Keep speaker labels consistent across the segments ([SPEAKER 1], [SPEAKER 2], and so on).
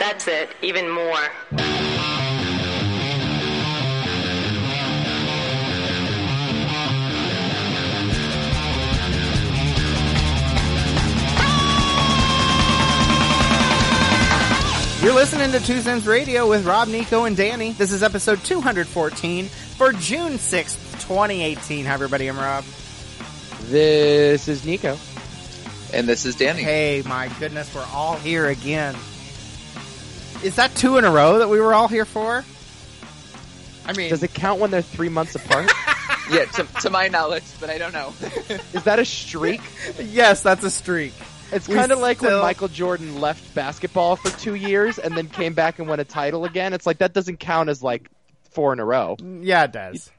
[SPEAKER 1] enhance it even more.
[SPEAKER 2] You're listening to Two Cents Radio with Rob, Nico, and Danny. This is episode 214 for June 6th, 2018. Hi, everybody. I'm Rob.
[SPEAKER 3] This is Nico.
[SPEAKER 4] And this is Danny.
[SPEAKER 2] Hey, my goodness, we're all here again. Is that two in a row that we were all here for? I mean,
[SPEAKER 3] Does it count when they're three months apart?
[SPEAKER 4] Yeah, to, to my knowledge, but I don't know.
[SPEAKER 3] is that a streak?
[SPEAKER 2] yes, that's a streak.
[SPEAKER 3] It's
[SPEAKER 2] We
[SPEAKER 3] kind of like when
[SPEAKER 2] still-
[SPEAKER 3] Michael Jordan left basketball for two years and then came back and won a title again. It's like that doesn't count as like four in a row.
[SPEAKER 2] Yeah, it does.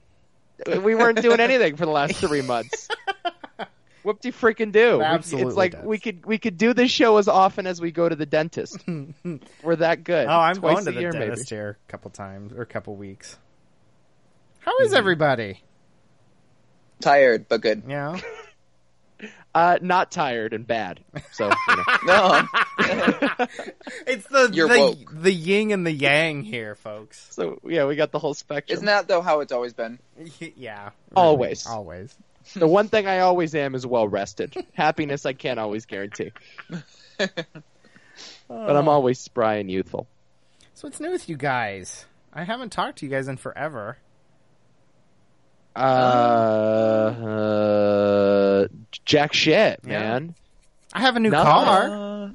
[SPEAKER 3] We weren't doing anything for the last three months. Whoop de freaking do!
[SPEAKER 2] Absolutely
[SPEAKER 3] it's like
[SPEAKER 2] does.
[SPEAKER 3] we could we could do this show as often as we go to the dentist. We're that good.
[SPEAKER 2] Oh, I'm
[SPEAKER 3] Twice
[SPEAKER 2] going to
[SPEAKER 3] a
[SPEAKER 2] the
[SPEAKER 3] year, maybe.
[SPEAKER 2] dentist here a couple times or a couple weeks. How is everybody?
[SPEAKER 4] Tired, but good.
[SPEAKER 2] You know?
[SPEAKER 3] Uh, not tired and bad. So you know.
[SPEAKER 4] No,
[SPEAKER 2] it's the
[SPEAKER 4] You're
[SPEAKER 2] the,
[SPEAKER 4] woke.
[SPEAKER 2] the yin and the yang here, folks.
[SPEAKER 3] so yeah, we got the whole spectrum.
[SPEAKER 4] isn't that though how it's always been?
[SPEAKER 2] yeah,
[SPEAKER 3] Always.
[SPEAKER 2] always.
[SPEAKER 3] The one thing I always am is well rested. Happiness I can't always guarantee, but I'm always spry and youthful.
[SPEAKER 2] So what's new with you guys? I haven't talked to you guys in forever.
[SPEAKER 3] Uh, uh jack shit,
[SPEAKER 2] Yeah.
[SPEAKER 3] man.
[SPEAKER 2] I have a new
[SPEAKER 3] No.
[SPEAKER 2] car.
[SPEAKER 4] Uh,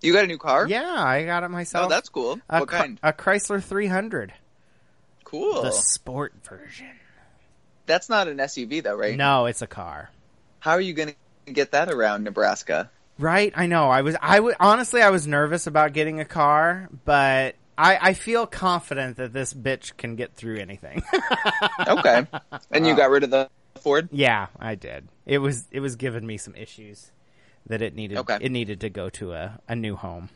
[SPEAKER 4] You got a new car?
[SPEAKER 2] Yeah, I got it myself.
[SPEAKER 4] Oh, that's cool.
[SPEAKER 2] a,
[SPEAKER 4] what
[SPEAKER 2] Chr-
[SPEAKER 4] kind?
[SPEAKER 2] a Chrysler 300,
[SPEAKER 4] Cool.
[SPEAKER 2] the sport version.
[SPEAKER 4] That's not an SUV though, right?
[SPEAKER 2] No, it's a car.
[SPEAKER 4] How are you going to get that around Nebraska?
[SPEAKER 2] Right? I know. I was I would honestly I was nervous about getting a car, but I I feel confident that this bitch can get through anything.
[SPEAKER 4] Okay. and
[SPEAKER 2] Uh.
[SPEAKER 4] you got rid of the Ford?
[SPEAKER 2] yeah, I did. It was it was giving me some issues that it needed
[SPEAKER 4] Okay.
[SPEAKER 2] it needed to go to a, a new home.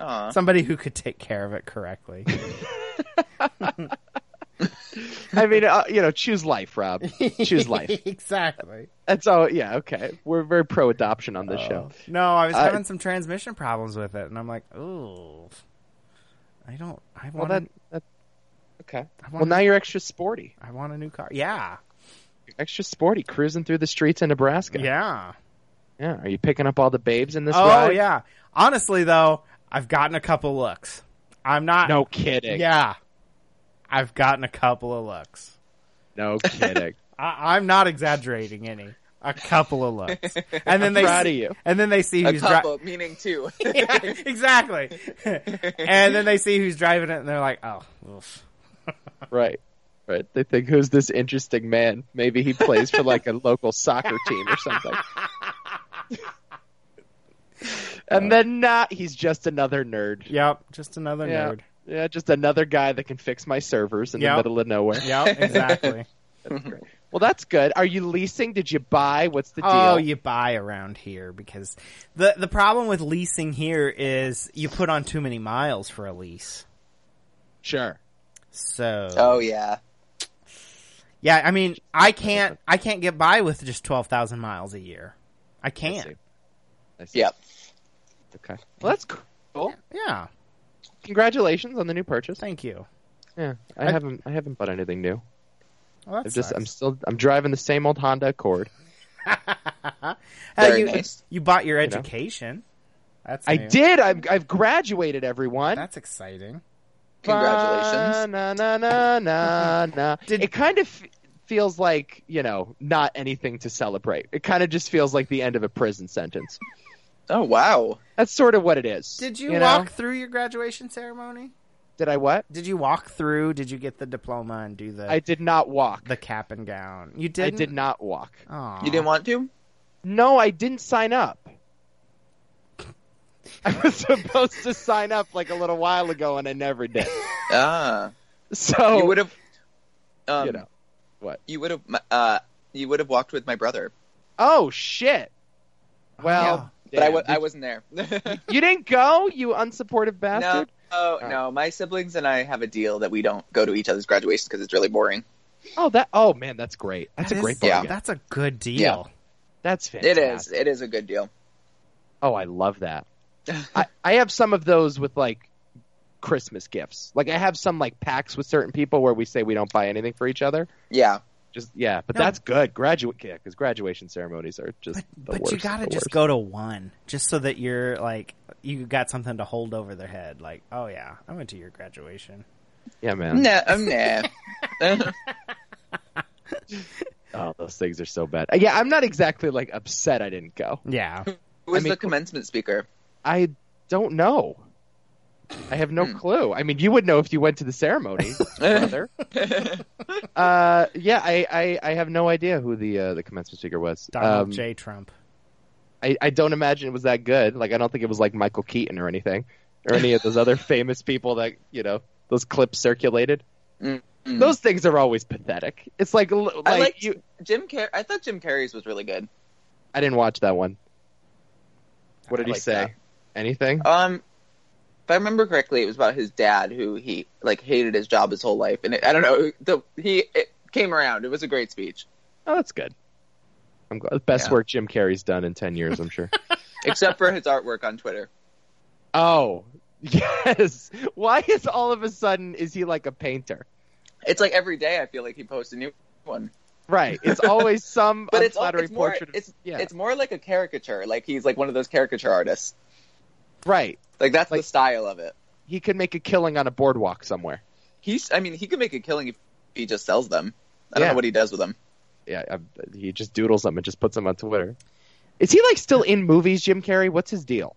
[SPEAKER 4] Aw.
[SPEAKER 2] Somebody who could take care of it correctly.
[SPEAKER 3] I mean, uh, you know, choose life, Rob. choose life.
[SPEAKER 2] exactly.
[SPEAKER 3] That's all. Yeah, okay. We're very pro adoption on this show.
[SPEAKER 2] No, I was
[SPEAKER 3] Oh. I-
[SPEAKER 2] having some transmission problems with it, and I'm like, ooh, I don't. I
[SPEAKER 3] Well,
[SPEAKER 2] want.
[SPEAKER 3] that, that okay.
[SPEAKER 2] I
[SPEAKER 3] Well,
[SPEAKER 2] want.
[SPEAKER 3] now you're extra sporty.
[SPEAKER 2] I want a new car. Yeah,
[SPEAKER 3] You're extra sporty, cruising through the streets in Nebraska.
[SPEAKER 2] yeah.
[SPEAKER 3] Yeah. Are you picking up all the babes in this
[SPEAKER 2] Oh
[SPEAKER 3] ride?
[SPEAKER 2] yeah. Honestly, though, I've gotten a couple looks. I'm not.
[SPEAKER 3] No kidding.
[SPEAKER 2] Yeah, I've gotten a couple of looks.
[SPEAKER 3] No kidding.
[SPEAKER 2] I, I'm not exaggerating any. A couple of looks, and then they
[SPEAKER 3] proud
[SPEAKER 2] see,
[SPEAKER 3] of you.
[SPEAKER 2] and then they see
[SPEAKER 4] a
[SPEAKER 2] who's dri-
[SPEAKER 4] couple, meaning two.
[SPEAKER 2] Yeah, exactly, and then they see who's driving it, and they're like, "Oh, oof.
[SPEAKER 3] Right. Right. They think, who's this interesting man? Maybe he plays for like a local soccer team or something. and then not, he's just another nerd.
[SPEAKER 2] yep, just another
[SPEAKER 3] Yeah.
[SPEAKER 2] nerd."
[SPEAKER 3] Yeah, just another guy that can fix my servers in
[SPEAKER 2] Yep.
[SPEAKER 3] the middle of nowhere.
[SPEAKER 2] Yep, exactly.
[SPEAKER 3] Well, that's good. Are you leasing? Did you buy? What's the deal?
[SPEAKER 2] oh, you buy around here because the the problem with leasing here is you put on too many miles for a lease.
[SPEAKER 3] Sure.
[SPEAKER 2] So
[SPEAKER 4] oh yeah.
[SPEAKER 2] yeah, I mean, I can't I can't get by with just twelve thousand miles a year. I
[SPEAKER 3] I
[SPEAKER 2] can't.
[SPEAKER 3] see. I see.
[SPEAKER 4] Yep.
[SPEAKER 3] Okay. Well, that's cool.
[SPEAKER 2] Yeah,
[SPEAKER 3] Congratulations on the new purchase.
[SPEAKER 2] thank you.
[SPEAKER 3] Yeah, I,
[SPEAKER 2] I-
[SPEAKER 3] haven't. I haven't bought anything new.
[SPEAKER 2] Well,
[SPEAKER 3] I'm
[SPEAKER 2] that
[SPEAKER 3] just. I'm
[SPEAKER 2] sucks.
[SPEAKER 3] still. I'm driving the same old Honda Accord.
[SPEAKER 2] Hey,
[SPEAKER 4] Very
[SPEAKER 2] you,
[SPEAKER 4] nice.
[SPEAKER 2] you bought your
[SPEAKER 3] know.
[SPEAKER 2] education. That's
[SPEAKER 3] I
[SPEAKER 2] new.
[SPEAKER 3] did. I've, I've graduated, everyone.
[SPEAKER 2] That's exciting.
[SPEAKER 4] Congratulations.
[SPEAKER 3] Na, na, na, na, na.
[SPEAKER 2] Did-
[SPEAKER 3] It kind of f- feels like, you know, not anything to celebrate. It kind of just feels like the end of a prison sentence.
[SPEAKER 4] Oh wow.
[SPEAKER 3] That's sort of what it is.
[SPEAKER 2] Did you,
[SPEAKER 3] know?
[SPEAKER 2] walk through your graduation ceremony?
[SPEAKER 3] Did I what?
[SPEAKER 2] Did you walk through? Did you get the diploma and do the
[SPEAKER 3] I did not walk.
[SPEAKER 2] the cap and gown? You
[SPEAKER 3] I
[SPEAKER 2] didn't.
[SPEAKER 3] did not walk.
[SPEAKER 2] Aw.
[SPEAKER 4] You didn't want to?
[SPEAKER 3] No, I didn't sign up. I was supposed to sign up like a little while ago, and I never did.
[SPEAKER 4] Ah.
[SPEAKER 3] So
[SPEAKER 4] you would have um,
[SPEAKER 3] Oh. you know. What?
[SPEAKER 4] you would have uh you would have walked with my brother
[SPEAKER 3] Oh shit! Well,
[SPEAKER 4] but I
[SPEAKER 3] damn.
[SPEAKER 4] w- I wasn't there
[SPEAKER 3] you didn't go, you unsupportive
[SPEAKER 4] no
[SPEAKER 3] bastard.
[SPEAKER 4] oh
[SPEAKER 3] Oh.
[SPEAKER 4] no my siblings and i have a deal that we don't go to each other's graduations because it's really boring
[SPEAKER 3] Oh, that. Oh man, that's great. That's
[SPEAKER 2] That
[SPEAKER 3] a
[SPEAKER 2] is-
[SPEAKER 3] great
[SPEAKER 4] Yeah.
[SPEAKER 3] bargain.
[SPEAKER 2] That's a good deal.
[SPEAKER 4] Yeah.
[SPEAKER 3] That's fantastic.
[SPEAKER 4] it is it is a good deal
[SPEAKER 3] Oh, I love that. I, I have some of those with like Christmas gifts. Like I have some like pacts with certain people where we say we don't buy anything for each other.
[SPEAKER 4] Yeah.
[SPEAKER 3] Just yeah, but
[SPEAKER 2] No.
[SPEAKER 3] that's good. Graduate yeah, because graduation ceremonies are just the
[SPEAKER 2] but
[SPEAKER 3] worst.
[SPEAKER 2] you gotta
[SPEAKER 3] the
[SPEAKER 2] just
[SPEAKER 3] worst.
[SPEAKER 2] go to one, just so that you're like you got something to hold over their head. Like, oh yeah, I went to your graduation.
[SPEAKER 3] Yeah, man.
[SPEAKER 4] Nah, um, nah.
[SPEAKER 3] Oh, those things are so bad. Uh, Yeah, I'm not exactly like upset I didn't go.
[SPEAKER 2] Yeah,
[SPEAKER 4] Who
[SPEAKER 3] I
[SPEAKER 4] was
[SPEAKER 3] mean-
[SPEAKER 4] the commencement speaker?
[SPEAKER 3] I don't know. I have
[SPEAKER 4] Hmm.
[SPEAKER 3] no clue. I mean, you would know if you went to the ceremony, brother. uh, yeah, I, I, I have no idea who the uh, the commencement speaker was.
[SPEAKER 2] Donald
[SPEAKER 3] Um,
[SPEAKER 2] J. Trump.
[SPEAKER 3] I, I don't imagine it was that good. Like, I don't think it was like Michael Keaton or anything, or any of those other famous people that you know those clips circulated.
[SPEAKER 4] Mm, mm.
[SPEAKER 3] Those things are always pathetic. It's like, l- like
[SPEAKER 4] I liked
[SPEAKER 3] you.
[SPEAKER 4] Jim Car- I thought Jim Carrey's was really good.
[SPEAKER 3] I didn't watch that one. What did
[SPEAKER 4] I
[SPEAKER 3] he
[SPEAKER 4] like
[SPEAKER 3] say?
[SPEAKER 4] that.
[SPEAKER 3] Anything?
[SPEAKER 4] Um, if I remember correctly, it was about his dad who he like hated his job his whole life, and it, I don't know. The, he it came around. It was a great speech,
[SPEAKER 3] Oh, that's good. I'm glad. Best
[SPEAKER 4] Yeah.
[SPEAKER 3] work Jim Carrey's done in ten years, I'm sure.
[SPEAKER 4] except for his artwork on Twitter.
[SPEAKER 3] oh, yes. Why is all of a sudden is he like a painter?
[SPEAKER 4] It's like every day I feel like he posts a new one,
[SPEAKER 3] Right. It's always some
[SPEAKER 4] but it's, al-
[SPEAKER 3] unflattering
[SPEAKER 4] it's more
[SPEAKER 3] portrait. of-
[SPEAKER 4] it's
[SPEAKER 3] yeah.
[SPEAKER 4] it's more like a caricature. Like he's like one of those caricature artists.
[SPEAKER 3] right.
[SPEAKER 4] Like that's
[SPEAKER 3] Like-
[SPEAKER 4] the style of it.
[SPEAKER 3] He could make a killing on a boardwalk somewhere.
[SPEAKER 4] He's I mean he could make a killing if he just sells them. I don't
[SPEAKER 3] Yeah.
[SPEAKER 4] know what he does with them.
[SPEAKER 3] Yeah. I, he just doodles them and just puts them on Twitter. Is he like still in movies, Jim Carrey? What's his deal?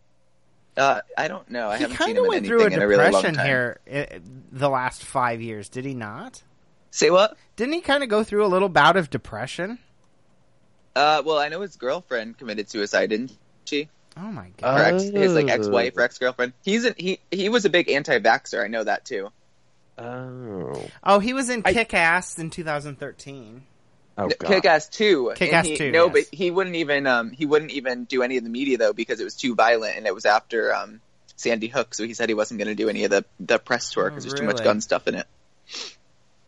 [SPEAKER 4] Uh, I don't know. I
[SPEAKER 2] he
[SPEAKER 4] haven't seen
[SPEAKER 2] kind of
[SPEAKER 4] him
[SPEAKER 2] went
[SPEAKER 4] in
[SPEAKER 2] through a
[SPEAKER 4] anything in a really long
[SPEAKER 2] depression
[SPEAKER 4] time.
[SPEAKER 2] here uh, the last five years, did he not?
[SPEAKER 4] Say what?
[SPEAKER 2] Didn't he kind of go through a little bout of depression?
[SPEAKER 4] Uh, well, I know his girlfriend committed suicide, didn't she?
[SPEAKER 2] Oh my
[SPEAKER 4] Or
[SPEAKER 2] god!
[SPEAKER 3] Uh,
[SPEAKER 4] ex, his like
[SPEAKER 3] Oh.
[SPEAKER 4] ex-wife or ex-girlfriend. He's an, he he was a big anti-vaxxer. I know that too.
[SPEAKER 3] Oh.
[SPEAKER 2] oh, he was in
[SPEAKER 3] I-
[SPEAKER 2] Kick Ass in 2013.
[SPEAKER 3] Oh God.
[SPEAKER 4] Kick-Ass two. and
[SPEAKER 2] Kick-Ass
[SPEAKER 4] he-
[SPEAKER 2] 2,
[SPEAKER 4] No,
[SPEAKER 2] yes.
[SPEAKER 4] but he wouldn't even um he wouldn't even do any of the media though because it was too violent and it was after um Sandy Hook, so he said he wasn't going to do any of the the press tour because
[SPEAKER 2] Oh,
[SPEAKER 4] there's too much
[SPEAKER 2] really?
[SPEAKER 4] gun stuff in it.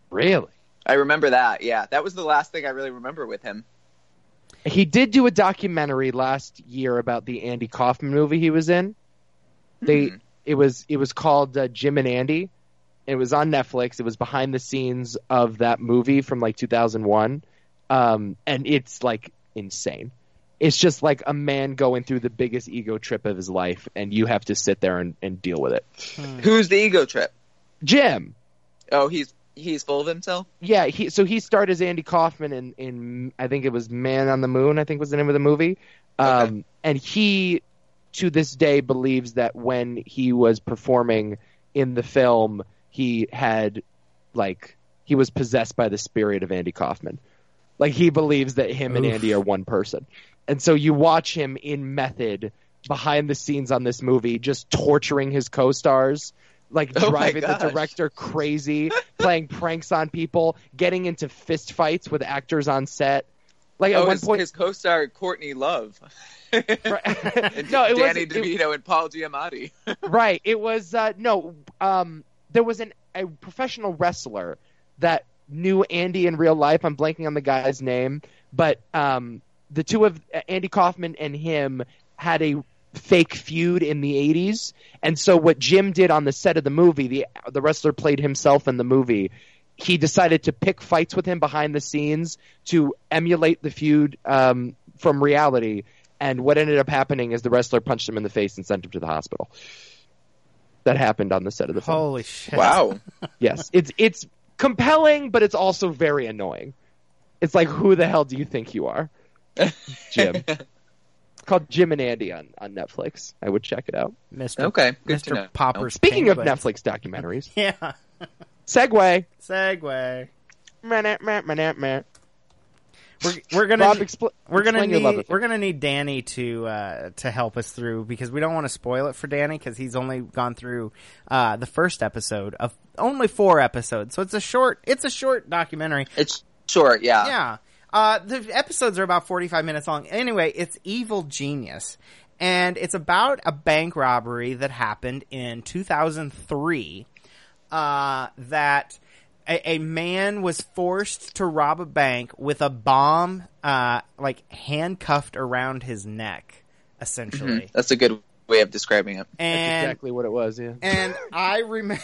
[SPEAKER 3] Really?
[SPEAKER 4] I remember that. Yeah, that was the last thing I really remember with him.
[SPEAKER 3] He did do a documentary last year about the Andy Kaufman movie he was in. They
[SPEAKER 4] Hmm.
[SPEAKER 3] it was it was called uh, Jim and Andy. It was on Netflix. It was behind the scenes of that movie from like 2001, um, and it's like insane. It's just like a man going through the biggest ego trip of his life, and you have to sit there and, and deal with it.
[SPEAKER 4] Who's the ego trip?
[SPEAKER 3] Jim,
[SPEAKER 4] Oh, he's he's full of himself.
[SPEAKER 3] Yeah, he so he starred as Andy Kaufman in in I think it was Man on the Moon. I think was the name of the movie. Um, And he to this day believes that when he was performing in the film, he had like he was possessed by the spirit of Andy Kaufman. Like he believes that him and
[SPEAKER 2] Oof.
[SPEAKER 3] Andy are one person, and so you watch him in method behind the scenes on this movie, just torturing his co-stars, like
[SPEAKER 4] Oh my
[SPEAKER 3] driving the
[SPEAKER 4] gosh.
[SPEAKER 3] director crazy, playing pranks on people, getting into fist fights with actors on set. Like at
[SPEAKER 4] oh,
[SPEAKER 3] one
[SPEAKER 4] his,
[SPEAKER 3] point,
[SPEAKER 4] his co-star Courtney Love. And
[SPEAKER 3] no, it
[SPEAKER 4] Danny
[SPEAKER 3] wasn't. it-
[SPEAKER 4] DeVito and Paul Giamatti.
[SPEAKER 3] right. It was uh, no. Um, there was an a professional wrestler that knew Andy in real life. I'm blanking on the guy's name, but um, the two of uh, Andy Kaufman and him had a fake feud in the 80s. And so what Jim did on the set of the movie, the the wrestler played himself in the movie. He decided to pick fights with him behind the scenes to emulate the feud um, from reality. And what ended up happening is the wrestler punched him in the face and sent him to the hospital. That happened on the set of the film.
[SPEAKER 2] Holy shit!
[SPEAKER 4] Wow.
[SPEAKER 3] Yes, it's it's compelling, but it's also very annoying. It's like, who the hell do you think you are, Jim? it's called Jim and Andy on, on Netflix. I would check it out.
[SPEAKER 2] Mr.
[SPEAKER 4] Okay, good to
[SPEAKER 2] Mr.
[SPEAKER 4] know.
[SPEAKER 2] Popper's.
[SPEAKER 3] Speaking of
[SPEAKER 2] Penguins.
[SPEAKER 3] Netflix documentaries,
[SPEAKER 2] yeah.
[SPEAKER 3] segue.
[SPEAKER 2] Segway.
[SPEAKER 3] Meh, meh, meh, meh, meh.
[SPEAKER 2] We're, we're gonna
[SPEAKER 3] Rob, expl-
[SPEAKER 2] we're gonna
[SPEAKER 3] explain your love
[SPEAKER 2] need
[SPEAKER 3] affair.
[SPEAKER 2] we're gonna need Danny to uh, to help us through because we don't want to spoil it for Danny because he's only gone through uh, the first episode of only four episodes, so it's a short it's a short documentary.
[SPEAKER 4] It's short, yeah.
[SPEAKER 2] Yeah. Uh, the episodes are about 45 minutes long. Anyway, it's Evil Genius. And it's about a bank robbery that happened in 2003, uh, that a, a man was forced to rob a bank with a bomb, uh, like handcuffed around his neck, essentially.
[SPEAKER 3] Hmm.
[SPEAKER 4] Mm-hmm. That's a good way of describing it.
[SPEAKER 3] That's
[SPEAKER 2] and
[SPEAKER 3] exactly what it was. Yeah,
[SPEAKER 2] and I remember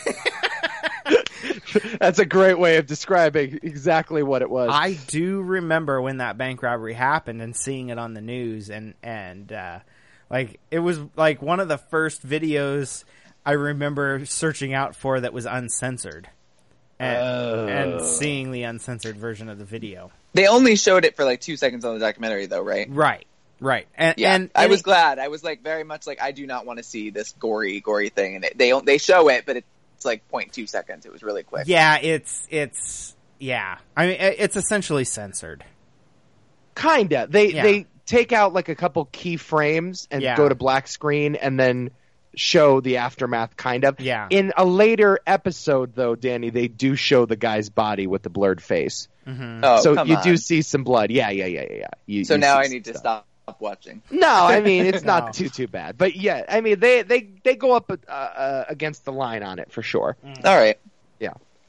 [SPEAKER 3] that's a great way of describing exactly what it was.
[SPEAKER 2] I do remember when that bank robbery happened and seeing it on the news and and uh, like it was like one of the first videos I remember searching out for that was uncensored. And,
[SPEAKER 4] Oh.
[SPEAKER 2] and seeing the uncensored version of the video.
[SPEAKER 4] They only showed it for like two seconds on the documentary, though, right?
[SPEAKER 2] Right. Right. And
[SPEAKER 4] Yeah,
[SPEAKER 2] and
[SPEAKER 4] I
[SPEAKER 2] and
[SPEAKER 4] was
[SPEAKER 2] it-
[SPEAKER 4] glad. I was like very much like I do not want to see this gory, gory thing, and it, they they show it, but it's like 0.2 seconds. It was really quick.
[SPEAKER 2] Yeah, it's it's yeah. I mean it- it's essentially censored.
[SPEAKER 3] kinda. They
[SPEAKER 2] Yeah.
[SPEAKER 3] they take out like a couple key frames and
[SPEAKER 2] Yeah.
[SPEAKER 3] go to black screen and then show the aftermath kind of.
[SPEAKER 2] Yeah.
[SPEAKER 3] In a later episode though, Danny, they do show the guy's body with the blurred face.
[SPEAKER 2] Mhm.
[SPEAKER 4] Oh,
[SPEAKER 3] so
[SPEAKER 4] come
[SPEAKER 3] you
[SPEAKER 4] on.
[SPEAKER 3] do see some blood. Yeah, yeah, yeah, yeah, yeah. You,
[SPEAKER 4] So
[SPEAKER 3] you
[SPEAKER 4] now
[SPEAKER 3] see
[SPEAKER 4] I
[SPEAKER 3] some
[SPEAKER 4] need to
[SPEAKER 3] stuff.
[SPEAKER 4] stop watching.
[SPEAKER 3] No, I mean it's
[SPEAKER 2] No.
[SPEAKER 3] not too too bad. But yeah, I mean they they they go up uh, uh, against the line on it for sure.
[SPEAKER 2] Mm.
[SPEAKER 4] All right.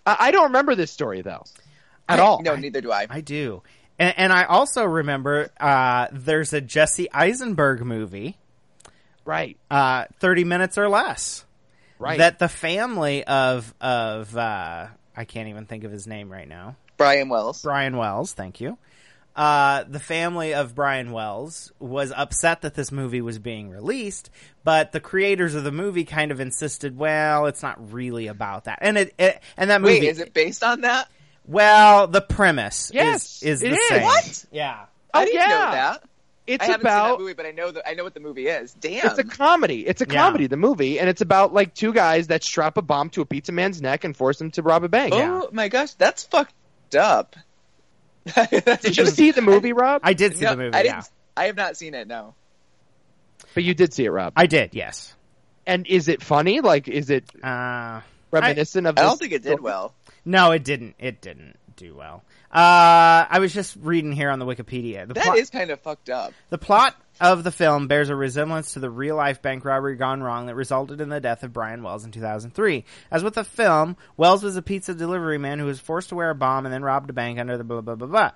[SPEAKER 3] I, I don't remember this story though at
[SPEAKER 2] I-
[SPEAKER 3] all.
[SPEAKER 4] No, neither do I.
[SPEAKER 2] I do. And, and I also remember uh, there's a Jesse Eisenberg movie,
[SPEAKER 3] Right,
[SPEAKER 2] uh, 30 minutes or less,
[SPEAKER 3] right.
[SPEAKER 2] that the family of, of uh, I can't even think of his name right now,
[SPEAKER 4] Brian Wells.
[SPEAKER 2] Brian Wells, thank you. Uh, the family of Brian Wells was upset that this movie was being released, but the creators of the movie kind of insisted, well, it's not really about that. And it, it and that movie
[SPEAKER 4] Wait, is it based on that?
[SPEAKER 2] well, the premise
[SPEAKER 3] Yes,
[SPEAKER 2] is is
[SPEAKER 3] it
[SPEAKER 2] the
[SPEAKER 3] is.
[SPEAKER 2] same.
[SPEAKER 4] What?
[SPEAKER 2] Yeah.
[SPEAKER 4] I
[SPEAKER 3] Oh,
[SPEAKER 4] didn't
[SPEAKER 3] yeah.
[SPEAKER 4] know that.
[SPEAKER 3] it's
[SPEAKER 4] I haven't seen that
[SPEAKER 3] about
[SPEAKER 4] movie, but I know the, I know what the movie is. Damn.
[SPEAKER 3] it's a comedy. It's a
[SPEAKER 2] Yeah.
[SPEAKER 3] comedy, the movie, and it's about like two guys that strap a bomb to a pizza man's neck and force him to rob a bank.
[SPEAKER 4] oh my gosh, that's fucked up. That's
[SPEAKER 3] Did you
[SPEAKER 4] just-
[SPEAKER 3] see the movie, Rob?
[SPEAKER 2] I did see
[SPEAKER 4] No,
[SPEAKER 2] the movie.
[SPEAKER 4] I
[SPEAKER 2] yeah.
[SPEAKER 4] didn't. I have not seen it. No.
[SPEAKER 3] but you did see it, Rob.
[SPEAKER 2] I did, yes.
[SPEAKER 3] and is it funny? Like, is it
[SPEAKER 2] Uh,
[SPEAKER 3] reminiscent of?
[SPEAKER 4] I don't
[SPEAKER 3] this
[SPEAKER 4] think it did
[SPEAKER 3] story?
[SPEAKER 4] well.
[SPEAKER 2] no, it didn't. It didn't do well. Uh, I was just reading here on the Wikipedia. The,
[SPEAKER 4] That
[SPEAKER 2] plot,
[SPEAKER 4] is kind of fucked up.
[SPEAKER 2] the plot of the film bears a resemblance to the real life bank robbery gone wrong that resulted in the death of Brian Wells in 2003. As with the film, Wells was a pizza delivery man who was forced to wear a bomb and then robbed a bank under the blah blah blah blah.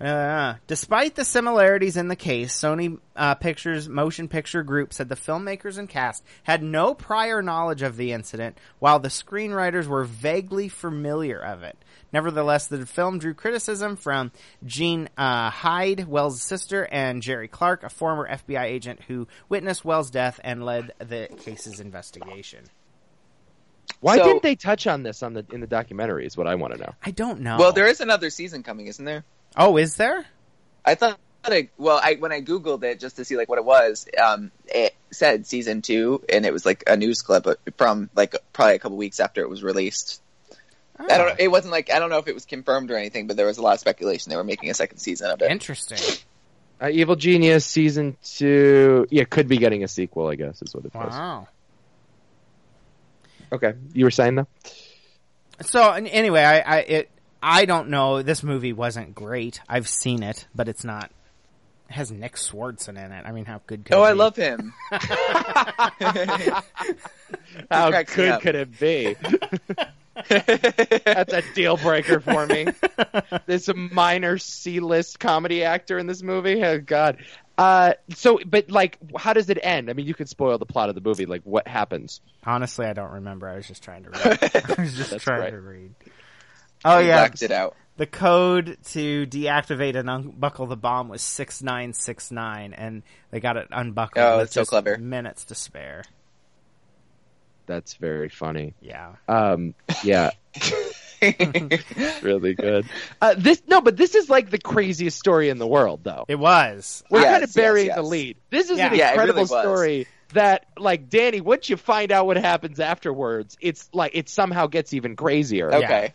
[SPEAKER 2] Uh, despite the similarities in the case, Sony uh, Pictures Motion Picture Group said the filmmakers and cast had no prior knowledge of the incident, while the screenwriters were vaguely familiar of it. Nevertheless, the film drew criticism from Jean uh, Hyde, Wells' sister, and Jerry Clark, a former FBI agent who witnessed Wells' death and led the case's investigation.
[SPEAKER 3] Why
[SPEAKER 4] So-
[SPEAKER 3] didn't they touch on this on the in the documentary? Is what I want to know.
[SPEAKER 2] I don't know.
[SPEAKER 4] Well, there is another season coming, isn't there?
[SPEAKER 2] Oh, is there?
[SPEAKER 4] I thought I well, I when I googled it just to see like what it was, um, it said season two, and it was like a news clip uh, from like probably a couple weeks after it was released. I
[SPEAKER 2] Hmm.
[SPEAKER 4] don't. know. It wasn't like I don't know if it was confirmed or anything, but there was a lot of speculation they were making a second season of it.
[SPEAKER 2] Ah, Interesting.
[SPEAKER 3] Uh, Evil Genius season two. Yeah, could be getting a sequel. I guess is what it was.
[SPEAKER 2] Wow.
[SPEAKER 3] Okay, you were saying though.
[SPEAKER 2] So an- anyway, I, I it I don't know. This movie wasn't great. I've seen it, but it's not. It has Nick Swartzen in it. I mean, how good? Could
[SPEAKER 4] Oh,
[SPEAKER 2] it
[SPEAKER 4] I
[SPEAKER 2] be?
[SPEAKER 4] love him.
[SPEAKER 3] How
[SPEAKER 4] cracks me
[SPEAKER 3] good
[SPEAKER 4] up.
[SPEAKER 3] could it be? That's a deal breaker for me. There's a minor C list comedy actor in this movie. Oh God. Uh, so, but like, how does it end? I mean, you could spoil the plot of the movie. Like, what happens?
[SPEAKER 2] Honestly, I don't remember. I was just trying to read. I was just
[SPEAKER 3] That's
[SPEAKER 2] trying
[SPEAKER 3] great.
[SPEAKER 2] to read. Oh
[SPEAKER 4] He
[SPEAKER 2] yeah,
[SPEAKER 4] blacked it out.
[SPEAKER 2] the code to deactivate and unbuckle the bomb was six nine six nine, and they got it unbuckled.
[SPEAKER 4] Oh,
[SPEAKER 2] with
[SPEAKER 4] that's so
[SPEAKER 2] just
[SPEAKER 4] clever.
[SPEAKER 2] Minutes to spare.
[SPEAKER 3] That's very funny.
[SPEAKER 2] Yeah.
[SPEAKER 3] Um, yeah, really good. Uh, this no, but this is like the craziest story in the world, though.
[SPEAKER 2] It was.
[SPEAKER 3] We're
[SPEAKER 4] Yes,
[SPEAKER 3] kind of burying
[SPEAKER 4] yes,
[SPEAKER 3] the
[SPEAKER 4] yes.
[SPEAKER 3] lead. This is
[SPEAKER 2] Yeah.
[SPEAKER 3] an
[SPEAKER 4] Yeah, it
[SPEAKER 3] incredible
[SPEAKER 4] really was.
[SPEAKER 3] story that, like, Danny, once you find out what happens afterwards, it's like it somehow gets even crazier.
[SPEAKER 4] okay.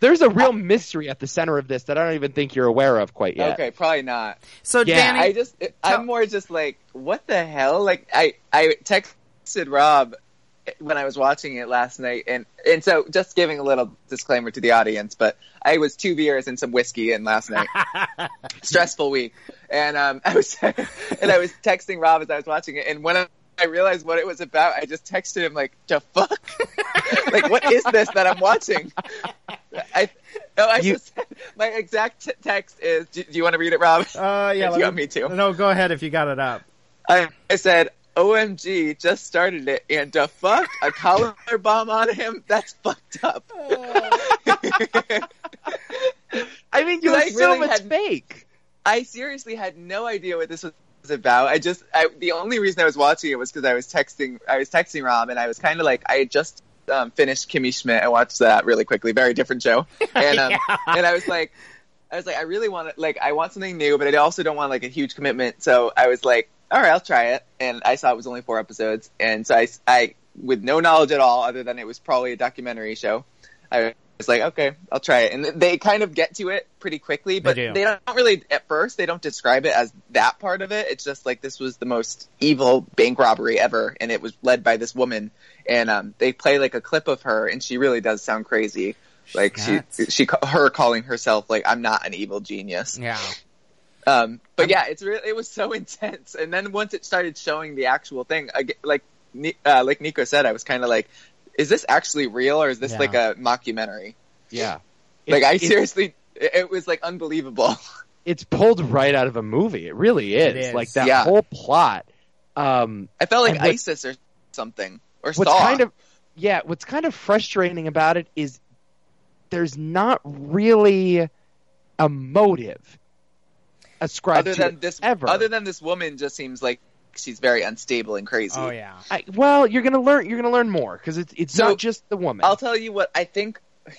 [SPEAKER 3] There's a real mystery at the center of this that I don't even think you're aware of quite yet.
[SPEAKER 4] Okay. Probably not.
[SPEAKER 2] So
[SPEAKER 3] Yeah,
[SPEAKER 2] Danny,
[SPEAKER 4] I just I'm more just like what the hell like I I texted Rob when I was watching it last night and and so just giving a little disclaimer to the audience but I was two beers and some whiskey in last night stressful week and um I was and I was texting Rob as I was watching it and when I I realized what it was about. I just texted him like, "The fuck? like, what is this that I'm watching?" I, oh, I
[SPEAKER 3] You-
[SPEAKER 4] just my exact t- text is, do, "Do you want to read it, Rob?"
[SPEAKER 2] uh, yeah,
[SPEAKER 4] You
[SPEAKER 2] let
[SPEAKER 4] got me too.
[SPEAKER 2] No, go ahead if you got it up.
[SPEAKER 4] I, I said, OMG just started it and to fuck a collar bomb on him. That's fucked up.
[SPEAKER 3] I mean, you
[SPEAKER 4] Like,
[SPEAKER 3] assume
[SPEAKER 4] really
[SPEAKER 3] it's
[SPEAKER 4] had-
[SPEAKER 3] fake.
[SPEAKER 4] I seriously had no idea what this was about. I just I, the only reason I was watching it was because I was texting I was texting Rob and I was kind of like I had just um, finished Kimmy Schmidt. I watched that really quickly, very different show, and um, and I was like. I was like, I really want to, like, I want something new, but I also don't want like a huge commitment. So I was like, all right, I'll try it. And I saw it was only four episodes, and so I, I, with no knowledge at all, other than it was probably a documentary show, I was like, okay, I'll try it. And they kind of get to it pretty quickly, but
[SPEAKER 2] do.
[SPEAKER 4] they don't really, at first, they don't describe it as that part of it. It's just like this was the most evil bank robbery ever, and it was led by this woman. And um, they play like a clip of her, and she really does sound crazy. Like she,
[SPEAKER 2] Nuts.
[SPEAKER 4] she, her calling herself like I'm not an evil genius.
[SPEAKER 2] yeah.
[SPEAKER 4] Um, but yeah, it's really it was so intense. And then once it started showing the actual thing, I get- like Ni- uh, like Nico said, I was kind of like, is this actually real or is this
[SPEAKER 2] Yeah.
[SPEAKER 4] like a mockumentary?
[SPEAKER 3] Yeah.
[SPEAKER 4] Like
[SPEAKER 3] It's-
[SPEAKER 4] I
[SPEAKER 3] it's-
[SPEAKER 4] seriously, it, it was like unbelievable.
[SPEAKER 3] it's pulled right out of a movie. It really is.
[SPEAKER 2] It is.
[SPEAKER 3] Like that
[SPEAKER 4] Yeah.
[SPEAKER 3] whole plot. Um,
[SPEAKER 4] I felt like
[SPEAKER 3] And what-
[SPEAKER 4] ISIS or something or
[SPEAKER 3] what's
[SPEAKER 4] Saw.
[SPEAKER 3] kind of yeah, what's kind of frustrating about it is there's not really a motive ascribed
[SPEAKER 4] other
[SPEAKER 3] to
[SPEAKER 4] than
[SPEAKER 3] it
[SPEAKER 4] this,
[SPEAKER 3] ever.
[SPEAKER 4] other than this woman, just seems like she's very unstable and crazy.
[SPEAKER 2] Oh yeah.
[SPEAKER 3] I, well, you're gonna learn. You're gonna learn more because it's it's
[SPEAKER 4] So,
[SPEAKER 3] not just the woman.
[SPEAKER 4] I'll tell you what I think.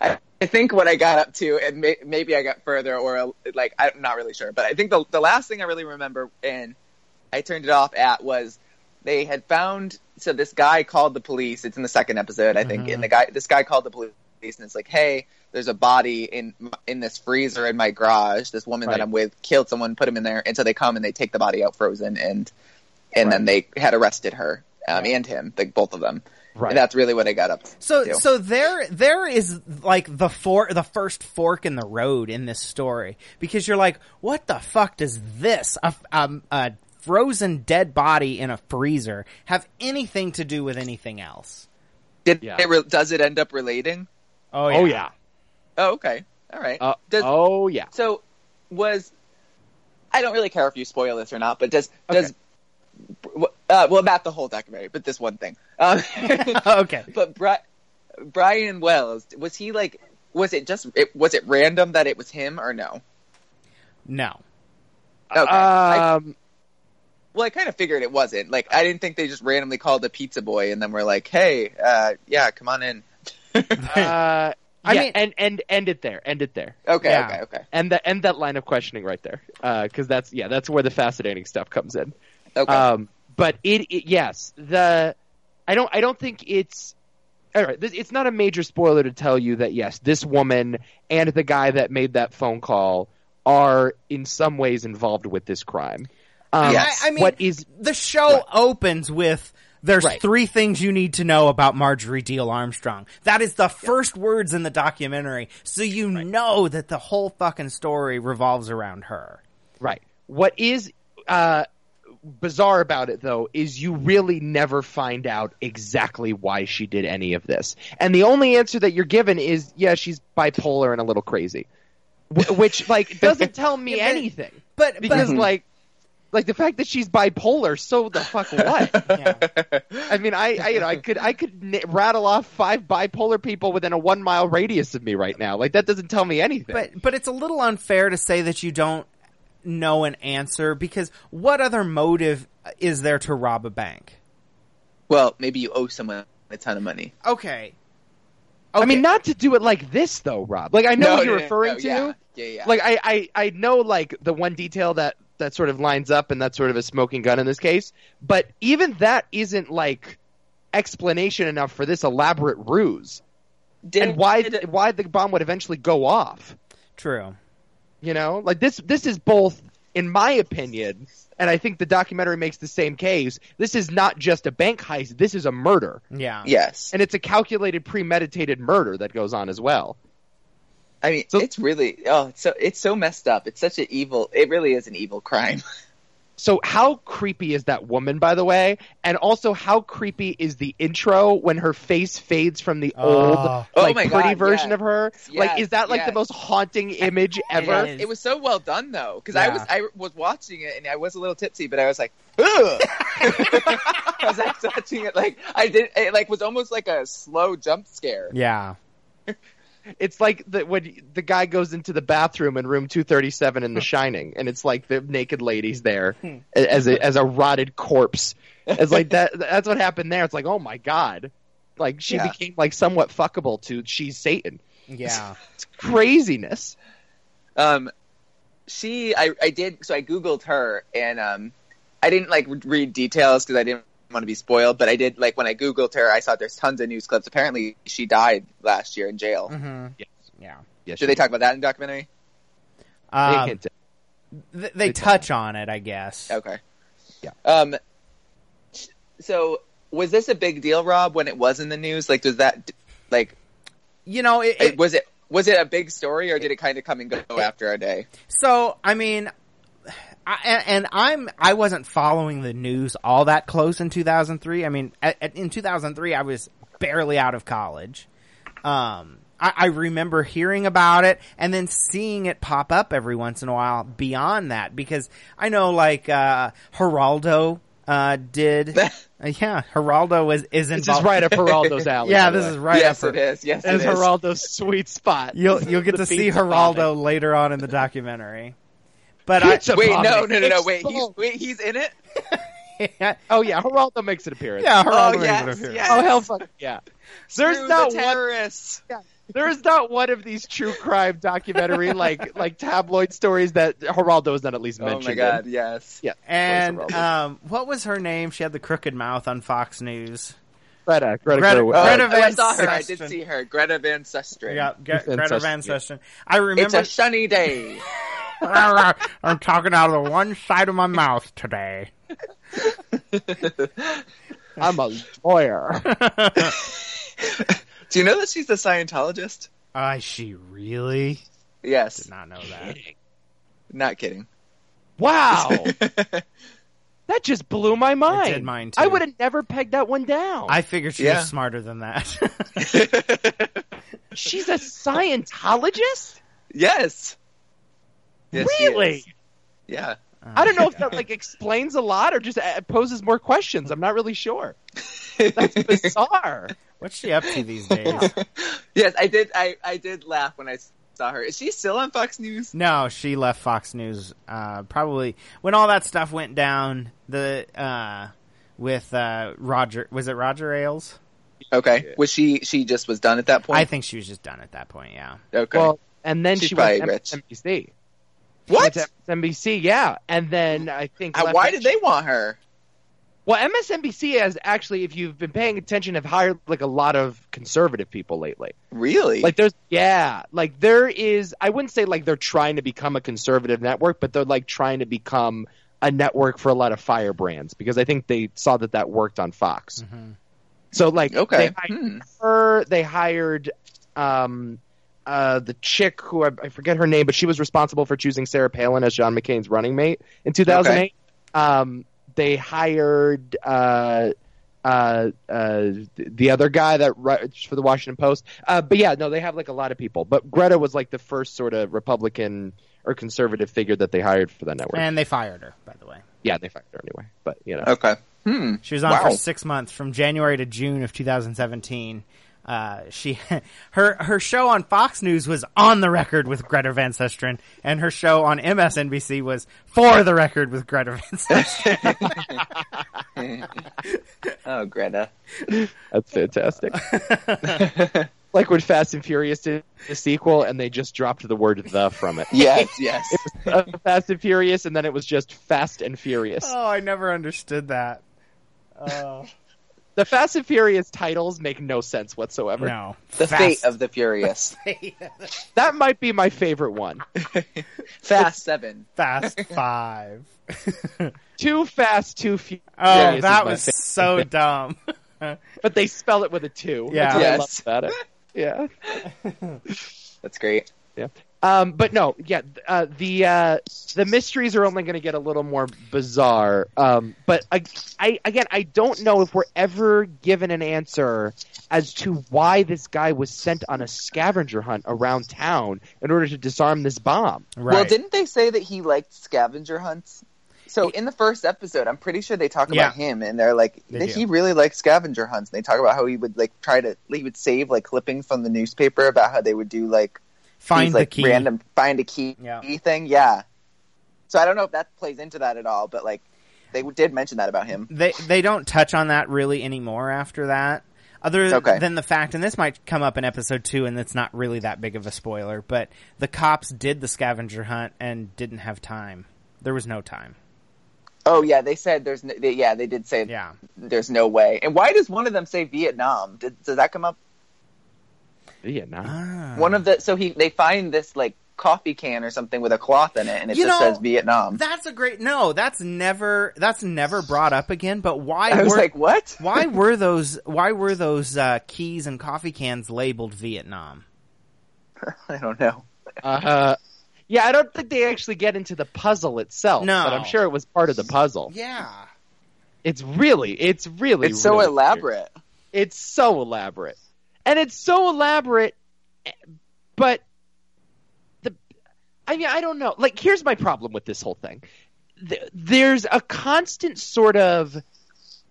[SPEAKER 4] I, I think what I got up to, and may, maybe I got further, or uh, like I'm not really sure, but I think the the last thing I really remember, and I turned it off at was they had found. So this guy called the police. It's in the second episode, I think.
[SPEAKER 2] Mhm.
[SPEAKER 3] Mm-hmm.
[SPEAKER 4] And the guy, this guy called the police, and it's like, hey, there's a body in in this freezer in my garage. This woman
[SPEAKER 3] Right.
[SPEAKER 4] that I'm with killed someone, put him in there, and so they come and they take the body out frozen, and and then they had arrested her um, and him, like both of them.
[SPEAKER 3] right.
[SPEAKER 4] And that's really what I got up.
[SPEAKER 2] So
[SPEAKER 4] to.
[SPEAKER 2] so there there is like the for the first fork in the road in this story because you're like what the fuck does this a, um, a frozen dead body in a freezer have anything to do with anything else?
[SPEAKER 4] did
[SPEAKER 3] Yeah.
[SPEAKER 4] it re- does it end up relating?
[SPEAKER 3] oh yeah.
[SPEAKER 4] Oh, okay, all right.
[SPEAKER 3] Uh,
[SPEAKER 4] Does-
[SPEAKER 3] oh yeah.
[SPEAKER 4] So was I don't really care if you spoil this or not, but does
[SPEAKER 3] Okay.
[SPEAKER 4] does uh, well not the whole documentary, but this one thing. Um,
[SPEAKER 2] okay.
[SPEAKER 4] but Bri- Brian Wells was he like was it just it, was it random that it was him or no?
[SPEAKER 2] No.
[SPEAKER 4] Okay. I,
[SPEAKER 3] Um,
[SPEAKER 4] well, I kind of figured it wasn't. Like I didn't think they just randomly called the pizza boy and then were like, "Hey, uh, yeah, come on in."
[SPEAKER 3] uh,
[SPEAKER 2] I
[SPEAKER 3] I
[SPEAKER 2] mean-
[SPEAKER 3] mean, and and end it there. End it there.
[SPEAKER 4] Okay,
[SPEAKER 2] Yeah.
[SPEAKER 4] okay, okay,
[SPEAKER 3] And that end that line of questioning right there, because that's yeah, that's where the fascinating stuff comes in.
[SPEAKER 4] okay.
[SPEAKER 3] Um, but it, it yes, the I don't I don't think it's all right. This, it's not a major spoiler to tell you that yes, this woman and the guy that made that phone call are in some ways involved with this crime. Um,
[SPEAKER 4] Yes.
[SPEAKER 2] I, I mean,
[SPEAKER 3] what is
[SPEAKER 2] the show opens with there's
[SPEAKER 3] Right.
[SPEAKER 2] three things you need to know about Marjorie Deal Armstrong. That is the first words in the documentary, so you know that the whole fucking story revolves around her.
[SPEAKER 3] Right. What is uh, bizarre about it, though, is you really never find out exactly why she did any of this. And the only answer that you're given is, yeah, she's bipolar and a little crazy, Wh- which like doesn't tell me
[SPEAKER 2] Yeah, but-
[SPEAKER 3] anything
[SPEAKER 2] But
[SPEAKER 3] because
[SPEAKER 2] but
[SPEAKER 3] like. Like the fact that she's bipolar, so the fuck what?
[SPEAKER 2] yeah.
[SPEAKER 3] I mean, I, I you know I could I could n- rattle off five bipolar people within a one mile radius of me right now. Like that doesn't tell me anything.
[SPEAKER 2] but but it's a little unfair to say that you don't know an answer because what other motive is there to rob a bank?
[SPEAKER 4] well, maybe you owe someone a ton of money.
[SPEAKER 2] Okay.
[SPEAKER 3] I mean, not to do it like this though, Rob. Like I know
[SPEAKER 4] No,
[SPEAKER 3] what you're
[SPEAKER 4] no, no,
[SPEAKER 3] referring
[SPEAKER 4] no,
[SPEAKER 3] to.
[SPEAKER 4] yeah, yeah, yeah.
[SPEAKER 3] like I, I I know like the one detail that that sort of lines up and that's sort of a smoking gun in this case but even that isn't like explanation enough for this elaborate ruse
[SPEAKER 4] Did-
[SPEAKER 3] and why
[SPEAKER 4] did-
[SPEAKER 3] why the bomb would eventually go off
[SPEAKER 2] true.
[SPEAKER 3] you know like this this is both in my opinion and I think the documentary makes the same case this is not just a bank heist this is a murder
[SPEAKER 2] Yeah.
[SPEAKER 4] yes,
[SPEAKER 3] and it's a calculated premeditated murder that goes on as well
[SPEAKER 4] I mean
[SPEAKER 3] So-
[SPEAKER 4] it's really oh it's so it's so messed up. It's such an evil. It really is an evil crime.
[SPEAKER 3] So how creepy is that woman, by the way? And also, how creepy is the intro when her face fades from the
[SPEAKER 2] Oh.
[SPEAKER 3] old,
[SPEAKER 4] Oh
[SPEAKER 3] like
[SPEAKER 4] my
[SPEAKER 3] pretty
[SPEAKER 4] God,
[SPEAKER 3] version
[SPEAKER 4] yes.
[SPEAKER 3] of her?
[SPEAKER 4] Yes,
[SPEAKER 3] like, is that like
[SPEAKER 4] yes.
[SPEAKER 3] the most haunting image
[SPEAKER 2] It
[SPEAKER 3] ever?
[SPEAKER 2] is.
[SPEAKER 4] It was so well done though, because I
[SPEAKER 2] Yeah.
[SPEAKER 4] was I was watching it and I was a little tipsy, but I was like, ugh. as I was watching it, like I did, it like was almost like a slow jump scare.
[SPEAKER 2] Yeah.
[SPEAKER 3] It's like the, when the guy goes into the bathroom in room 237 in The Shining, and it's like the naked lady's there as a, as a rotted corpse. It's like that. That's what happened there. It's like, oh my god, like she
[SPEAKER 4] Yeah.
[SPEAKER 3] became like somewhat fuckable to she's Satan.
[SPEAKER 2] Yeah.
[SPEAKER 3] It's craziness.
[SPEAKER 4] Um, she, I, I did. So I googled her, and um, I didn't like read details because I didn't want to be spoiled. But I did like when I googled her, I saw there's tons of news clips. Apparently, she died last year in jail.
[SPEAKER 2] hmm
[SPEAKER 3] Yes.
[SPEAKER 2] Yeah.
[SPEAKER 3] Yes,
[SPEAKER 4] Should they talk about that in the documentary?
[SPEAKER 2] Um,
[SPEAKER 3] hint it.
[SPEAKER 2] th- they touch on it, I guess.
[SPEAKER 4] Okay.
[SPEAKER 3] Yeah.
[SPEAKER 4] Um. So was this a big deal, Rob? When it was in the news, like, does that, like,
[SPEAKER 2] You know, it,
[SPEAKER 4] it, was it was it a big story, or did it kind of come and go after our day?
[SPEAKER 2] So, I mean, I, and, and I'm, I wasn't following the news all that close in 2003. I mean, at, at- in 2003, I was barely out of college. Um, I, I remember hearing about it and then seeing it pop up every once in a while beyond that because I know like, uh, Geraldo, uh, did, uh, yeah, Geraldo was, is
[SPEAKER 3] This is
[SPEAKER 2] involved.
[SPEAKER 3] right up Geraldo's alley.
[SPEAKER 2] yeah,
[SPEAKER 3] by the
[SPEAKER 2] this
[SPEAKER 3] way.
[SPEAKER 2] is right
[SPEAKER 4] yes,
[SPEAKER 2] up
[SPEAKER 4] it
[SPEAKER 2] her-
[SPEAKER 4] is. Yes,
[SPEAKER 3] That's
[SPEAKER 4] it is.
[SPEAKER 3] Geraldo's sweet spot.
[SPEAKER 2] You'll, you'll get
[SPEAKER 3] The
[SPEAKER 2] to see
[SPEAKER 3] pizza
[SPEAKER 2] Geraldo
[SPEAKER 3] vomit.
[SPEAKER 2] later on in the documentary. But I,
[SPEAKER 3] Pizza
[SPEAKER 4] Wait,
[SPEAKER 3] vomit.
[SPEAKER 4] no, no, no, no.
[SPEAKER 3] It's
[SPEAKER 4] Wait, he's,
[SPEAKER 3] full.
[SPEAKER 4] wait, he's in it.
[SPEAKER 2] yeah,
[SPEAKER 3] Oh yeah, Geraldo makes an appearance.
[SPEAKER 2] Geraldo
[SPEAKER 4] Oh,
[SPEAKER 2] is
[SPEAKER 4] yes,
[SPEAKER 2] gonna appear.
[SPEAKER 4] yes.
[SPEAKER 3] Oh hell, fuck yeah. There's
[SPEAKER 4] Screw
[SPEAKER 3] not
[SPEAKER 4] the
[SPEAKER 3] one
[SPEAKER 4] terrorists.
[SPEAKER 3] There is not one of these true crime documentary like like tabloid stories that Geraldo is not at least
[SPEAKER 4] Oh
[SPEAKER 3] mentioned.
[SPEAKER 4] my
[SPEAKER 3] in.
[SPEAKER 4] god, yes.
[SPEAKER 3] Yeah.
[SPEAKER 2] And
[SPEAKER 3] Roberts.
[SPEAKER 2] um, what was her name? She had the crooked mouth on Fox News.
[SPEAKER 3] Greta, Greta,
[SPEAKER 2] Greta-
[SPEAKER 3] Gerwig. Uh,
[SPEAKER 4] Oh,
[SPEAKER 2] Greta
[SPEAKER 4] oh, I
[SPEAKER 2] Van
[SPEAKER 4] saw her. I
[SPEAKER 2] Susteren.
[SPEAKER 4] did see her. Greta Van Susteren.
[SPEAKER 2] Yeah, Gre-
[SPEAKER 3] Van
[SPEAKER 2] Greta
[SPEAKER 3] Susteren,
[SPEAKER 2] Van
[SPEAKER 3] yeah.
[SPEAKER 2] Susteren. I
[SPEAKER 4] It's
[SPEAKER 2] remember.
[SPEAKER 4] a sunny day.
[SPEAKER 2] I'm talking out of the one side of my mouth today.
[SPEAKER 3] I'm a lawyer.
[SPEAKER 4] Do you know that she's a Scientologist?
[SPEAKER 2] Uh, she really
[SPEAKER 4] Yes.
[SPEAKER 2] did not know that.
[SPEAKER 4] Not kidding.
[SPEAKER 3] wow,
[SPEAKER 4] Oh.
[SPEAKER 3] that just blew my mind.
[SPEAKER 2] did mine,
[SPEAKER 3] I
[SPEAKER 2] too.
[SPEAKER 3] would have never pegged that one down.
[SPEAKER 2] I figured she
[SPEAKER 4] Yeah.
[SPEAKER 2] was smarter than that.
[SPEAKER 3] She's a Scientologist.
[SPEAKER 4] yes. Yes, she is.
[SPEAKER 3] really?
[SPEAKER 4] Yeah.
[SPEAKER 3] I don't know if that like explains a lot or just uh, poses more questions. I'm not really sure. That's bizarre.
[SPEAKER 2] What's she up to these days?
[SPEAKER 4] yes, I did. I, I did laugh when I saw her. Is she still on Fox News?
[SPEAKER 2] No, she left Fox News. Uh, probably when all that stuff went down. The uh, with uh, Roger was it Roger Ailes?
[SPEAKER 4] Okay. Was she? She just was done at that point.
[SPEAKER 2] I think she was just done at that point. Yeah.
[SPEAKER 4] okay.
[SPEAKER 3] Well, and then
[SPEAKER 4] She's
[SPEAKER 3] she went
[SPEAKER 4] probably
[SPEAKER 3] to NBC. Went
[SPEAKER 4] what?
[SPEAKER 3] to MSNBC, yeah. And then I think
[SPEAKER 4] Uh,
[SPEAKER 3] left-
[SPEAKER 4] Why did they want her?
[SPEAKER 3] Well, MSNBC has actually, if you've been paying attention, have hired like a lot of conservative people lately.
[SPEAKER 4] Really?
[SPEAKER 3] Like there's, yeah, like there is. I wouldn't say like they're trying to become a conservative network, but they're like trying to become a network for a lot of firebrands because I think they saw that that worked on Fox.
[SPEAKER 2] Mhm.
[SPEAKER 3] So like,
[SPEAKER 4] okay.
[SPEAKER 3] they hired
[SPEAKER 4] Hmm.
[SPEAKER 3] her. They hired um, uh, the chick who I, I forget her name, but she was responsible for choosing Sarah Palin as John McCain's running mate in 2008. Um, they hired uh, uh, uh, the other guy that writes for the Washington Post. Uh, but yeah, no, they have like a lot of people. But Greta was like the first sort of Republican or conservative figure that they hired for that network.
[SPEAKER 2] And they fired her, by the way.
[SPEAKER 3] yeah, they fired her anyway. But you know,
[SPEAKER 4] Okay. Hmm.
[SPEAKER 2] She was on
[SPEAKER 4] Wow.
[SPEAKER 2] for six months from January to June of 2017. Uh, she, her, her show on Fox News was on the record with Greta Van Susteren, and her show on MSNBC was for the record with Greta Van Susteren.
[SPEAKER 4] Oh, Greta.
[SPEAKER 3] that's fantastic. like when Fast and Furious did the sequel and they just dropped the word "the" from it.
[SPEAKER 4] Yes. Yes.
[SPEAKER 3] uh, Fast and Furious, and then it was just Fast and Furious.
[SPEAKER 2] oh, I never understood that. Oh
[SPEAKER 3] The Fast and Furious titles make no sense whatsoever.
[SPEAKER 2] no,
[SPEAKER 4] the
[SPEAKER 2] Fast.
[SPEAKER 4] fate of the furious.
[SPEAKER 3] That might be my favorite one.
[SPEAKER 4] Fast seven.
[SPEAKER 2] Fast Five. oh,
[SPEAKER 3] Too fast, too few. Furious is
[SPEAKER 2] that
[SPEAKER 3] my
[SPEAKER 2] was
[SPEAKER 3] fa-
[SPEAKER 2] so dumb.
[SPEAKER 3] But they spell it with a two.
[SPEAKER 2] Yeah.
[SPEAKER 3] That's what I love
[SPEAKER 4] Yes.
[SPEAKER 3] about it. Yeah.
[SPEAKER 4] That's great.
[SPEAKER 3] Um, but no, yeah, th- uh, the uh, the mysteries are only going to get a little more bizarre. Um, but I, I, again, I don't know if we're ever given an answer as to why this guy was sent on a scavenger hunt around town in order to disarm this bomb.
[SPEAKER 2] Right.
[SPEAKER 4] Well, didn't they say that he liked scavenger hunts? so in the first episode, I'm pretty sure they talk about
[SPEAKER 2] Yeah.
[SPEAKER 4] him, and they're like,
[SPEAKER 2] They
[SPEAKER 4] that
[SPEAKER 2] do.
[SPEAKER 4] he really likes scavenger hunts. And they talk about how he would like try to, he would save like clippings from the newspaper about how they would do like
[SPEAKER 2] Find
[SPEAKER 4] these,
[SPEAKER 2] the
[SPEAKER 4] like
[SPEAKER 2] key.
[SPEAKER 4] random find a key
[SPEAKER 2] Yeah.
[SPEAKER 4] thing. Yeah. So I don't know if that plays into that at all, but like they did mention that about him.
[SPEAKER 2] they they don't touch on that really anymore after that. Other
[SPEAKER 4] Okay.
[SPEAKER 2] than the fact, and this might come up in episode two, and it's not really that big of a spoiler, but the cops did the scavenger hunt and didn't have time. There was no time.
[SPEAKER 4] Oh yeah, they said there's no, they, yeah they did say
[SPEAKER 2] Yeah,
[SPEAKER 4] there's no way. And why does one of them say Vietnam? Did, does that come up?
[SPEAKER 3] Yeah, nah.
[SPEAKER 2] Ah.
[SPEAKER 4] One of the so he they find this like coffee can or something with a cloth in it, and it
[SPEAKER 2] You
[SPEAKER 4] just
[SPEAKER 2] know,
[SPEAKER 4] says Vietnam.
[SPEAKER 2] that's a great no. That's never that's never brought up again. But why?
[SPEAKER 4] I was
[SPEAKER 2] were,
[SPEAKER 4] like, what?
[SPEAKER 2] why were those why were those uh, keys and coffee cans labeled Vietnam?
[SPEAKER 4] I don't know. Uh-huh.
[SPEAKER 3] Uh, yeah, I don't think they actually get into the puzzle itself.
[SPEAKER 2] No.
[SPEAKER 3] but I'm sure it was part of the puzzle.
[SPEAKER 2] Yeah,
[SPEAKER 3] It's really, it's really,
[SPEAKER 4] It's so
[SPEAKER 3] really weird.
[SPEAKER 4] elaborate.
[SPEAKER 3] It's so elaborate, and it's so elaborate, but the, I mean, I don't know. Like, here's my problem with this whole thing. Th- There's a constant sort of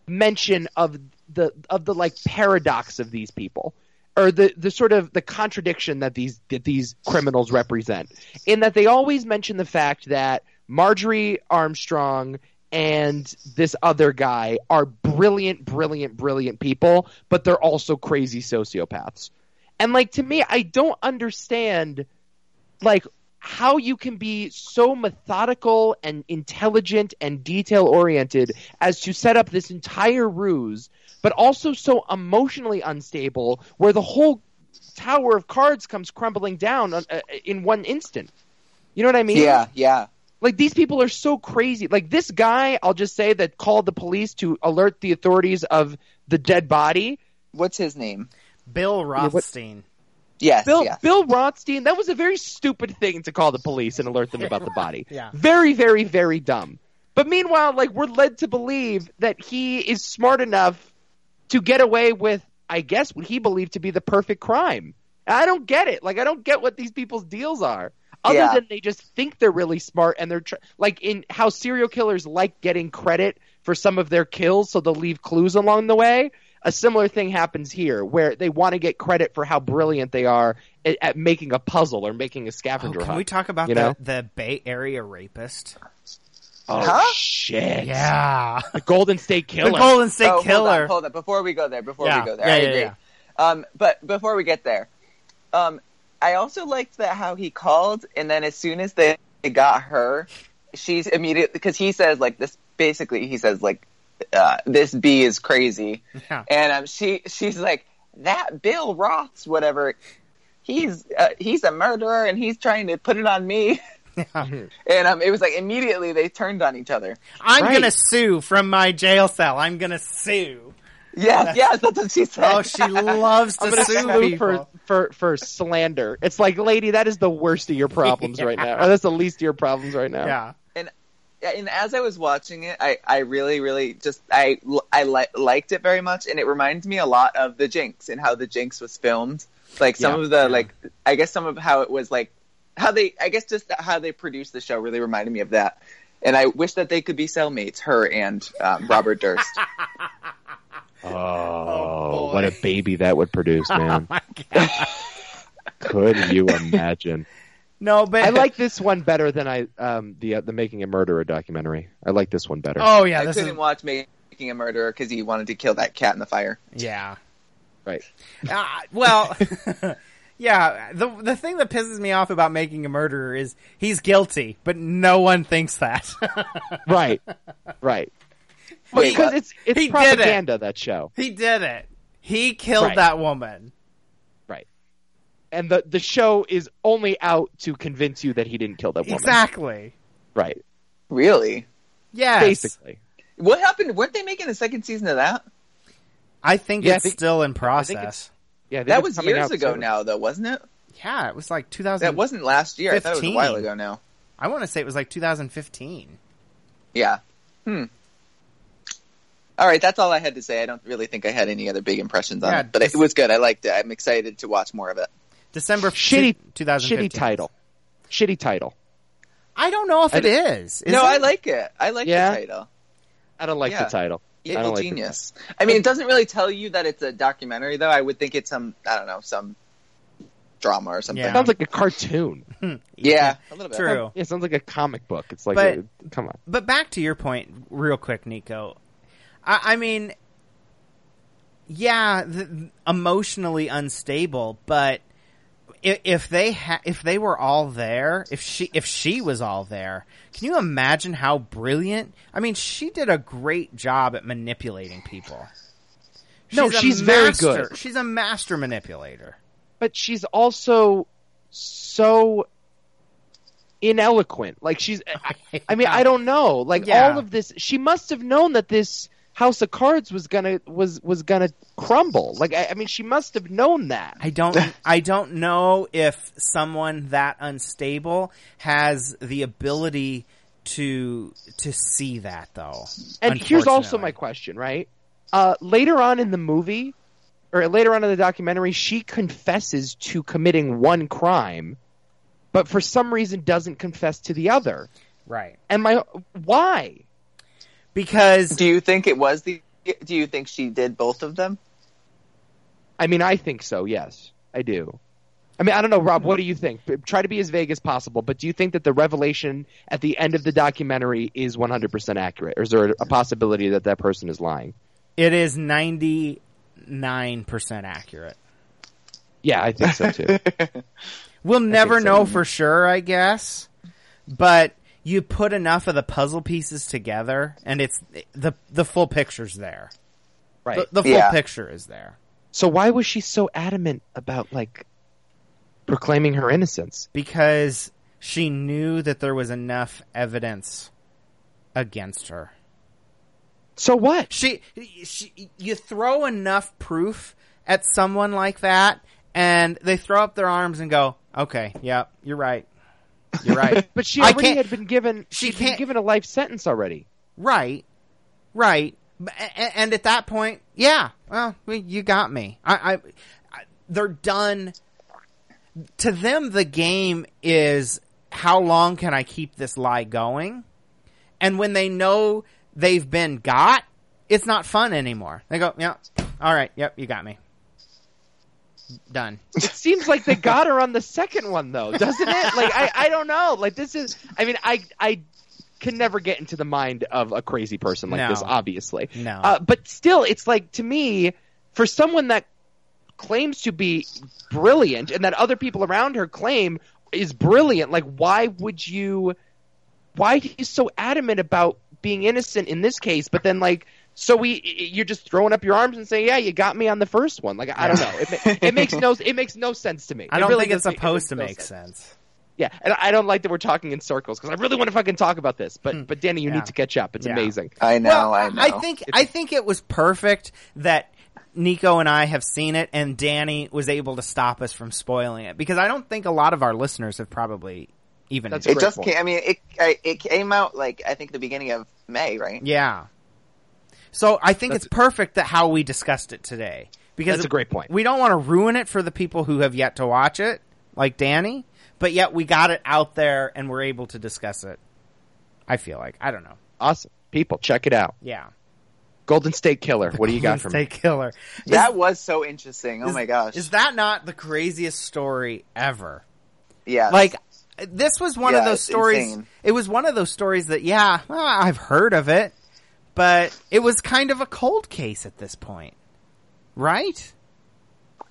[SPEAKER 3] mention of the of the like paradox of these people or the the sort of the contradiction that these that these criminals represent in that they always mention the fact that Marjorie Armstrong and this other guy are brilliant brilliant brilliant people but they're also crazy sociopaths and like to me I don't understand like how you can be so methodical and intelligent and detail oriented as to set up this entire ruse, but also so emotionally unstable where the whole tower of cards comes crumbling down on, uh, in one instant. You know what I mean?
[SPEAKER 4] Yeah, yeah.
[SPEAKER 3] Like these people are so crazy. Like this guy, I'll just say that called the police to alert the authorities of the dead body.
[SPEAKER 4] What's his name?
[SPEAKER 2] Bill
[SPEAKER 3] what-
[SPEAKER 2] Rothstein.
[SPEAKER 4] Yes,
[SPEAKER 3] Bill
[SPEAKER 4] yes.
[SPEAKER 3] Bill Rothstein, that was a very stupid thing to call the police and alert them about the body.
[SPEAKER 2] Yeah.
[SPEAKER 3] Very, very, very dumb. But meanwhile, like we're led to believe that he is smart enough to get away with, I guess, what he believed to be the perfect crime. And I don't get it. Like I don't get what these people's deals are. Other
[SPEAKER 4] Yeah.
[SPEAKER 3] than they just think they're really smart and they're tr- like in how serial killers like getting credit for some of their kills, so they'll leave clues along the way. A similar thing happens here, where they want to get credit for how brilliant they are at, at making a puzzle or making a
[SPEAKER 2] Oh,
[SPEAKER 3] scavenger
[SPEAKER 2] can
[SPEAKER 3] hunt.
[SPEAKER 2] we talk about
[SPEAKER 3] you know?
[SPEAKER 2] the, the Bay Area rapist?
[SPEAKER 3] oh
[SPEAKER 4] Huh?
[SPEAKER 3] shit!
[SPEAKER 2] Yeah,
[SPEAKER 3] the Golden State Killer.
[SPEAKER 2] the Golden State
[SPEAKER 4] Oh, hold
[SPEAKER 2] Killer.
[SPEAKER 4] on, hold on. Before we go there, before
[SPEAKER 2] Yeah,
[SPEAKER 4] we go there,
[SPEAKER 2] yeah,
[SPEAKER 4] I
[SPEAKER 2] yeah,
[SPEAKER 4] agree.
[SPEAKER 2] yeah.
[SPEAKER 4] Um, but before we get there, um, I also liked that how he called, and then as soon as they they got her, she's immediately because he says like this. Basically, he says like uh, this bee is crazy,
[SPEAKER 2] Yeah.
[SPEAKER 4] and um, she she's like that Bill Roth's whatever. He's uh, he's a murderer, and he's trying to put it on me. and um, it was like immediately they turned on each other.
[SPEAKER 2] I'm
[SPEAKER 3] Right.
[SPEAKER 2] gonna sue from my jail cell. I'm gonna sue.
[SPEAKER 4] Yes, yes, that's what she said.
[SPEAKER 2] Oh, she loves
[SPEAKER 3] I'm
[SPEAKER 2] to
[SPEAKER 3] gonna
[SPEAKER 2] sue
[SPEAKER 3] sue for,
[SPEAKER 2] people.
[SPEAKER 3] for for slander. It's like, lady, that is the worst of your problems right now. Or that's the least of your problems right now.
[SPEAKER 2] Yeah.
[SPEAKER 4] Yeah, and as I was watching it, I, I really, really just I I li- liked it very much, and it reminds me a lot of the Jinx and how the Jinx was filmed. Like some
[SPEAKER 3] Yeah,
[SPEAKER 4] of the like, I guess some of how it was like how they I guess just how they produced the show really reminded me of that. And I wish that they could be cellmates, her and um, Robert Durst.
[SPEAKER 3] Oh,
[SPEAKER 2] Oh, boy. Oh,
[SPEAKER 3] what a baby that would produce, man. Could you imagine?
[SPEAKER 2] No, but
[SPEAKER 3] I like this one better than I um the uh, the Making a Murderer documentary. I like this one better.
[SPEAKER 2] Oh yeah,
[SPEAKER 4] I
[SPEAKER 2] this
[SPEAKER 4] couldn't
[SPEAKER 2] is
[SPEAKER 4] watch Making a Murderer because he wanted to kill that cat in the fire.
[SPEAKER 2] yeah.
[SPEAKER 3] Right.
[SPEAKER 2] Uh, well, yeah. The the thing that pisses me off about making a murderer is he's guilty, but no one thinks that.
[SPEAKER 3] Right. Right.
[SPEAKER 4] Wait,
[SPEAKER 3] because
[SPEAKER 4] what?
[SPEAKER 3] it's it's
[SPEAKER 2] He did it.
[SPEAKER 3] propaganda that show.
[SPEAKER 2] he did it. He killed
[SPEAKER 3] Right.
[SPEAKER 2] that woman.
[SPEAKER 3] Right. And the the show is only out to convince you that he didn't kill that woman.
[SPEAKER 2] Exactly.
[SPEAKER 3] Right.
[SPEAKER 4] Really?
[SPEAKER 2] Yes.
[SPEAKER 3] Basically.
[SPEAKER 4] What happened? Weren't they making a second season of that?
[SPEAKER 2] I think
[SPEAKER 3] Yeah, I
[SPEAKER 2] it's
[SPEAKER 3] think-
[SPEAKER 2] still in
[SPEAKER 3] think
[SPEAKER 2] process.
[SPEAKER 3] Yeah, I think
[SPEAKER 4] That
[SPEAKER 3] it's
[SPEAKER 4] was
[SPEAKER 3] coming
[SPEAKER 4] years
[SPEAKER 3] out
[SPEAKER 4] ago
[SPEAKER 3] soon.
[SPEAKER 4] now, though, wasn't it?
[SPEAKER 2] Yeah, it was like 2000.
[SPEAKER 4] That wasn't last year. I thought it was a
[SPEAKER 2] 15.
[SPEAKER 4] while ago now.
[SPEAKER 2] I want to say it was like 2015.
[SPEAKER 4] Yeah. Hmm. All right, that's all I had to say. I don't really think I had any other big impressions on
[SPEAKER 2] Yeah,
[SPEAKER 4] it, but
[SPEAKER 2] just-
[SPEAKER 4] it was good. I liked it. I'm excited to watch more of it.
[SPEAKER 2] December
[SPEAKER 3] Shitty-
[SPEAKER 2] two- 2015.
[SPEAKER 3] Shitty title. Shitty title.
[SPEAKER 2] I don't know if
[SPEAKER 3] I
[SPEAKER 2] it
[SPEAKER 3] d-
[SPEAKER 2] is. Is
[SPEAKER 4] no,
[SPEAKER 2] it?
[SPEAKER 4] I like it. I like
[SPEAKER 3] Yeah?
[SPEAKER 4] the title.
[SPEAKER 3] I don't like
[SPEAKER 4] Yeah.
[SPEAKER 3] the title. I
[SPEAKER 4] Evil
[SPEAKER 3] don't like the
[SPEAKER 4] Genius. I mean, it doesn't really tell you that it's a documentary, though. I would think it's some, I don't know, some drama or something.
[SPEAKER 2] Yeah.
[SPEAKER 4] Yeah,
[SPEAKER 3] sounds like a cartoon.
[SPEAKER 4] a little bit.
[SPEAKER 2] True.
[SPEAKER 3] It sounds like a comic book. It's like,
[SPEAKER 2] But-
[SPEAKER 3] come on.
[SPEAKER 2] But back to your point, real quick, Nico. I, I mean, yeah, th- emotionally unstable, but if, if they ha- if they were all there, if she if she was all there, can you imagine how brilliant? I mean, she did a great job at manipulating people.
[SPEAKER 3] No,
[SPEAKER 2] a
[SPEAKER 3] she's very
[SPEAKER 2] master-
[SPEAKER 3] good.
[SPEAKER 2] She's a master manipulator.
[SPEAKER 3] But she's also so ineloquent. Like she's. I, I mean, I don't know. Like
[SPEAKER 2] Yeah.
[SPEAKER 3] all of this, she must have known that this House of Cards was gonna was was gonna crumble. Like I, I mean, she must have known that.
[SPEAKER 2] I don't I don't know if someone that unstable has the ability to to see that though.
[SPEAKER 3] And here's also
[SPEAKER 2] unfortunately.
[SPEAKER 3] my question, right? Uh, later on in the movie, or later on in the documentary, she confesses to committing one crime, but for some reason doesn't confess to the other.
[SPEAKER 2] right
[SPEAKER 3] And my why?
[SPEAKER 2] because
[SPEAKER 4] Do you think it was the? Do you think she did both of them?
[SPEAKER 3] I mean, I think so. Yes, I do. I mean, I don't know, Rob. What do you think? B- Try to be as vague as possible, but do you think that the revelation at the end of the documentary is 100% accurate, or is there a possibility that that person is lying?
[SPEAKER 2] it is ninety nine percent accurate.
[SPEAKER 3] Yeah, I think so too.
[SPEAKER 2] We'll never
[SPEAKER 3] so.
[SPEAKER 2] know for sure, I guess. But you put enough of the puzzle pieces together, and it's the the full picture's there.
[SPEAKER 3] right.
[SPEAKER 2] The, the full
[SPEAKER 4] Yeah.
[SPEAKER 2] picture is there
[SPEAKER 3] So why was she so adamant about like proclaiming her innocence?
[SPEAKER 2] because she knew that there was enough evidence against her.
[SPEAKER 3] So what?
[SPEAKER 2] she, she you throw enough proof at someone like that and they throw up their arms and go okay yep you're right you're right
[SPEAKER 3] But she
[SPEAKER 2] I
[SPEAKER 3] already
[SPEAKER 2] can't-
[SPEAKER 3] had been given
[SPEAKER 2] she
[SPEAKER 3] she'd been
[SPEAKER 2] can't-
[SPEAKER 3] given a life sentence already.
[SPEAKER 2] right right B- a- a- and at that point yeah well you got me i i, I they're done to them the game is how long can i keep this lie going and when they know they've been got it's not fun anymore they go yeah all right yep you got me done
[SPEAKER 3] It seems like they got her on the second one though, doesn't it? Like I, I don't know. Like this is I mean I I can never get into the mind of a crazy person like
[SPEAKER 2] No.
[SPEAKER 3] this, obviously.
[SPEAKER 2] no
[SPEAKER 3] Uh, but still, it's like to me, for someone that claims to be brilliant and that other people around her claim is brilliant, like why would you? Why are you so adamant about being innocent in this case? But then, like, so we you're just throwing up your arms and saying, "Yeah, you got me on the first one." Like, I don't know. It, ma- it makes no it makes no sense to me.
[SPEAKER 2] i
[SPEAKER 3] It
[SPEAKER 2] don't
[SPEAKER 3] really
[SPEAKER 2] think it's
[SPEAKER 3] does- it
[SPEAKER 2] supposed to
[SPEAKER 3] makes no
[SPEAKER 2] make sense
[SPEAKER 3] Yeah, and I don't like that we're talking in circles because I really want to fucking talk about this. But but Danny, you
[SPEAKER 2] Hmm. Yeah.
[SPEAKER 3] need to catch up. It's
[SPEAKER 2] Yeah.
[SPEAKER 3] amazing.
[SPEAKER 4] I know.
[SPEAKER 2] well,
[SPEAKER 4] I know.
[SPEAKER 2] think I think it was perfect that Nico and I have seen it, and Danny was able to stop us from spoiling it because I don't think a lot of our listeners have probably even.
[SPEAKER 3] That's-
[SPEAKER 4] it just
[SPEAKER 3] Grateful.
[SPEAKER 4] came. I mean, it I, it came out like I think the beginning of May, right?
[SPEAKER 2] yeah. So I think
[SPEAKER 3] That's-
[SPEAKER 2] it's perfect that how we discussed it today because
[SPEAKER 3] That's a great point.
[SPEAKER 2] we don't want to ruin it for the people who have yet to watch it, like Danny. But yet we got it out there and we're able to discuss it. I feel like I don't know.
[SPEAKER 3] Awesome. People, check it out.
[SPEAKER 2] Yeah,
[SPEAKER 3] Golden State Killer. What do you got for
[SPEAKER 2] Stay
[SPEAKER 3] me?
[SPEAKER 2] killer.
[SPEAKER 4] That was so interesting. Oh
[SPEAKER 2] Is-
[SPEAKER 4] my gosh!
[SPEAKER 2] Is that not the craziest story ever?
[SPEAKER 4] yeah,
[SPEAKER 2] Like this was one of
[SPEAKER 4] Yeah,
[SPEAKER 2] those
[SPEAKER 4] it's
[SPEAKER 2] stories.
[SPEAKER 4] insane.
[SPEAKER 2] It was one of those stories that yeah, well, I've heard of it, but it was kind of a cold case at this point, right?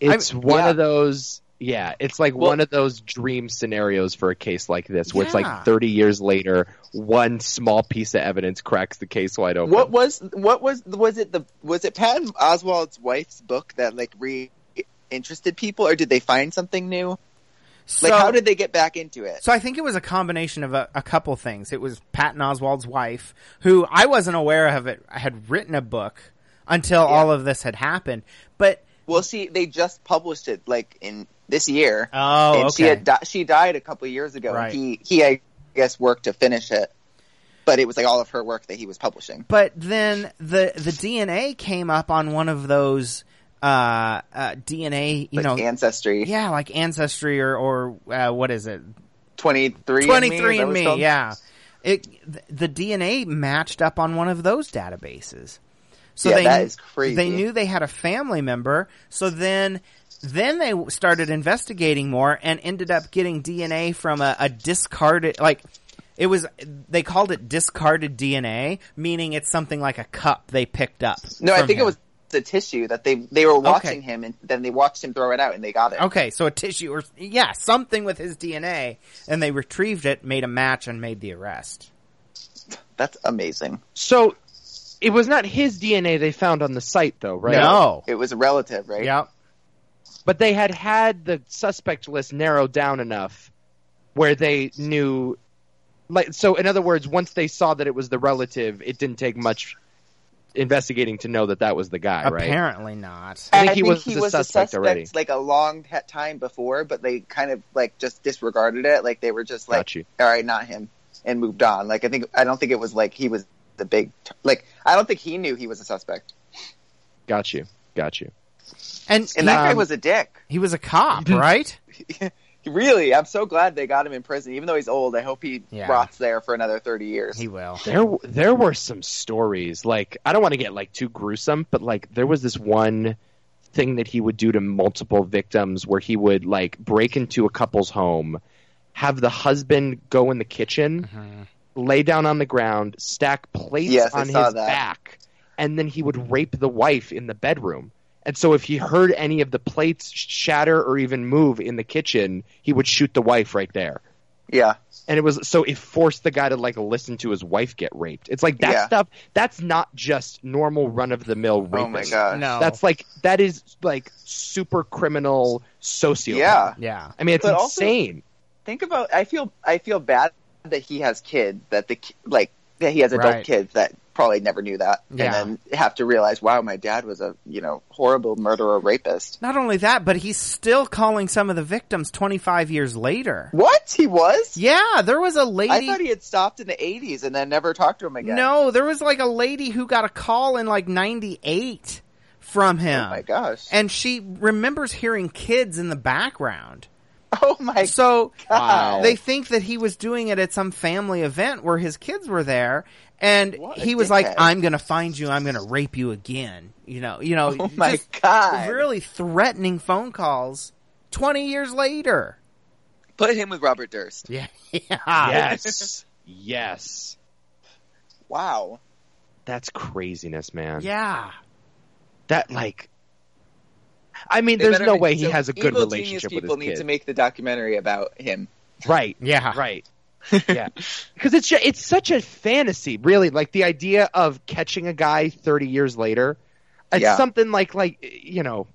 [SPEAKER 3] It's one
[SPEAKER 4] yeah.
[SPEAKER 3] of those. Yeah, it's like
[SPEAKER 4] Well-
[SPEAKER 3] one of those dream scenarios for a case like this, where it's
[SPEAKER 2] Yeah.
[SPEAKER 3] like 30 years later, one small piece of evidence cracks the case wide open.
[SPEAKER 4] what was what was was it the was it Patton Oswald's wife's book that like re interested people, or did they find something new?
[SPEAKER 2] So
[SPEAKER 4] Like, how did they get back into it?
[SPEAKER 2] so I think it was a combination of a, a couple things. It was Patton Oswald's wife, who I wasn't aware of it had written a book until all of this had happened. But
[SPEAKER 4] Well, see, they just published it like in this year,
[SPEAKER 2] oh,
[SPEAKER 4] and
[SPEAKER 2] okay.
[SPEAKER 4] she had di- she died a couple years ago.
[SPEAKER 2] Right.
[SPEAKER 4] He he, I guess, worked to finish it, but it was like all of her work that he was publishing.
[SPEAKER 2] but then the the DNA came up on one of those uh, uh, DNA, you
[SPEAKER 4] Like
[SPEAKER 2] know,
[SPEAKER 4] ancestry.
[SPEAKER 2] yeah, like ancestry or or uh, what is it?
[SPEAKER 4] 23
[SPEAKER 2] 23 and
[SPEAKER 4] and
[SPEAKER 2] me, yeah. It th- the DNA matched up on one of those databases. So
[SPEAKER 4] Yeah,
[SPEAKER 2] they
[SPEAKER 4] that
[SPEAKER 2] kn-
[SPEAKER 4] is crazy.
[SPEAKER 2] they knew they had a family member, so then then they w- started investigating more and ended up getting DNA from a, a discarded like it was they called it discarded DNA, meaning it's something like a cup they picked up.
[SPEAKER 4] No, I
[SPEAKER 2] from
[SPEAKER 4] think
[SPEAKER 2] him.
[SPEAKER 4] it was the tissue that they they were watching him, and then they watched him throw it out, and they got it.
[SPEAKER 2] Okay, so a tissue or yeah, something with his DNA and they retrieved it, made a match and made the arrest.
[SPEAKER 4] That's amazing.
[SPEAKER 3] So it was not his DNA they found on the site, though, right?
[SPEAKER 2] No.
[SPEAKER 4] It was a relative, right?
[SPEAKER 2] Yep.
[SPEAKER 3] But they had had the suspect list narrowed down enough where they knew. Like, so in other words, once they saw that it was the relative, it didn't take much investigating to know that that was the guy, right?
[SPEAKER 2] Apparently not.
[SPEAKER 3] I think he was the
[SPEAKER 4] a
[SPEAKER 3] suspect already.
[SPEAKER 4] like a long he- time before, but they kind of like just disregarded it. Like they were just like,
[SPEAKER 3] Got you.
[SPEAKER 4] all right, not him, and moved on. Like I think I don't think it was like he was the big t- like I don't think he knew he was a suspect,
[SPEAKER 3] Got you. Got you.
[SPEAKER 2] And,
[SPEAKER 4] and
[SPEAKER 2] he,
[SPEAKER 4] that guy
[SPEAKER 3] Um,
[SPEAKER 4] was a dick.
[SPEAKER 2] he was a cop, right?
[SPEAKER 4] Really, I'm so glad they got him in prison, even though he's old. I hope he
[SPEAKER 2] Yeah.
[SPEAKER 4] rots there for another thirty years.
[SPEAKER 2] He will.
[SPEAKER 3] There, w- there were some stories. Like, I don't want to get like too gruesome, but like there was this one thing that he would do to multiple victims, where he would like break into a couple's home, have the husband go in the kitchen,
[SPEAKER 4] Uh,
[SPEAKER 3] lay down on the ground, stack plates
[SPEAKER 4] Yes, I
[SPEAKER 3] on his
[SPEAKER 4] saw that.
[SPEAKER 3] back, and then he would rape the wife in the bedroom. And so, if he heard any of the plates shatter or even move in the kitchen, he would shoot the wife right there
[SPEAKER 4] yeah,
[SPEAKER 3] and it was so it forced the guy to like listen to his wife get raped. It's like that
[SPEAKER 4] Yeah.
[SPEAKER 3] stuff. That's not just normal run of the mill rapist.
[SPEAKER 4] oh my god,
[SPEAKER 2] No.
[SPEAKER 3] That's like that is like super criminal sociopath.
[SPEAKER 4] yeah.
[SPEAKER 2] yeah.
[SPEAKER 3] I mean it's
[SPEAKER 4] But also-
[SPEAKER 3] insane.
[SPEAKER 4] think about I feel I feel bad that he has kids that the ki- like that he has adult
[SPEAKER 2] Right.
[SPEAKER 4] kids that probably never knew that
[SPEAKER 2] Yeah.
[SPEAKER 4] and then have to realize wow my dad was a you know horrible murderer rapist
[SPEAKER 2] Not only that, but he's still calling some of the victims 25 years later.
[SPEAKER 4] what he was
[SPEAKER 2] Yeah, there was a lady.
[SPEAKER 4] I thought he had stopped in the 80s and then never talked to him again
[SPEAKER 2] No, there was like a lady who got a call in like 98 from him.
[SPEAKER 4] oh my gosh
[SPEAKER 2] And she remembers hearing kids in the background.
[SPEAKER 4] oh my
[SPEAKER 2] So
[SPEAKER 4] God.
[SPEAKER 2] they think that he was doing it at some family event where his kids were there and
[SPEAKER 4] What a
[SPEAKER 2] he was like
[SPEAKER 4] dickhead.
[SPEAKER 2] i'm gonna find you i'm gonna rape you again you know you know
[SPEAKER 4] oh my
[SPEAKER 2] just
[SPEAKER 4] god
[SPEAKER 2] really threatening phone calls 20 years later
[SPEAKER 4] put him with Robert Durst
[SPEAKER 2] yeah Ah.
[SPEAKER 3] Yes. yes.
[SPEAKER 4] wow
[SPEAKER 3] That's craziness, man.
[SPEAKER 2] yeah
[SPEAKER 3] That like I mean
[SPEAKER 4] They
[SPEAKER 3] there's
[SPEAKER 4] better
[SPEAKER 3] no
[SPEAKER 4] make-
[SPEAKER 3] way he
[SPEAKER 4] so
[SPEAKER 3] has a good
[SPEAKER 4] evil
[SPEAKER 3] relationship
[SPEAKER 4] genius
[SPEAKER 3] with
[SPEAKER 4] people
[SPEAKER 3] his
[SPEAKER 4] need
[SPEAKER 3] kid.
[SPEAKER 4] to make the documentary about him
[SPEAKER 3] right.
[SPEAKER 2] yeah
[SPEAKER 3] right yeah because it's ju- it's such a fantasy really like the idea of catching a guy 30 years later it's
[SPEAKER 4] Yeah.
[SPEAKER 3] something like like you know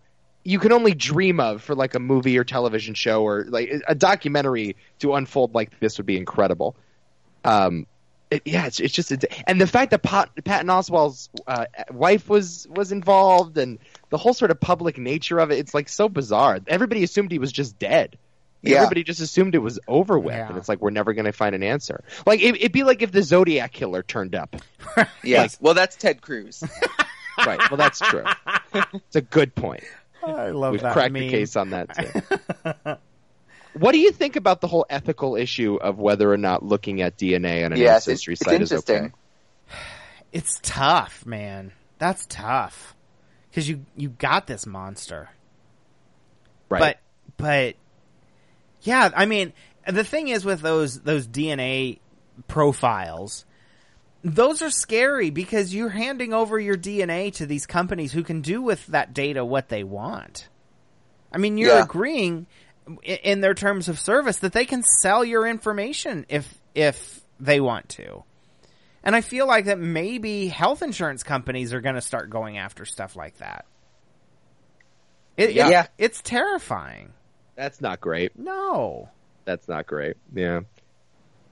[SPEAKER 3] you can only dream of for like a movie or television show or like a documentary to unfold like this would be incredible um it, yeah it's, it's just it's, and the fact that Pat, patton oswald's uh, wife was was involved and the whole sort of public nature of it it's like so bizarre everybody assumed he was just dead
[SPEAKER 4] yeah
[SPEAKER 3] Everybody just assumed it was over with,
[SPEAKER 2] Yeah.
[SPEAKER 3] and it's like we're never going to find an answer. Like it, it'd be like if the Zodiac killer turned up.
[SPEAKER 4] yes well that's Ted Cruz
[SPEAKER 3] right. Well, that's true. it's a good point.
[SPEAKER 2] i love
[SPEAKER 3] We've
[SPEAKER 2] Oh, that
[SPEAKER 3] cracked
[SPEAKER 2] meme.
[SPEAKER 3] the case on that too. what do you think about the whole ethical issue of whether or not looking at DNA on an
[SPEAKER 4] yes it's,
[SPEAKER 3] ancestry
[SPEAKER 4] it's
[SPEAKER 3] site is
[SPEAKER 4] interesting
[SPEAKER 3] okay?
[SPEAKER 2] it's tough man that's tough because you you got this monster
[SPEAKER 3] Right.
[SPEAKER 2] But but yeah, I mean, the thing is with those those DNA profiles, those are scary because you're handing over your DNA to these companies who can do with that data what they want. I mean, you're
[SPEAKER 4] Yeah.
[SPEAKER 2] agreeing i- in their terms of service that they can sell your information if if they want to. And I feel like that maybe health insurance companies are going to start going after stuff like that. It, it-
[SPEAKER 4] Yeah.
[SPEAKER 2] it's terrifying.
[SPEAKER 3] that's not great.
[SPEAKER 2] No.
[SPEAKER 3] that's not great. Yeah.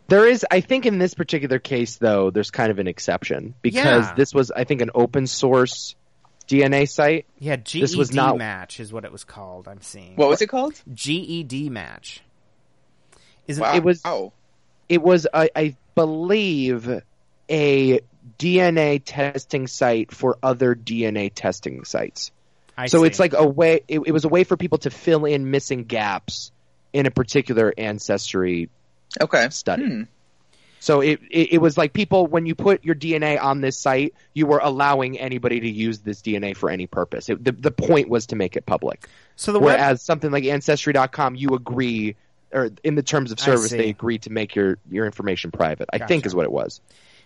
[SPEAKER 3] There is, I think, in this particular case, though, there's kind of an exception because
[SPEAKER 2] Yeah.
[SPEAKER 3] this was, I think, an open source DNA site.
[SPEAKER 2] Yeah, GED
[SPEAKER 3] was not-
[SPEAKER 2] match is what it was called. I'm seeing
[SPEAKER 4] what was it called
[SPEAKER 2] GED match. Is
[SPEAKER 4] wow.
[SPEAKER 3] It was-
[SPEAKER 4] oh
[SPEAKER 3] It was, I, I believe, a DNA testing site for other DNA testing sites.
[SPEAKER 2] I
[SPEAKER 3] so
[SPEAKER 2] see.
[SPEAKER 3] it's like a way, it, it was a way for people to fill in missing gaps in a particular ancestry
[SPEAKER 4] Okay.
[SPEAKER 3] study.
[SPEAKER 4] Hmm.
[SPEAKER 3] So it, it it was like people when you put your DNA on this site, you were allowing anybody to use this DNA for any purpose. It, the the point was to make it public.
[SPEAKER 2] So the web,
[SPEAKER 3] Whereas something like ancestry.com, you agree or in the terms of
[SPEAKER 2] I
[SPEAKER 3] service,
[SPEAKER 2] see.
[SPEAKER 3] they agree to make your your information private. I think
[SPEAKER 2] Gotcha.
[SPEAKER 3] is what it was.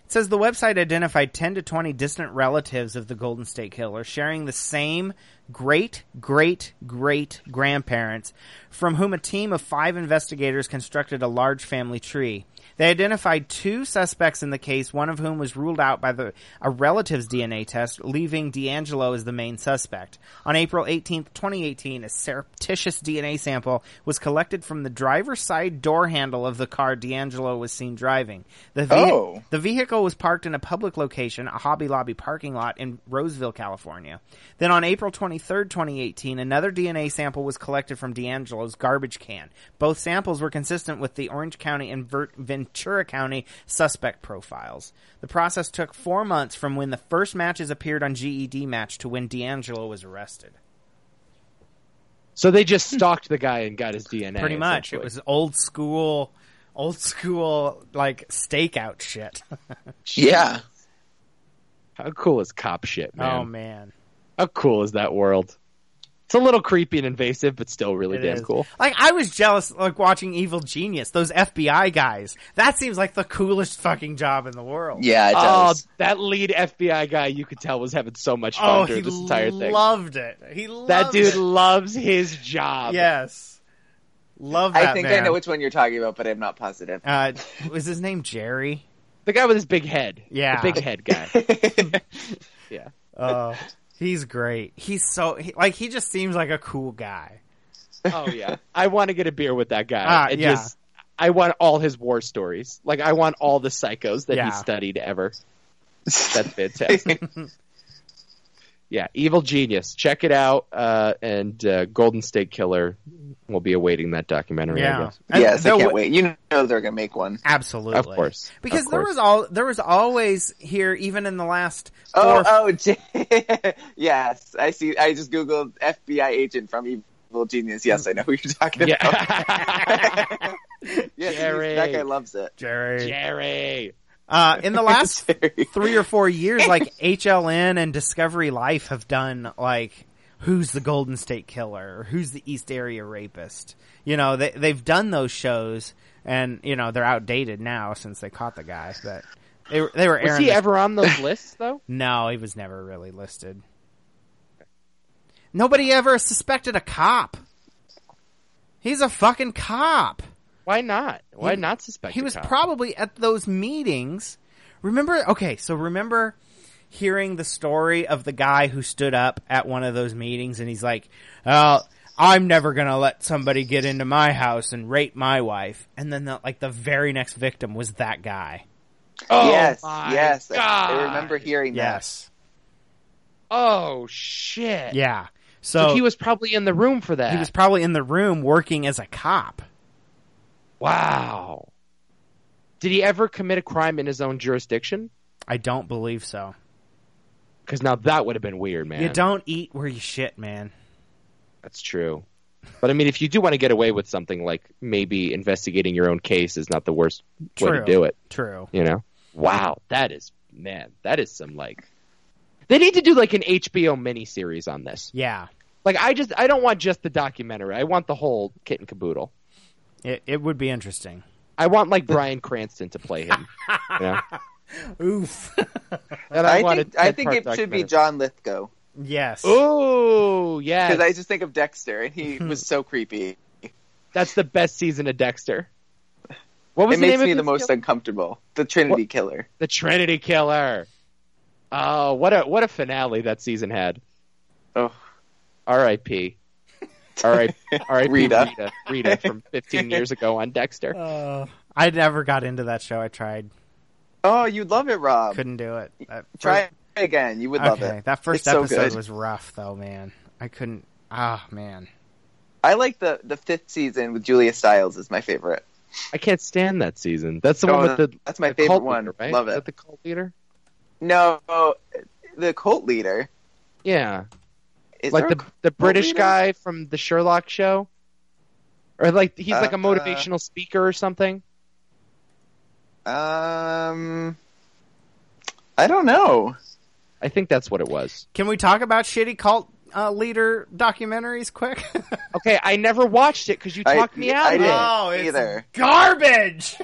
[SPEAKER 2] It says the website identified 10 to 20 distant relatives of the Golden State Killer sharing the same great, great, great grandparents from whom a team of five investigators constructed a large family tree. They identified two suspects in the case, one of whom was ruled out by the, a relative's DNA test, leaving D'Angelo as the main suspect. On April 18th, 2018, a surreptitious DNA sample was collected from the driver's side door handle of the car D'Angelo was seen driving. The vehi-
[SPEAKER 4] Oh.
[SPEAKER 2] the vehicle was parked in a public location, a Hobby Lobby parking lot in Roseville, California. Then on April 23rd, 2018, another DNA sample was collected from D'Angelo's garbage can. Both samples were consistent with the Orange County and Ver- Ventura County suspect profiles. The process took four months from when the first matches appeared on GED Match to when D'Angelo was arrested.
[SPEAKER 3] So they just stalked the guy and got his DNA.
[SPEAKER 2] Hmm. Pretty much. It
[SPEAKER 3] essentially.
[SPEAKER 2] was old school, old school, like, stakeout shit.
[SPEAKER 4] Yeah.
[SPEAKER 3] how cool is cop shit, man?
[SPEAKER 2] Oh, man.
[SPEAKER 3] How cool is that world? It's a little creepy and invasive, but still really
[SPEAKER 2] It
[SPEAKER 3] damn
[SPEAKER 2] is.
[SPEAKER 3] cool.
[SPEAKER 2] Like I was jealous, like watching Evil Genius, those FBI guys. That seems like the coolest fucking job in the world.
[SPEAKER 4] Yeah, it
[SPEAKER 3] Oh,
[SPEAKER 4] does.
[SPEAKER 3] that lead FBI guy, you could tell was having so much fun
[SPEAKER 2] Oh, he
[SPEAKER 3] during this entire thing.
[SPEAKER 2] loved it. He loved
[SPEAKER 3] that dude
[SPEAKER 2] It.
[SPEAKER 3] loves his job.
[SPEAKER 2] Yes, love that
[SPEAKER 4] I think
[SPEAKER 2] man.
[SPEAKER 4] I know which one you're talking about, but I'm not positive.
[SPEAKER 2] Uh, was his name Jerry?
[SPEAKER 3] The guy with his big head.
[SPEAKER 2] Yeah.
[SPEAKER 3] The big head guy. yeah.
[SPEAKER 2] Oh, he's great. He's so he, like he just seems like a cool guy.
[SPEAKER 3] Oh yeah. I want to get a beer with that guy.
[SPEAKER 2] Ah,
[SPEAKER 3] It
[SPEAKER 2] yeah.
[SPEAKER 3] just- I want all his war stories. Like I want all the psychos that
[SPEAKER 2] Yeah.
[SPEAKER 3] he studied ever. That's fantastic. yeah, Evil Genius. Check it out. Uh, and uh, Golden State Killer will be awaiting that documentary. I
[SPEAKER 2] Yeah.
[SPEAKER 3] guess.
[SPEAKER 2] And
[SPEAKER 4] yes, I
[SPEAKER 2] though-
[SPEAKER 4] can't wait. You know they're gonna make one.
[SPEAKER 2] Absolutely,
[SPEAKER 3] Of course. Of
[SPEAKER 2] Because there
[SPEAKER 3] course.
[SPEAKER 2] was all there was always here, even in the last four
[SPEAKER 4] Oh, oh, J- yes. I see. I just googled FBI agent from Evil Genius. Yes, I know who you're talking about.
[SPEAKER 3] Yeah.
[SPEAKER 4] Yes, he's-
[SPEAKER 3] Jerry.
[SPEAKER 4] that guy loves it.
[SPEAKER 2] Jerry.
[SPEAKER 3] Jerry.
[SPEAKER 2] Uh, in the last
[SPEAKER 4] Jerry.
[SPEAKER 2] three or four years, like HLN and Discovery Life have done like who's the Golden State Killer or who's the East Area Rapist. You know, they they've done those shows, and you know they're outdated now since they caught the guy. But they were they were
[SPEAKER 3] Was
[SPEAKER 2] airing
[SPEAKER 3] he
[SPEAKER 2] the-
[SPEAKER 3] ever on those lists though?
[SPEAKER 2] No, he was never really listed. Nobody ever suspected a cop. He's a fucking cop.
[SPEAKER 3] Why not? Why
[SPEAKER 2] He-
[SPEAKER 3] not suspect?
[SPEAKER 2] He
[SPEAKER 3] a
[SPEAKER 2] was
[SPEAKER 3] cop?
[SPEAKER 2] probably at those meetings. Remember? Okay, so remember hearing the story of the guy who stood up at one of those meetings and he's like, "Oh, I'm never gonna let somebody get into my house and rape my wife." And then, the, like, the very next victim was that guy.
[SPEAKER 3] Oh,
[SPEAKER 4] yes,
[SPEAKER 3] my
[SPEAKER 4] yes. I- I
[SPEAKER 3] God.
[SPEAKER 4] remember hearing
[SPEAKER 2] Yes.
[SPEAKER 3] Oh shit.
[SPEAKER 2] Yeah. So,
[SPEAKER 3] So he was probably in the room for that.
[SPEAKER 2] he was probably in the room working as a cop.
[SPEAKER 3] Wow. Did he ever commit a crime in his own jurisdiction?
[SPEAKER 2] I don't believe so.
[SPEAKER 3] Because now that would have been weird, man.
[SPEAKER 2] You don't eat where you shit, man.
[SPEAKER 3] That's true. But I mean, if you do want to get away with something, like maybe investigating your own case is not the worst way
[SPEAKER 2] True.
[SPEAKER 3] to do it.
[SPEAKER 2] True.
[SPEAKER 3] You know? Wow, that is man, that is some like. They need to do like an HBO miniseries on this.
[SPEAKER 2] Yeah.
[SPEAKER 3] Like, I just I don't want just the documentary. I want the whole kit and caboodle.
[SPEAKER 2] It it would be interesting.
[SPEAKER 3] I want like Brian Cranston to play him. you know?
[SPEAKER 2] Oof.
[SPEAKER 3] And
[SPEAKER 4] that. I,
[SPEAKER 3] want a
[SPEAKER 4] think I think
[SPEAKER 3] 10-part
[SPEAKER 4] it should be
[SPEAKER 3] documentary.
[SPEAKER 4] John Lithgow
[SPEAKER 2] yes.
[SPEAKER 3] Oh yeah,
[SPEAKER 4] because I just think of Dexter and he was so creepy.
[SPEAKER 3] that's the best season of Dexter. What was
[SPEAKER 4] It
[SPEAKER 3] the
[SPEAKER 4] makes
[SPEAKER 3] name
[SPEAKER 4] me
[SPEAKER 3] of
[SPEAKER 4] the
[SPEAKER 3] this
[SPEAKER 4] most
[SPEAKER 3] kill-
[SPEAKER 4] uncomfortable. The Trinity Killer.
[SPEAKER 3] the Trinity Killer. Oh, what a what a finale that season had.
[SPEAKER 4] Oh,
[SPEAKER 3] R.I.P. R.I.P. R.I.P.
[SPEAKER 4] Rita.
[SPEAKER 3] Rita. Rita from 15 years ago on Dexter.
[SPEAKER 2] Uh, I never got into that show. I tried,
[SPEAKER 4] oh, you'd love it, Rob.
[SPEAKER 2] couldn't do it. That first,
[SPEAKER 4] Try it again. You would love
[SPEAKER 2] okay,
[SPEAKER 4] it.
[SPEAKER 2] that first
[SPEAKER 4] It's so
[SPEAKER 2] episode
[SPEAKER 4] good.
[SPEAKER 2] was rough, though, man. I couldn't. Ah, man.
[SPEAKER 4] I like the the fifth season with Julia Stiles is my favorite.
[SPEAKER 3] I can't stand that season. That's the
[SPEAKER 4] Oh,
[SPEAKER 3] one with the
[SPEAKER 4] that's my
[SPEAKER 3] the
[SPEAKER 4] favorite
[SPEAKER 3] cult
[SPEAKER 4] one.
[SPEAKER 3] leader, right?
[SPEAKER 4] Love
[SPEAKER 3] Is
[SPEAKER 4] it.
[SPEAKER 3] that the cult leader?
[SPEAKER 4] No, the cult leader.
[SPEAKER 3] Yeah,
[SPEAKER 4] Is
[SPEAKER 3] like
[SPEAKER 4] there
[SPEAKER 3] the the British
[SPEAKER 4] leader?
[SPEAKER 3] guy from the Sherlock show, or like he's like a
[SPEAKER 4] Uh,
[SPEAKER 3] motivational speaker or something.
[SPEAKER 4] Um, I don't know.
[SPEAKER 3] I think that's what it was.
[SPEAKER 2] Can we talk about shitty cult uh, leader documentaries quick?
[SPEAKER 3] Okay, I never watched it because you
[SPEAKER 4] I-
[SPEAKER 3] talked me out. of
[SPEAKER 4] I
[SPEAKER 3] it.
[SPEAKER 4] didn't
[SPEAKER 2] Oh, it's
[SPEAKER 4] either.
[SPEAKER 2] Garbage.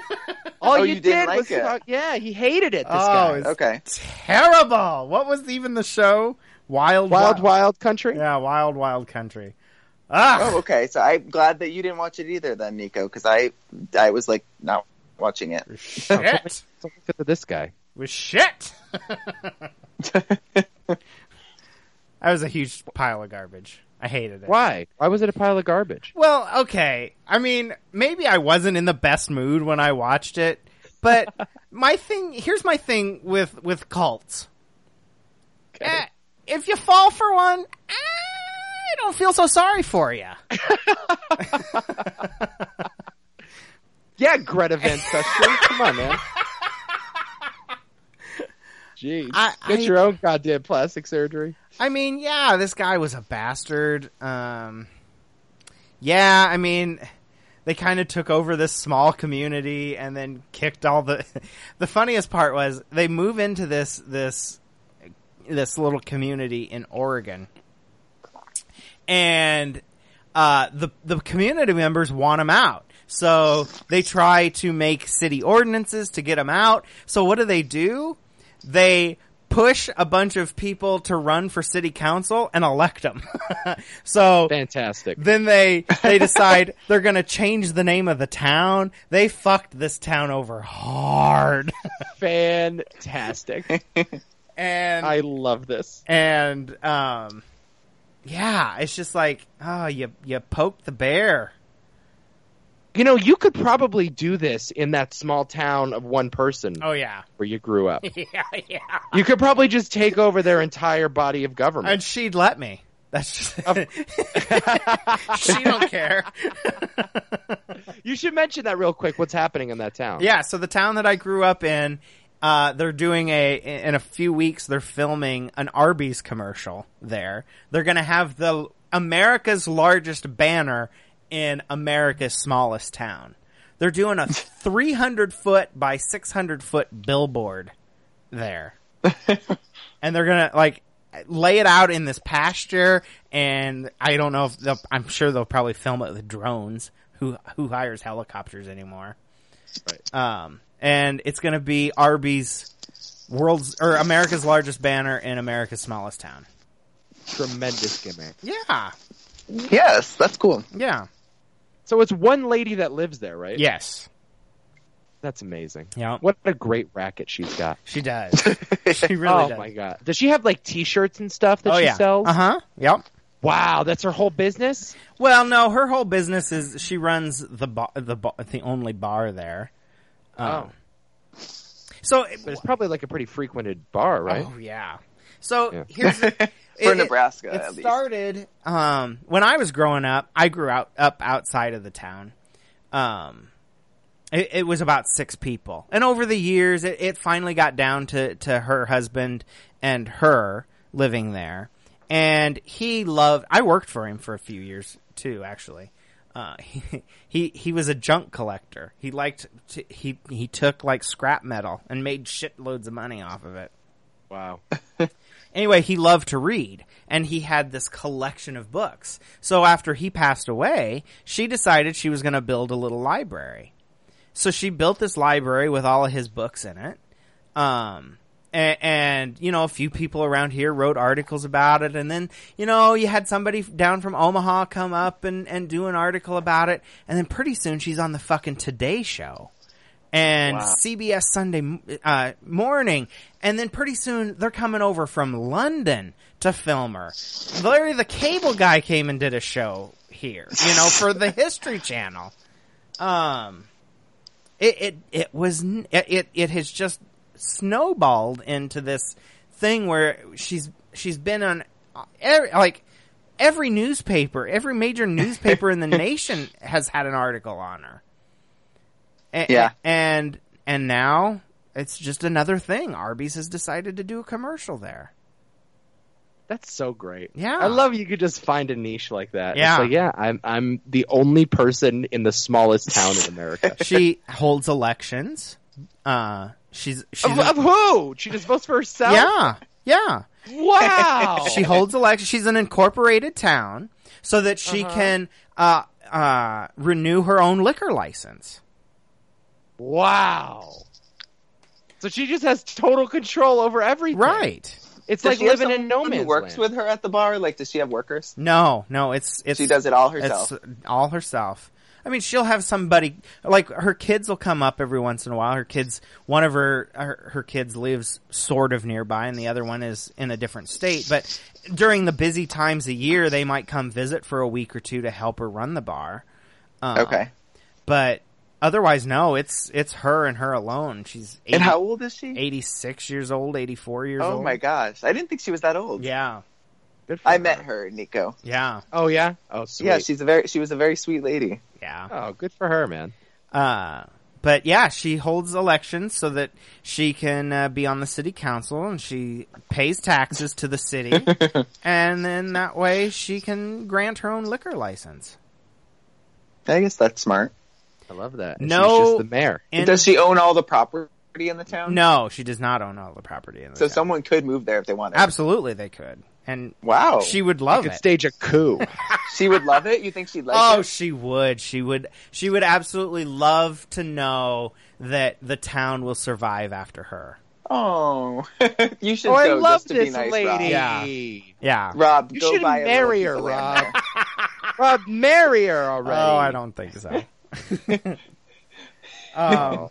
[SPEAKER 3] All
[SPEAKER 4] Oh,
[SPEAKER 3] you,
[SPEAKER 4] you
[SPEAKER 3] did
[SPEAKER 4] didn't like
[SPEAKER 3] was
[SPEAKER 4] it.
[SPEAKER 3] talk- yeah, he hated it. This
[SPEAKER 2] oh,
[SPEAKER 3] guy.
[SPEAKER 2] it's
[SPEAKER 4] Okay.
[SPEAKER 2] terrible. What was even the show? Wild,
[SPEAKER 3] Wild Wild Country.
[SPEAKER 2] Yeah, wild, wild country. Ah,
[SPEAKER 4] Oh, okay. So I'm glad that you didn't watch it either, then, Nico, because I I was like not watching it.
[SPEAKER 2] shit.
[SPEAKER 3] It's all because of this guy.
[SPEAKER 2] was shit. I was a huge pile of garbage. I hated it.
[SPEAKER 3] Why? Why was it a pile of garbage?
[SPEAKER 2] Well, okay. I mean, maybe I wasn't in the best mood when I watched it, but my thing here's my thing with with cults. Eh, if you fall for one, eh, I don't feel so sorry for you.
[SPEAKER 3] Yeah, Greta Van Susteren. Come on, man. Jeez,
[SPEAKER 2] I-
[SPEAKER 3] get
[SPEAKER 2] I-
[SPEAKER 3] your own goddamn plastic surgery.
[SPEAKER 2] I mean, yeah, this guy was a bastard. Um, yeah, I mean, they kind of took over this small community and then kicked all the. the funniest part was they move into this this this little community in Oregon, and uh, the the community members want them out. So they try to make city ordinances to get them out. So what do they do? They push a bunch of people to run for city council and elect them. so
[SPEAKER 3] Fantastic.
[SPEAKER 2] then they they decide they're going to change the name of the town. They fucked this town over hard.
[SPEAKER 3] Fantastic.
[SPEAKER 2] and
[SPEAKER 3] I love this.
[SPEAKER 2] and um yeah, it's just like, oh, you you poked the bear.
[SPEAKER 3] You know, you could probably do this in that small town of one person
[SPEAKER 2] Oh yeah.
[SPEAKER 3] where you grew up.
[SPEAKER 2] yeah, yeah.
[SPEAKER 3] You could probably just take over their entire body of government.
[SPEAKER 2] And she'd let me. That's just
[SPEAKER 3] Of-
[SPEAKER 2] she don't care.
[SPEAKER 3] You should mention that real quick. What's happening in that town?
[SPEAKER 2] Yeah, so the town that I grew up in, uh, they're doing a in a few weeks they're filming an Arby's commercial there. They're gonna have the America's largest banner in America's smallest town. They're doing a three hundred foot by six hundred foot billboard there. and they're gonna like lay it out in this pasture and I don't know if they'll I'm sure they'll probably film it with drones. Who who hires helicopters anymore? Um, and it's going to be Arby's world's or America's largest banner in America's smallest town.
[SPEAKER 3] Tremendous gimmick.
[SPEAKER 2] Yeah.
[SPEAKER 4] Yes, that's cool.
[SPEAKER 2] Yeah.
[SPEAKER 3] So it's one lady that lives there, right?
[SPEAKER 2] Yes.
[SPEAKER 3] That's amazing.
[SPEAKER 2] Yeah.
[SPEAKER 3] What a great racket she's got.
[SPEAKER 2] She does. she really
[SPEAKER 3] oh
[SPEAKER 2] does.
[SPEAKER 3] my god. Does she have like t-shirts and stuff that
[SPEAKER 2] oh
[SPEAKER 3] she
[SPEAKER 2] yeah.
[SPEAKER 3] sells?
[SPEAKER 2] Uh huh. Yep.
[SPEAKER 3] Wow, that's her whole business?
[SPEAKER 2] Well, no, her whole business is she runs the bar, the bar, the only bar there. Uh-huh.
[SPEAKER 3] Oh.
[SPEAKER 2] So
[SPEAKER 3] But it's probably like a pretty frequented bar, right?
[SPEAKER 2] Oh yeah. So
[SPEAKER 3] Yeah.
[SPEAKER 2] here's for
[SPEAKER 4] For Nebraska,
[SPEAKER 2] It,
[SPEAKER 4] at least.
[SPEAKER 2] started um, when I was growing up. I grew out up outside of the town. Um, it, it was about six people, and over the years, it, it finally got down to to her husband and her living there. And he loved. I worked for him for a few years too, actually. Uh, he, he he was a junk collector. He liked to, he he took like scrap metal and made shitloads of money off of it
[SPEAKER 3] Wow.
[SPEAKER 2] anyway, he loved to read and he had this collection of books. So after he passed away, she decided she was going to build a little library. So she built this library with all of his books in it. Um, and, and you know, a few people around here wrote articles about it, and then you know, you had somebody down from Omaha come up and and do an article about it, and then pretty soon she's on the fucking Today Show and CBS Sunday uh, morning, and then pretty soon they're coming over from London to film her. Larry the Cable Guy came and did a show here, you know, for the History Channel. Um, it it it was n- it it, it has just snowballed into this thing where she's she's been on uh, every, like every newspaper, every major newspaper in the nation has had an article on her. A-
[SPEAKER 4] Yeah.
[SPEAKER 2] and and now it's just another thing. Arby's has decided to do a commercial there.
[SPEAKER 3] That's so great.
[SPEAKER 2] Yeah.
[SPEAKER 3] I love you could just find a niche like that.
[SPEAKER 2] Yeah.
[SPEAKER 3] It's like, yeah, I'm I'm the only person in the smallest town in America.
[SPEAKER 2] She holds elections. Uh, she's she's
[SPEAKER 3] Of, of who? She just votes for herself.
[SPEAKER 2] yeah yeah.
[SPEAKER 3] Wow.
[SPEAKER 2] She holds election. She's an incorporated town, so that she
[SPEAKER 3] Uh-huh.
[SPEAKER 2] can uh, uh, renew her own liquor license.
[SPEAKER 3] wow. So she just has total control over everything.
[SPEAKER 2] Right?
[SPEAKER 3] It's
[SPEAKER 4] Does
[SPEAKER 3] like
[SPEAKER 4] she have
[SPEAKER 3] living in no
[SPEAKER 4] someone who
[SPEAKER 3] man's
[SPEAKER 4] works
[SPEAKER 3] land.
[SPEAKER 4] with her at the bar? Like, does she have workers?
[SPEAKER 2] No, no. It's it's
[SPEAKER 4] She does it all herself.
[SPEAKER 2] it's all herself. I mean, she'll have somebody like her kids will come up every once in a while. Her kids, one of her her, her kids lives sort of nearby, and the other one is in a different state. But during the busy times of year, they might come visit for a week or two to help her run the bar.
[SPEAKER 3] uh,
[SPEAKER 2] Um,
[SPEAKER 4] okay.
[SPEAKER 2] but otherwise, no. It's it's her and her alone. She's 80,
[SPEAKER 4] and how old is she?
[SPEAKER 2] eighty six years old, eighty four years
[SPEAKER 4] Oh
[SPEAKER 2] old.
[SPEAKER 4] my gosh, I didn't think she was that old.
[SPEAKER 2] Yeah,
[SPEAKER 3] Good for
[SPEAKER 4] I met her, Nico.
[SPEAKER 2] yeah,
[SPEAKER 3] Oh yeah. Oh sweet.
[SPEAKER 4] Yeah, she's a very she was a very sweet lady.
[SPEAKER 2] yeah.
[SPEAKER 3] Oh, good for her, man.
[SPEAKER 2] Uh, but yeah, she holds elections so that she can uh, be on the city council and she pays taxes to the city. and then that way she can grant her own liquor license.
[SPEAKER 4] I guess that's smart.
[SPEAKER 3] I love that.
[SPEAKER 2] No-
[SPEAKER 3] She's just the mayor.
[SPEAKER 2] And
[SPEAKER 4] Does she own all the property in the town?
[SPEAKER 2] no, she does not own all the property. In the
[SPEAKER 4] So
[SPEAKER 2] town.
[SPEAKER 4] someone could move there if they wanted.
[SPEAKER 2] Absolutely, they could. And
[SPEAKER 4] Wow.
[SPEAKER 2] she
[SPEAKER 4] She
[SPEAKER 2] would
[SPEAKER 3] I
[SPEAKER 2] love
[SPEAKER 3] could
[SPEAKER 2] it.
[SPEAKER 3] stage a coup.
[SPEAKER 4] she would love it. You think she'd like
[SPEAKER 2] oh,
[SPEAKER 4] it?
[SPEAKER 2] she would. She would. She would absolutely love to know that the town will survive after her.
[SPEAKER 4] Oh, you should
[SPEAKER 3] oh, I
[SPEAKER 4] go
[SPEAKER 3] love
[SPEAKER 4] just to be
[SPEAKER 3] this
[SPEAKER 4] nice,
[SPEAKER 3] lady.
[SPEAKER 4] Rob.
[SPEAKER 2] Yeah. Yeah.
[SPEAKER 4] Rob,
[SPEAKER 3] You
[SPEAKER 4] go
[SPEAKER 3] should
[SPEAKER 4] buy a little
[SPEAKER 3] marry
[SPEAKER 4] piece
[SPEAKER 3] her,
[SPEAKER 4] of land.
[SPEAKER 3] Rob. Rob, marry her already.
[SPEAKER 2] Oh, I don't think so. um,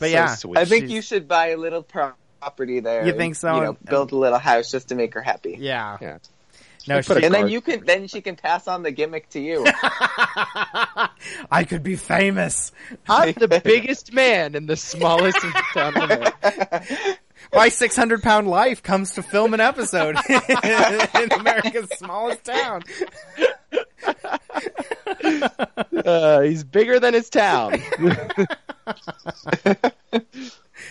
[SPEAKER 2] But
[SPEAKER 3] so
[SPEAKER 2] yeah.
[SPEAKER 3] sweet.
[SPEAKER 4] I think
[SPEAKER 2] She's-
[SPEAKER 4] you should buy a little pro- property there.
[SPEAKER 2] You
[SPEAKER 4] and,
[SPEAKER 2] think so?
[SPEAKER 4] You know, build a little house just to make her happy.
[SPEAKER 2] yeah.
[SPEAKER 3] Yeah.
[SPEAKER 2] No,
[SPEAKER 3] Put a
[SPEAKER 2] she,
[SPEAKER 4] And then
[SPEAKER 3] Garden.
[SPEAKER 4] you can, then she can pass on the gimmick to you.
[SPEAKER 2] I could be famous.
[SPEAKER 3] I'm the biggest man in the smallest town. in the world.
[SPEAKER 2] My 600 pound life comes to film an episode in America's smallest town.
[SPEAKER 3] Uh, he's bigger than his town.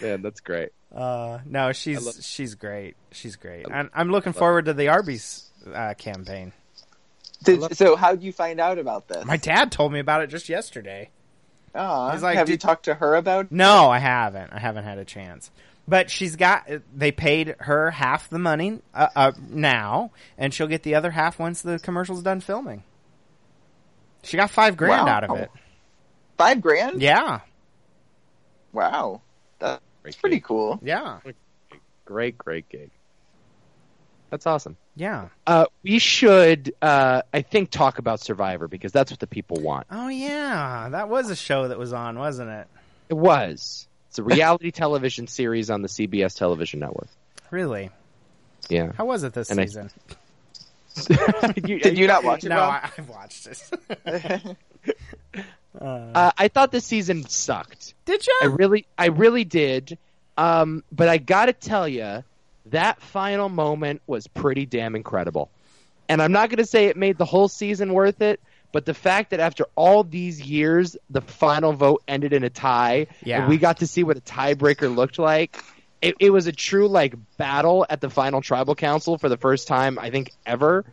[SPEAKER 3] Man, that's great.
[SPEAKER 2] Uh, no, she's
[SPEAKER 3] love-
[SPEAKER 2] she's great. She's great. I'm, I'm looking forward to the Arby's uh, campaign.
[SPEAKER 4] Did- so how do you find out about this?
[SPEAKER 2] My dad told me about it just yesterday.
[SPEAKER 4] Aw,
[SPEAKER 2] he's like,
[SPEAKER 4] have you
[SPEAKER 2] "Did-
[SPEAKER 4] talked to her about?
[SPEAKER 2] No, I haven't. I haven't had a chance. But she's got. They paid her half the money uh, uh, now, and she'll get the other half once the commercial's done filming. She got five grand
[SPEAKER 4] Wow.
[SPEAKER 2] out of it.
[SPEAKER 4] Five grand?
[SPEAKER 2] Yeah,
[SPEAKER 4] Wow,
[SPEAKER 3] Great
[SPEAKER 4] that's pretty
[SPEAKER 3] gig.
[SPEAKER 4] cool.
[SPEAKER 2] yeah,
[SPEAKER 3] Great, great gig. That's awesome.
[SPEAKER 2] yeah.
[SPEAKER 3] Uh, we should, uh, I think, talk about Survivor because that's what the people want.
[SPEAKER 2] Oh yeah, that was a show that was on, wasn't it?
[SPEAKER 3] It was. It's a reality television series on the CBS television network.
[SPEAKER 2] Really?
[SPEAKER 3] Yeah.
[SPEAKER 2] How was it this
[SPEAKER 3] And I-
[SPEAKER 2] season?
[SPEAKER 4] Did you not watch it?
[SPEAKER 2] no,
[SPEAKER 4] Rob?
[SPEAKER 2] I, I've watched it. uh,
[SPEAKER 3] Uh, I thought this season sucked.
[SPEAKER 2] did
[SPEAKER 3] I
[SPEAKER 2] you?
[SPEAKER 3] really, I really did. Um, but I gotta tell you, that final moment was pretty damn incredible. And I'm not gonna say it made the whole season worth it, but the fact that after all these years, the final vote ended in a tie,
[SPEAKER 2] Yeah.
[SPEAKER 3] and we got to see what a tiebreaker looked like. It, it was a true like battle at the final tribal council for the first time I think ever.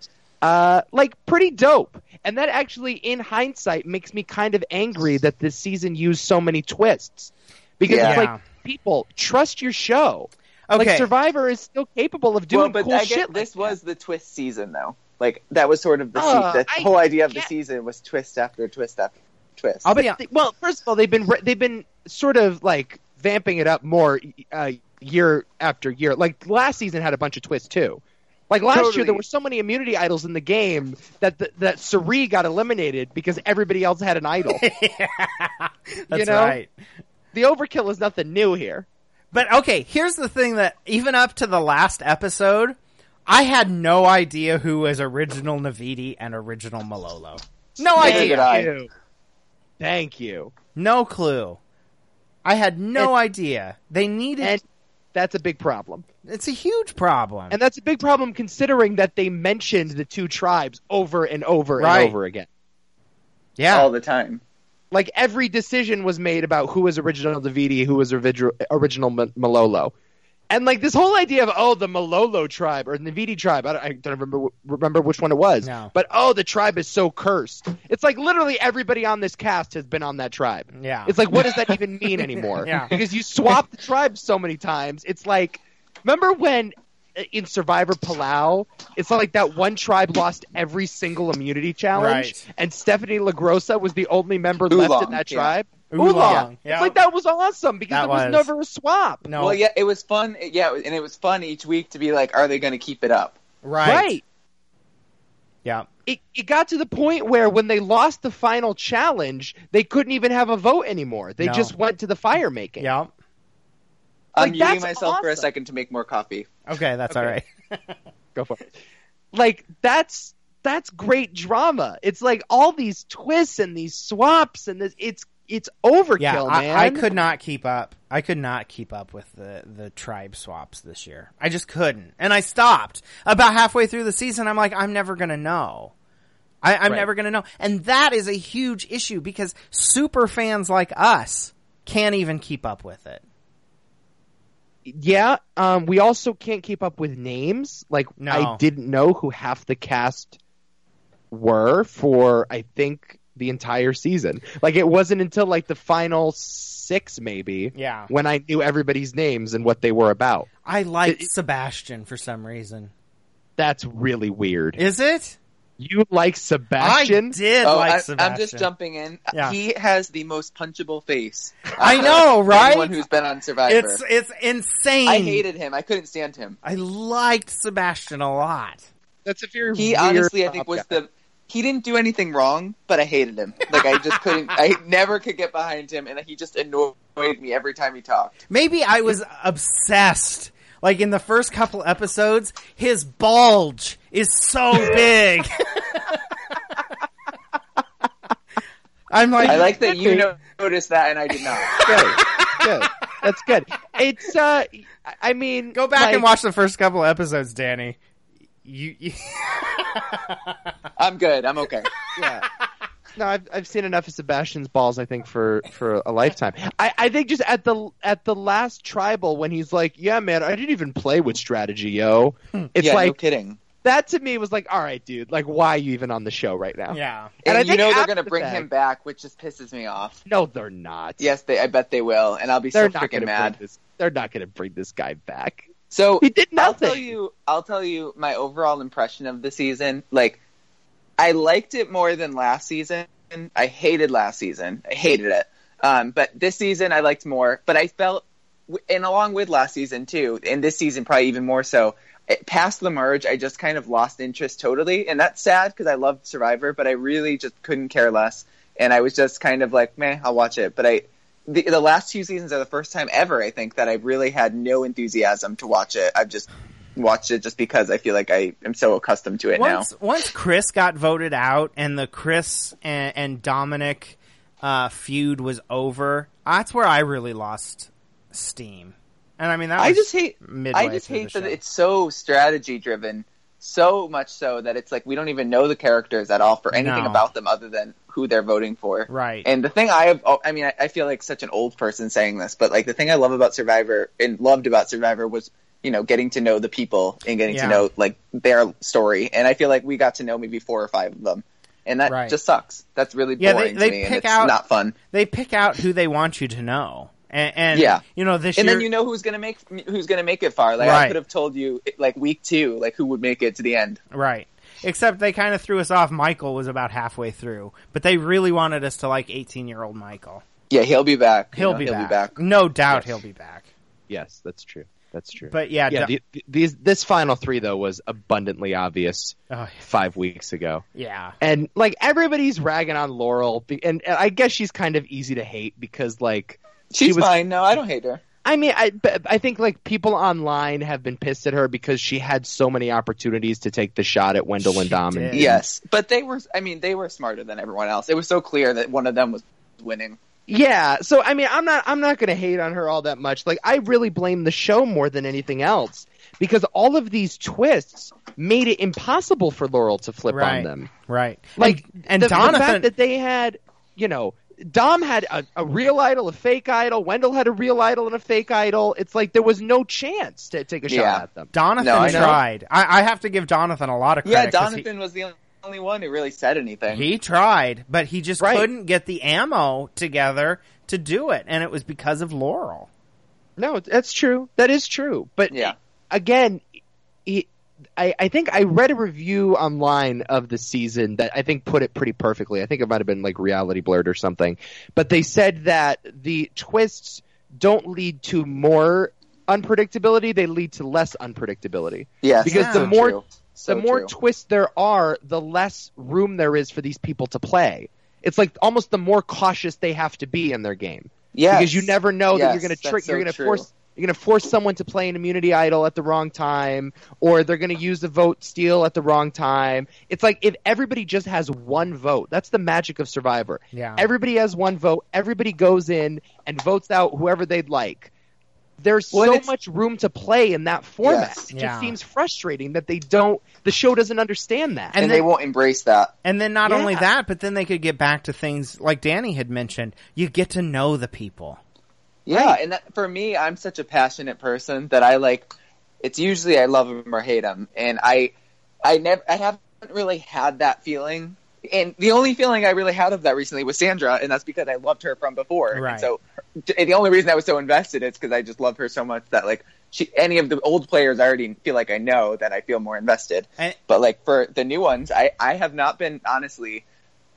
[SPEAKER 3] Uh, like pretty dope. And that actually, in hindsight, makes me kind of angry that this season used so many twists. Because it's
[SPEAKER 2] Yeah.
[SPEAKER 3] like, people, trust your show.
[SPEAKER 2] Okay.
[SPEAKER 3] Like, Survivor is still capable of
[SPEAKER 4] well,
[SPEAKER 3] doing
[SPEAKER 4] but
[SPEAKER 3] cool
[SPEAKER 4] I guess
[SPEAKER 3] shit. like
[SPEAKER 4] this
[SPEAKER 3] that.
[SPEAKER 4] was the twist season, though. Like that was sort of the
[SPEAKER 3] Uh,
[SPEAKER 4] se- the
[SPEAKER 3] I
[SPEAKER 4] whole idea of the
[SPEAKER 3] can't-
[SPEAKER 4] season was twist after twist after twist.
[SPEAKER 2] I'll be
[SPEAKER 3] But, well, first of all, they've been re- they've been sort of like vamping it up more uh, year after year. Like last season had a bunch of twists too. Like last year,
[SPEAKER 4] Totally.
[SPEAKER 3] there were so many immunity idols in the game that the, that Suri got eliminated because everybody else had an idol.
[SPEAKER 2] That's
[SPEAKER 3] you know?
[SPEAKER 2] right.
[SPEAKER 3] the overkill is nothing new here.
[SPEAKER 2] But okay, here's the thing that even up to the last episode, I had no idea who was original Navidi and original Malolo. No
[SPEAKER 4] Neither
[SPEAKER 2] idea.
[SPEAKER 4] did I.
[SPEAKER 3] you. Thank you.
[SPEAKER 2] No clue. I had no
[SPEAKER 3] And-
[SPEAKER 2] idea. They needed.
[SPEAKER 3] And that's a big problem.
[SPEAKER 2] it's a huge problem.
[SPEAKER 3] And that's a big problem considering that they mentioned the two tribes over and over
[SPEAKER 2] Right.
[SPEAKER 3] and over again.
[SPEAKER 2] yeah.
[SPEAKER 4] all the time.
[SPEAKER 3] Like every decision was made about who was original Davidi, who was original original M- Malolo. And like this whole idea of oh the Malolo tribe or the Navidi tribe, I don't, I don't remember wh- remember which one it was.
[SPEAKER 2] No.
[SPEAKER 3] But oh, the tribe is so cursed. It's like literally everybody on this cast has been on that tribe.
[SPEAKER 2] Yeah.
[SPEAKER 3] It's like what does that even mean anymore?
[SPEAKER 2] Yeah.
[SPEAKER 3] Because you swap the tribes so many times. It's like remember when uh, in Survivor Palau, it's not like that one tribe lost every single immunity challenge,
[SPEAKER 2] Right.
[SPEAKER 3] and Stephanie Lagrosa was the only member left
[SPEAKER 4] Oolong,
[SPEAKER 3] in that
[SPEAKER 4] yeah.
[SPEAKER 3] tribe.
[SPEAKER 2] Oolong, yeah.
[SPEAKER 3] It's like that was awesome because
[SPEAKER 2] That
[SPEAKER 3] there was,
[SPEAKER 2] was-
[SPEAKER 3] never a swap.
[SPEAKER 2] no,
[SPEAKER 4] Well, yeah, it was fun. Yeah, and it was fun each week to be like, are they going to keep it up?
[SPEAKER 2] right.
[SPEAKER 3] right.
[SPEAKER 2] Yeah.
[SPEAKER 3] it, it got to the point where when they lost the final challenge, they couldn't even have a vote anymore. They
[SPEAKER 2] No.
[SPEAKER 3] just went to the fire making.
[SPEAKER 2] Yeah.
[SPEAKER 3] Like,
[SPEAKER 4] I'm muting
[SPEAKER 3] that's
[SPEAKER 4] myself for a
[SPEAKER 3] awesome.
[SPEAKER 4] second to make more coffee.
[SPEAKER 2] Okay, that's all right.
[SPEAKER 3] Go for it. Like that's that's great drama. It's like all these twists and these swaps and this it's it's overkill,
[SPEAKER 2] Yeah,
[SPEAKER 3] man.
[SPEAKER 2] I, I could not keep up. I could not keep up with the the tribe swaps this year. I just couldn't, and I stopped about halfway through the season. I'm like, I'm never gonna know. I, I'm
[SPEAKER 3] Right.
[SPEAKER 2] never gonna know, and that is a huge issue because super fans like us can't even keep up with it.
[SPEAKER 3] Yeah, um we also can't keep up with names. Like
[SPEAKER 2] No.
[SPEAKER 3] I didn't know who half the cast were for I think the entire season. Like it wasn't until like the final 6 maybe
[SPEAKER 2] Yeah,
[SPEAKER 3] when I knew everybody's names and what they were about.
[SPEAKER 2] I liked Sebastian for some reason.
[SPEAKER 3] That's really weird.
[SPEAKER 2] Is it?
[SPEAKER 3] you like
[SPEAKER 2] I
[SPEAKER 3] Sebastian?
[SPEAKER 2] did
[SPEAKER 4] oh,
[SPEAKER 2] like
[SPEAKER 4] I,
[SPEAKER 2] Sebastian.
[SPEAKER 4] I'm just jumping in.
[SPEAKER 2] Yeah.
[SPEAKER 4] He has the most punchable face. Uh,
[SPEAKER 2] I know, right?
[SPEAKER 4] Anyone who's been on Survivor.
[SPEAKER 2] It's it's insane.
[SPEAKER 4] I hated him. I couldn't stand him.
[SPEAKER 2] I liked Sebastian a lot.
[SPEAKER 3] That's a very
[SPEAKER 4] He
[SPEAKER 3] weird
[SPEAKER 4] honestly, I think,
[SPEAKER 3] top
[SPEAKER 4] was
[SPEAKER 3] guy.
[SPEAKER 4] the. He didn't do anything wrong, but I hated him. Like I just couldn't. I never could get behind him, and he just annoyed me every time he talked.
[SPEAKER 2] Maybe I was obsessed. Like in the first couple episodes, his bulge is so big. I'm like,
[SPEAKER 4] I like that you no- noticed that, and I did not.
[SPEAKER 3] Good, good. That's good. It's uh, I- I mean,
[SPEAKER 2] go back and
[SPEAKER 3] like,
[SPEAKER 2] watch the first couple episodes, Danny. You, you
[SPEAKER 4] I'm good. I'm okay.
[SPEAKER 3] Yeah. No, I've I've seen enough of Sebastian's balls. I think for for a lifetime. I I think just at the at the last tribal when he's like, yeah, man, I didn't even play with strategy, yo. It's
[SPEAKER 4] yeah, no
[SPEAKER 3] like
[SPEAKER 4] kidding.
[SPEAKER 3] that to me was like, all right, dude, like why are you even on the show right
[SPEAKER 4] Oh.
[SPEAKER 3] now?
[SPEAKER 2] yeah,
[SPEAKER 3] And
[SPEAKER 4] And,
[SPEAKER 3] I
[SPEAKER 4] you
[SPEAKER 3] think
[SPEAKER 4] know they're
[SPEAKER 3] after
[SPEAKER 4] gonna bring
[SPEAKER 3] that-
[SPEAKER 4] him back, which just pisses me off.
[SPEAKER 3] No, they're not.
[SPEAKER 4] Yes, they. I bet they will, and I'll be
[SPEAKER 3] they're
[SPEAKER 4] so
[SPEAKER 3] not
[SPEAKER 4] freaking
[SPEAKER 3] gonna
[SPEAKER 4] mad.
[SPEAKER 3] Bring this, they're not going to bring this guy back.
[SPEAKER 4] So
[SPEAKER 3] He did nothing.
[SPEAKER 4] I'll tell you. I'll tell you my overall impression of the season. Like, I liked it more than last season. I hated last season. I hated it. Um, but this season I liked more. But I felt, and along with last season too, and this season probably even more so. It, past the merge, I just kind of lost interest totally, and that's sad because I loved Survivor, but I really just couldn't care less, and I was just kind of like, meh, I'll watch it. But I, the, the last two seasons are the first time ever I think that I really had no enthusiasm to watch it. I've just watched it just because I feel like I am so accustomed to it now.
[SPEAKER 2] once once Chris got voted out and the Chris and, and Dominic uh, feud was over, that's where I really lost steam. And I mean, that
[SPEAKER 4] I
[SPEAKER 2] was
[SPEAKER 4] just hate.
[SPEAKER 2] midway
[SPEAKER 4] I just
[SPEAKER 2] through
[SPEAKER 4] hate
[SPEAKER 2] the
[SPEAKER 4] that
[SPEAKER 2] show.
[SPEAKER 4] it's so strategy driven, so much so that it's like we don't even know the characters at all for anything
[SPEAKER 2] No.
[SPEAKER 4] about them other than who they're voting for.
[SPEAKER 2] right.
[SPEAKER 4] And the thing I have, oh, I mean, I, I feel like such an old person saying this, but like the thing I love about Survivor and loved about Survivor was, you know, getting to know the people and getting
[SPEAKER 2] Yeah.
[SPEAKER 4] to know like their story. And I feel like we got to know maybe four or five of them. And that
[SPEAKER 2] Right.
[SPEAKER 4] just sucks. That's really
[SPEAKER 2] Yeah, they-
[SPEAKER 4] boring
[SPEAKER 2] they
[SPEAKER 4] to me. and
[SPEAKER 2] pick
[SPEAKER 4] it's
[SPEAKER 2] out-
[SPEAKER 4] not fun.
[SPEAKER 2] they pick out who they want you to know, and, and
[SPEAKER 4] Yeah.
[SPEAKER 2] you know this
[SPEAKER 4] And
[SPEAKER 2] year.
[SPEAKER 4] then you know who's gonna make who's gonna make it far. Like
[SPEAKER 2] Right.
[SPEAKER 4] I could have told you like week two, like who would make it to the end.
[SPEAKER 2] Right. Except they kind of threw us off. Michael was about halfway through, but they really wanted us to like 18 year old Michael.
[SPEAKER 4] Yeah, he'll be back. you
[SPEAKER 2] He'll,
[SPEAKER 4] know,
[SPEAKER 2] be,
[SPEAKER 4] he'll
[SPEAKER 2] back.
[SPEAKER 4] be back.
[SPEAKER 2] No doubt
[SPEAKER 3] Yes.
[SPEAKER 2] he'll be back.
[SPEAKER 3] Yes, that's true. That's true.
[SPEAKER 2] But yeah, do-
[SPEAKER 3] yeah, the, the- these this final three though was abundantly obvious
[SPEAKER 2] oh,
[SPEAKER 3] five weeks ago,
[SPEAKER 2] yeah.
[SPEAKER 3] and like everybody's ragging on Laurel, be- and, and I guess she's kind of easy to hate because like
[SPEAKER 4] She's
[SPEAKER 3] was-
[SPEAKER 4] fine. No, I don't hate her.
[SPEAKER 3] I mean I but I think like people online have been pissed at her because she had so many opportunities to take the shot at Wendell and
[SPEAKER 2] She
[SPEAKER 3] Dom.
[SPEAKER 2] did.
[SPEAKER 3] And
[SPEAKER 4] Yes, but they were. I mean, they were smarter than everyone else. It was so clear that one of them was winning.
[SPEAKER 3] Yeah, so I mean, I'm not I'm not going to hate on her all that much. Like I really blame the show more than anything else because all of these twists made it impossible for Laurel to flip
[SPEAKER 2] Right.
[SPEAKER 3] on them.
[SPEAKER 2] Right.
[SPEAKER 3] Like
[SPEAKER 2] and, and
[SPEAKER 3] the, the
[SPEAKER 2] Donovan
[SPEAKER 3] fact that they had, you know, Dom had a, a real idol, a fake idol. Wendell had a real idol and a fake idol. It's like there was no chance to take a shot
[SPEAKER 4] Yeah.
[SPEAKER 3] at them.
[SPEAKER 2] Donathan
[SPEAKER 4] No, I know.
[SPEAKER 2] tried. I, I have to give Donathan a lot of
[SPEAKER 4] Yeah,
[SPEAKER 2] credit. 'cause
[SPEAKER 4] Donovan was the only- only one who really said anything.
[SPEAKER 2] He, he tried, but he just
[SPEAKER 3] Right.
[SPEAKER 2] couldn't get the ammo together to do it, and it was because of Laurel.
[SPEAKER 3] No, that's true. That is true. But
[SPEAKER 4] Yeah.
[SPEAKER 3] again, he, I, I think I read a review online of the season that I think put it pretty perfectly. I think it might have been like Reality Blurred or something. But they said that the twists don't lead to more unpredictability, they lead to less unpredictability.
[SPEAKER 4] Yes,
[SPEAKER 3] Because
[SPEAKER 4] that's
[SPEAKER 2] the
[SPEAKER 4] so
[SPEAKER 3] more-
[SPEAKER 4] true. So
[SPEAKER 3] the more
[SPEAKER 4] true.
[SPEAKER 3] twists there are, the less room there is for these people to play. It's like almost the more cautious they have to be in their game
[SPEAKER 4] Yes.
[SPEAKER 3] because you never know that
[SPEAKER 4] Yes,
[SPEAKER 3] you're going to
[SPEAKER 4] that's
[SPEAKER 3] trick,
[SPEAKER 4] so
[SPEAKER 3] you're going to
[SPEAKER 4] true.
[SPEAKER 3] force, you're going to force someone to play an immunity idol at the wrong time, or they're going to use the vote steal at the wrong time. It's like if everybody just has one vote, that's the magic of Survivor.
[SPEAKER 2] Yeah.
[SPEAKER 4] Uh-huh.
[SPEAKER 3] Everybody has one vote. Everybody goes in and votes out whoever they'd like. There's
[SPEAKER 4] Well,
[SPEAKER 3] so
[SPEAKER 4] it's-
[SPEAKER 3] much room to play in that format.
[SPEAKER 4] Yes.
[SPEAKER 3] It
[SPEAKER 2] Yeah.
[SPEAKER 3] just seems frustrating that they don't. The show doesn't understand that.
[SPEAKER 4] and,
[SPEAKER 2] And
[SPEAKER 4] they
[SPEAKER 2] then-
[SPEAKER 4] won't embrace that.
[SPEAKER 2] And then not only
[SPEAKER 3] Yeah.
[SPEAKER 2] that, but then they could get back to things like Danny had mentioned. You get to know the people.
[SPEAKER 4] Yeah, and that, for me, I'm such a passionate person that I like. It's usually I love him or hate him, and I, I never, I haven't really had that feeling. And the only feeling I really had of that recently was Sandra, and that's because I loved her from before. And
[SPEAKER 2] Right.
[SPEAKER 4] so and the only reason I was so invested is because I just love her so much that like she, any of the old players, I already feel like I know that I feel more invested.
[SPEAKER 2] And-
[SPEAKER 4] But like for the new ones, I I have not been honestly.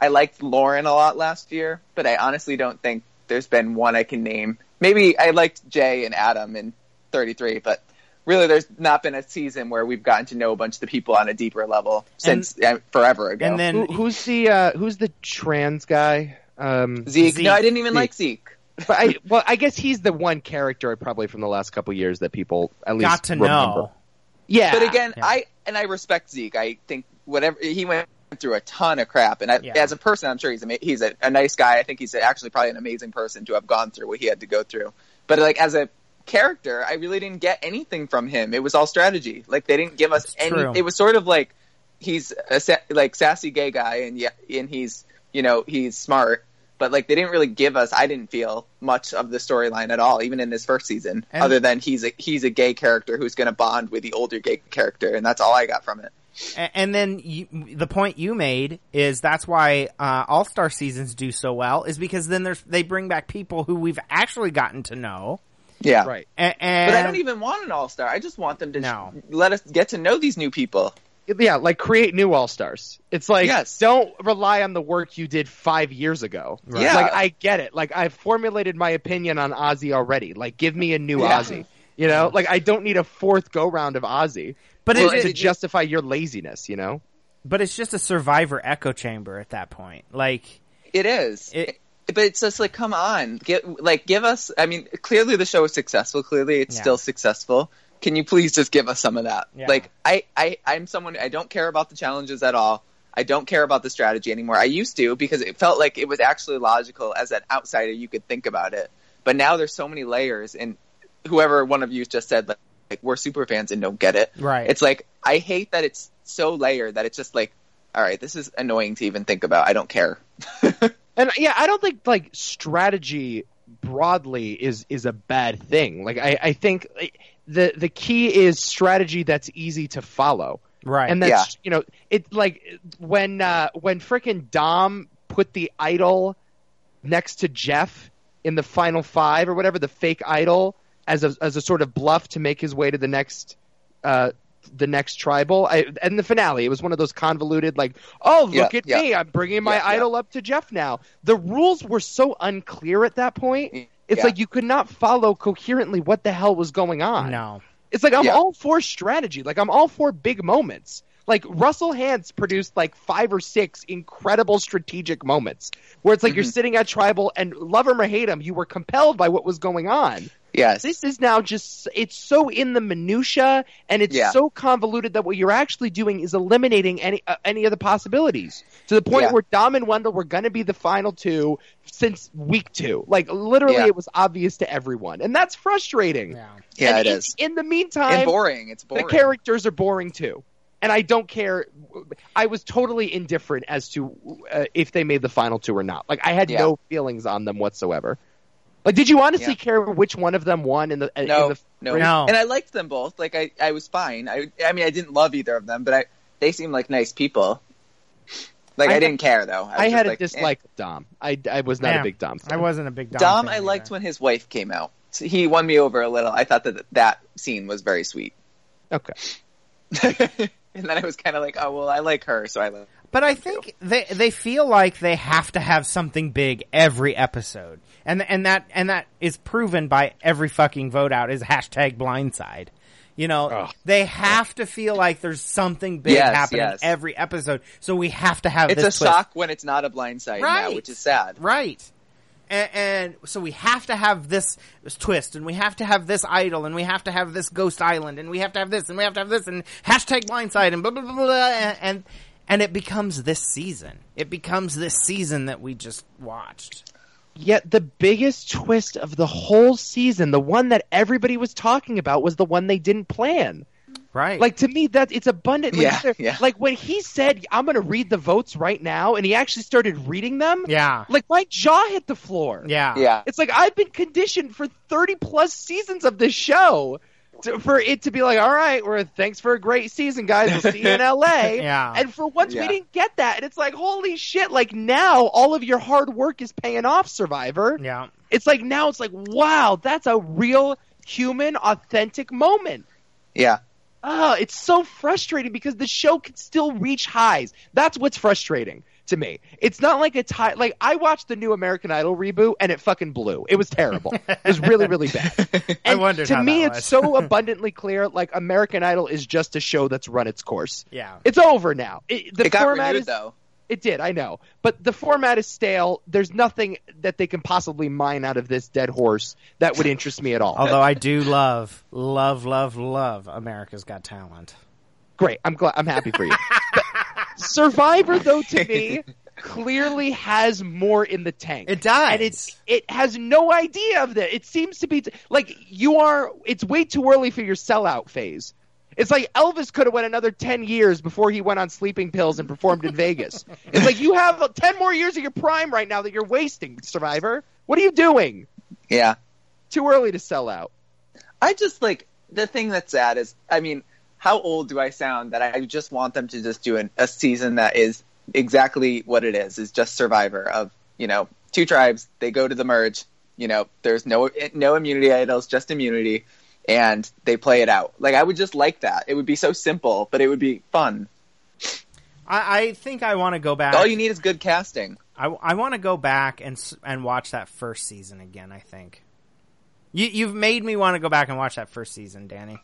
[SPEAKER 4] I liked Lauren a lot last year, but I honestly don't think there's been one I can name. Maybe I liked Jay and Adam in 33, but really there's not been a season where we've gotten to know a bunch of the people on a deeper level
[SPEAKER 2] And-
[SPEAKER 4] since uh, forever ago.
[SPEAKER 2] And then
[SPEAKER 3] Who, who's the uh, who's the trans guy? Um,
[SPEAKER 4] Zeke,
[SPEAKER 2] Zeke.
[SPEAKER 4] no, I didn't even like Zeke.
[SPEAKER 3] but I well, I guess he's the one character probably from the last couple years that people at least
[SPEAKER 2] got to
[SPEAKER 3] remember.
[SPEAKER 2] know.
[SPEAKER 3] Yeah,
[SPEAKER 4] But again,
[SPEAKER 2] Yeah.
[SPEAKER 4] I and I respect Zeke. I think whatever he went through a ton of crap, and I,
[SPEAKER 2] Yeah.
[SPEAKER 4] as a person, I'm sure he's ama- he's a, a nice guy. I think he's actually probably an amazing person to have gone through what he had to go through. But like as a character, I really didn't get anything from him. It was all strategy. Like they didn't give us
[SPEAKER 2] It's
[SPEAKER 4] any.
[SPEAKER 2] true.
[SPEAKER 4] It was sort of like he's a sa- like sassy gay guy, and yeah, and he's you know he's smart. But like they didn't really give us, I didn't feel much of the storyline at all, even in this first season.
[SPEAKER 2] And-
[SPEAKER 4] other than he's a he's a gay character who's going to bond with the older gay character, and that's all I got from it.
[SPEAKER 2] A- And then you, the point you made is that's why uh, All Star seasons do so well is because then there's they bring back people who we've actually gotten to know.
[SPEAKER 4] Yeah,
[SPEAKER 3] right.
[SPEAKER 2] A- And,
[SPEAKER 4] But I don't e-, even want an all star. I just want them to
[SPEAKER 2] No.
[SPEAKER 4] sh- let us get to know these new people.
[SPEAKER 3] Yeah, like create new all stars. It's like
[SPEAKER 4] Yes.
[SPEAKER 3] don't rely on the work you did five years ago.
[SPEAKER 2] Right.
[SPEAKER 4] Yeah.
[SPEAKER 3] Like I get it. Like I've formulated my opinion on Ozzy already. Like give me a new
[SPEAKER 4] Yeah.
[SPEAKER 3] Ozzy. You know, like I don't need a fourth go round of Ozzy
[SPEAKER 2] but
[SPEAKER 4] Well,
[SPEAKER 2] it-
[SPEAKER 3] to
[SPEAKER 2] it-
[SPEAKER 3] justify your laziness. You know,
[SPEAKER 2] but it's just a survivor echo chamber at that point. Like
[SPEAKER 4] It is.
[SPEAKER 2] It-
[SPEAKER 4] but it's just like, come on, get like, give us. I mean, clearly the show is successful. Clearly, it's
[SPEAKER 2] Yeah.
[SPEAKER 4] still successful. Can you please just give us some of that?
[SPEAKER 2] Yeah.
[SPEAKER 4] Like, I, I, I'm someone I don't care about the challenges at all. I don't care about the strategy anymore. I used to because it felt like it was actually logical as an outsider. You could think about it, but now there's so many layers. And whoever one of you just said, like, like we're super fans and don't get it.
[SPEAKER 2] right,
[SPEAKER 4] It's like I hate that it's so layered that it's just like, all right, this is annoying to even think about. I don't care.
[SPEAKER 3] And yeah, I don't think like strategy broadly is is a bad thing. Like I, I think like, the the key is strategy that's easy to follow.
[SPEAKER 2] right,
[SPEAKER 3] And that's you know, it like when uh when frickin' Dom put the idol next to Jeff in the final five or whatever, the fake idol as a as a sort of bluff to make his way to the next uh the next tribal I, and the finale it was one of those convoluted like oh look
[SPEAKER 4] Yeah,
[SPEAKER 3] at
[SPEAKER 4] yeah.
[SPEAKER 3] me i'm bringing my
[SPEAKER 4] Yeah, yeah.
[SPEAKER 3] idol up to jeff now the rules were so unclear at that point it's
[SPEAKER 4] Yeah.
[SPEAKER 3] like you could not follow coherently what the hell was going on
[SPEAKER 2] no,
[SPEAKER 3] it's like I'm
[SPEAKER 4] Yeah.
[SPEAKER 3] all for strategy. Like I'm all for big moments. Like Russell Hans produced like five or six incredible strategic moments where it's like you're
[SPEAKER 4] Mhm.
[SPEAKER 3] sitting at tribal and love him or hate him, you were compelled by what was going on.
[SPEAKER 4] Yes.
[SPEAKER 3] This is now just it's so in the minutia and it's
[SPEAKER 4] Yeah.
[SPEAKER 3] so convoluted that what you're actually doing is eliminating any uh, any of the possibilities to the point
[SPEAKER 4] Yeah.
[SPEAKER 3] where Dom and Wendell were going to be the final two since week two. Like literally,
[SPEAKER 4] Yeah.
[SPEAKER 3] it was obvious to everyone, and that's frustrating.
[SPEAKER 2] yeah.
[SPEAKER 4] Yeah,
[SPEAKER 3] And
[SPEAKER 4] it
[SPEAKER 3] in-
[SPEAKER 4] is.
[SPEAKER 3] In the
[SPEAKER 4] And
[SPEAKER 3] meantime,
[SPEAKER 4] boring. It's boring.
[SPEAKER 3] the characters are boring too. and I don't care. I was totally indifferent as to uh, if they made the final two or not. Like I had
[SPEAKER 4] Yeah.
[SPEAKER 3] no feelings on them whatsoever. Like, did you honestly
[SPEAKER 4] Yeah.
[SPEAKER 3] care which one of them won in the? in
[SPEAKER 4] No,
[SPEAKER 3] the-
[SPEAKER 4] no,
[SPEAKER 2] No.
[SPEAKER 4] And I liked them both. Like I, I was fine. I, I mean, I didn't love either of them, but I, they seemed like nice people. Like
[SPEAKER 3] I
[SPEAKER 4] I,
[SPEAKER 3] had-
[SPEAKER 4] didn't care though. was
[SPEAKER 3] I
[SPEAKER 4] just
[SPEAKER 3] had a
[SPEAKER 4] like, eh.
[SPEAKER 3] dislike of Dom. I, I was not
[SPEAKER 2] Yeah.
[SPEAKER 3] a big Dom. Fan.
[SPEAKER 2] I wasn't a big Dom.
[SPEAKER 4] Dom,
[SPEAKER 2] fan
[SPEAKER 4] I liked
[SPEAKER 2] either.
[SPEAKER 4] when his wife came out. So He won me over a little. I thought that that scene was very sweet.
[SPEAKER 3] Okay.
[SPEAKER 4] and then I was kind of like, oh well, I like her, so I like.
[SPEAKER 2] But I think they they feel like they have to have something big every episode, and and that and that is proven by every fucking vote out is hashtag Blindside. You know,
[SPEAKER 3] Ugh.
[SPEAKER 2] they have to feel like there's something big
[SPEAKER 4] Yes,
[SPEAKER 2] happening
[SPEAKER 4] yes.
[SPEAKER 2] every episode, so we have to have
[SPEAKER 4] It's
[SPEAKER 2] this
[SPEAKER 4] a
[SPEAKER 2] twist.
[SPEAKER 4] shock when it's not a blindside now,
[SPEAKER 2] Right.
[SPEAKER 4] which is sad.
[SPEAKER 2] right? And, and so we have to have this, this twist, and we have to have this idol, and we have to have this ghost island, and we have to have this, and we have to have this, and hashtag Blindside, and blah blah blah, blah and, and and it becomes this season. It becomes this season that we just watched.
[SPEAKER 3] Yet the biggest twist of the whole season, the one that everybody was talking about, was the one they didn't plan.
[SPEAKER 2] Right.
[SPEAKER 3] Like to me, that it's abundantly
[SPEAKER 4] Yeah,
[SPEAKER 3] clear.
[SPEAKER 4] yeah.
[SPEAKER 3] Like when he said, "I'm going to read the votes right now," and he actually started reading them.
[SPEAKER 2] yeah.
[SPEAKER 3] Like my jaw hit the floor.
[SPEAKER 2] Yeah.
[SPEAKER 4] Yeah.
[SPEAKER 3] It's like I've been conditioned for 30 plus seasons of this show to, for it to be like, all right, we're thanks for a great season, guys. We'll see you in LA.
[SPEAKER 2] Yeah.
[SPEAKER 3] And for once, we
[SPEAKER 4] Yeah.
[SPEAKER 3] didn't get that. And it's like, holy shit, like now all of your hard work is paying off, Survivor.
[SPEAKER 2] Yeah.
[SPEAKER 3] It's like now it's like, wow, that's a real human, authentic moment.
[SPEAKER 4] Yeah.
[SPEAKER 3] Oh, it's so frustrating because the show can still reach highs. That's what's frustrating to me. It's not like it's high. Like I watched the new American Idol reboot and it fucking blew. It was terrible. it was really, really bad. And
[SPEAKER 2] wondered
[SPEAKER 3] To
[SPEAKER 2] how
[SPEAKER 3] me,
[SPEAKER 2] that was.
[SPEAKER 3] it's so abundantly clear. Like American Idol is just a show that's run its course.
[SPEAKER 2] Yeah.
[SPEAKER 3] It's over now. It, the
[SPEAKER 4] it got
[SPEAKER 3] format
[SPEAKER 4] renewed
[SPEAKER 3] is
[SPEAKER 4] though.
[SPEAKER 3] it did. I know, but the format is stale. There's nothing that they can possibly mine out of this dead horse that would interest me at all.
[SPEAKER 2] Although I do love, love, love, love America's Got Talent.
[SPEAKER 3] great. I'm glad. I'm happy for you. But Survivor, though, to me, clearly has more in the tank.
[SPEAKER 2] It does.
[SPEAKER 3] And it's it has no idea of that. It seems to be t- like you are. It's way too early for your sellout phase. It's like Elvis could have went another ten years before he went on sleeping pills and performed in Vegas. It's like you have ten more years of your prime right now that you're wasting, Survivor. What are you doing?
[SPEAKER 4] Yeah.
[SPEAKER 3] Too early to sell out.
[SPEAKER 4] I just like the thing that's sad is, I mean, how old do I sound that I just want them to just do an, a season that is exactly what it is, is just Survivor of you know two tribes. They go to the merge. You know, there's no no immunity idols, just immunity, and they play it out. Like I would just like that. It would be so simple, but it would be fun.
[SPEAKER 2] I, I think I want to go back.
[SPEAKER 4] All you need is good casting.
[SPEAKER 2] I, I want to go back and s- and watch that first season again. I think you you've made me want to go back and watch that first season, Danny.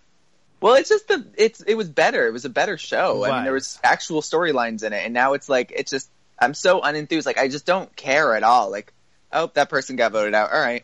[SPEAKER 4] Well, it's just the it's it was better. It was a better show. I
[SPEAKER 2] Right.
[SPEAKER 4] mean, there was actual storylines in it, and now it's like it's just I'm so unenthused. Like I just don't care at all. Like oh, that person got voted out. All right,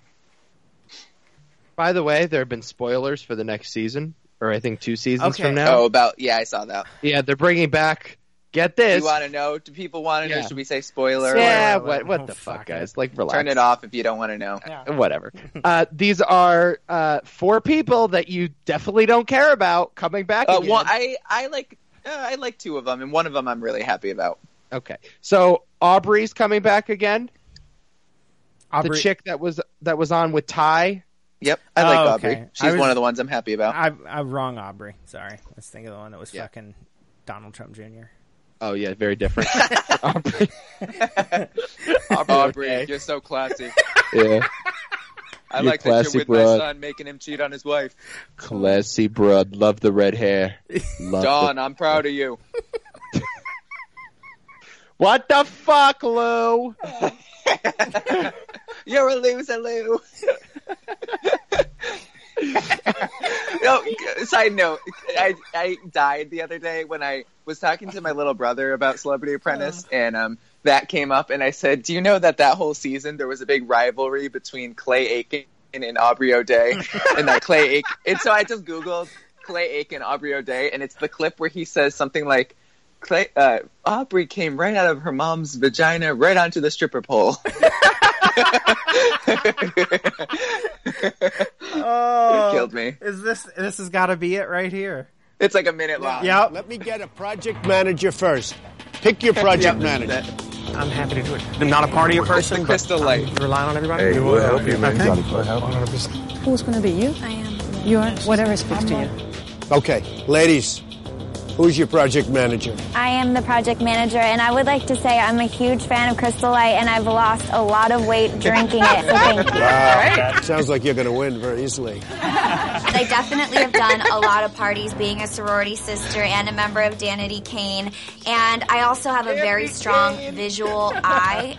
[SPEAKER 3] By the way, there have been spoilers for the next season, or I think two seasons
[SPEAKER 2] Okay.
[SPEAKER 3] from now.
[SPEAKER 4] oh about yeah, I saw that.
[SPEAKER 3] Yeah, they're bringing back. Get
[SPEAKER 4] Do
[SPEAKER 3] this.
[SPEAKER 4] you want to know? Do people want to
[SPEAKER 3] Yeah.
[SPEAKER 4] know? Should we say spoiler?
[SPEAKER 3] yeah,
[SPEAKER 2] Wait, wait, wait.
[SPEAKER 3] what? What
[SPEAKER 2] Oh,
[SPEAKER 3] the
[SPEAKER 2] fuck
[SPEAKER 3] fuck, guys? Like,
[SPEAKER 4] Or
[SPEAKER 3] relax.
[SPEAKER 4] turn it off if you don't want to know.
[SPEAKER 2] Yeah.
[SPEAKER 3] Whatever. uh, these are uh, four people that you definitely don't care about coming back.
[SPEAKER 4] Uh,
[SPEAKER 3] again.
[SPEAKER 4] well, I I like uh, I like two of them, and one of them I'm really happy about.
[SPEAKER 3] Okay, so Aubrey's coming back again.
[SPEAKER 2] Aubrey,
[SPEAKER 3] The chick that was that was on with Ty.
[SPEAKER 4] Yep, I like
[SPEAKER 2] Oh,
[SPEAKER 4] Aubrey.
[SPEAKER 2] okay.
[SPEAKER 4] She's
[SPEAKER 2] I was-
[SPEAKER 4] one of the ones I'm happy about.
[SPEAKER 2] I, I'm wrong, Aubrey. Sorry, I was thinking of the one that was
[SPEAKER 3] Yeah.
[SPEAKER 2] fucking Donald Trump Jr.
[SPEAKER 3] Oh yeah, very different. Aubrey.
[SPEAKER 4] Aubrey,
[SPEAKER 3] okay.
[SPEAKER 4] you're so classy.
[SPEAKER 3] Yeah,
[SPEAKER 4] I
[SPEAKER 3] You're
[SPEAKER 4] like that you're
[SPEAKER 3] classy,
[SPEAKER 4] with
[SPEAKER 3] bro.
[SPEAKER 4] my son, making him cheat on his wife.
[SPEAKER 3] classy, brud. Love the red hair. Love
[SPEAKER 4] Don, I'm proud of you.
[SPEAKER 3] What the fuck, Lou?
[SPEAKER 4] You're a loser, Lou. no, side note. I, I died the other day when I was talking to my little brother about Celebrity Apprentice, and um, that came up, and I said, "Do you know that that whole season there was a big rivalry between Clay Aiken and Aubrey O'Day, and that Clay Aiken?" And so I just googled Clay Aiken Aubrey O'Day, and it's the clip where he says something like. Clay, uh, Aubrey came right out of her mom's vagina, right onto the stripper pole.
[SPEAKER 2] Oh,
[SPEAKER 4] killed me.
[SPEAKER 2] Um, Oh, Is this this has got to be it right here?
[SPEAKER 4] It's like a minute long.
[SPEAKER 2] Yeah. Yep.
[SPEAKER 1] Let me get a project manager first. Pick your project
[SPEAKER 4] Yep,
[SPEAKER 1] manager.
[SPEAKER 4] that-
[SPEAKER 5] I'm happy to do it. I'm not a party person, but
[SPEAKER 4] crystal light.
[SPEAKER 5] relying on everybody.
[SPEAKER 6] Hey, we'll help you, man.
[SPEAKER 7] Who's going to be you?
[SPEAKER 8] I am.
[SPEAKER 7] You're whatever speaks to you.
[SPEAKER 1] Okay, ladies, who's your project manager?
[SPEAKER 8] I am the project manager, and I would like to say I'm a huge fan of Crystal Light, and I've lost a lot of weight drinking it. So thank you.
[SPEAKER 1] Sounds like you're going to win very easily.
[SPEAKER 9] I definitely have done a lot of parties being a sorority sister and a member of Danity Kane. And I also have a very strong visual eye.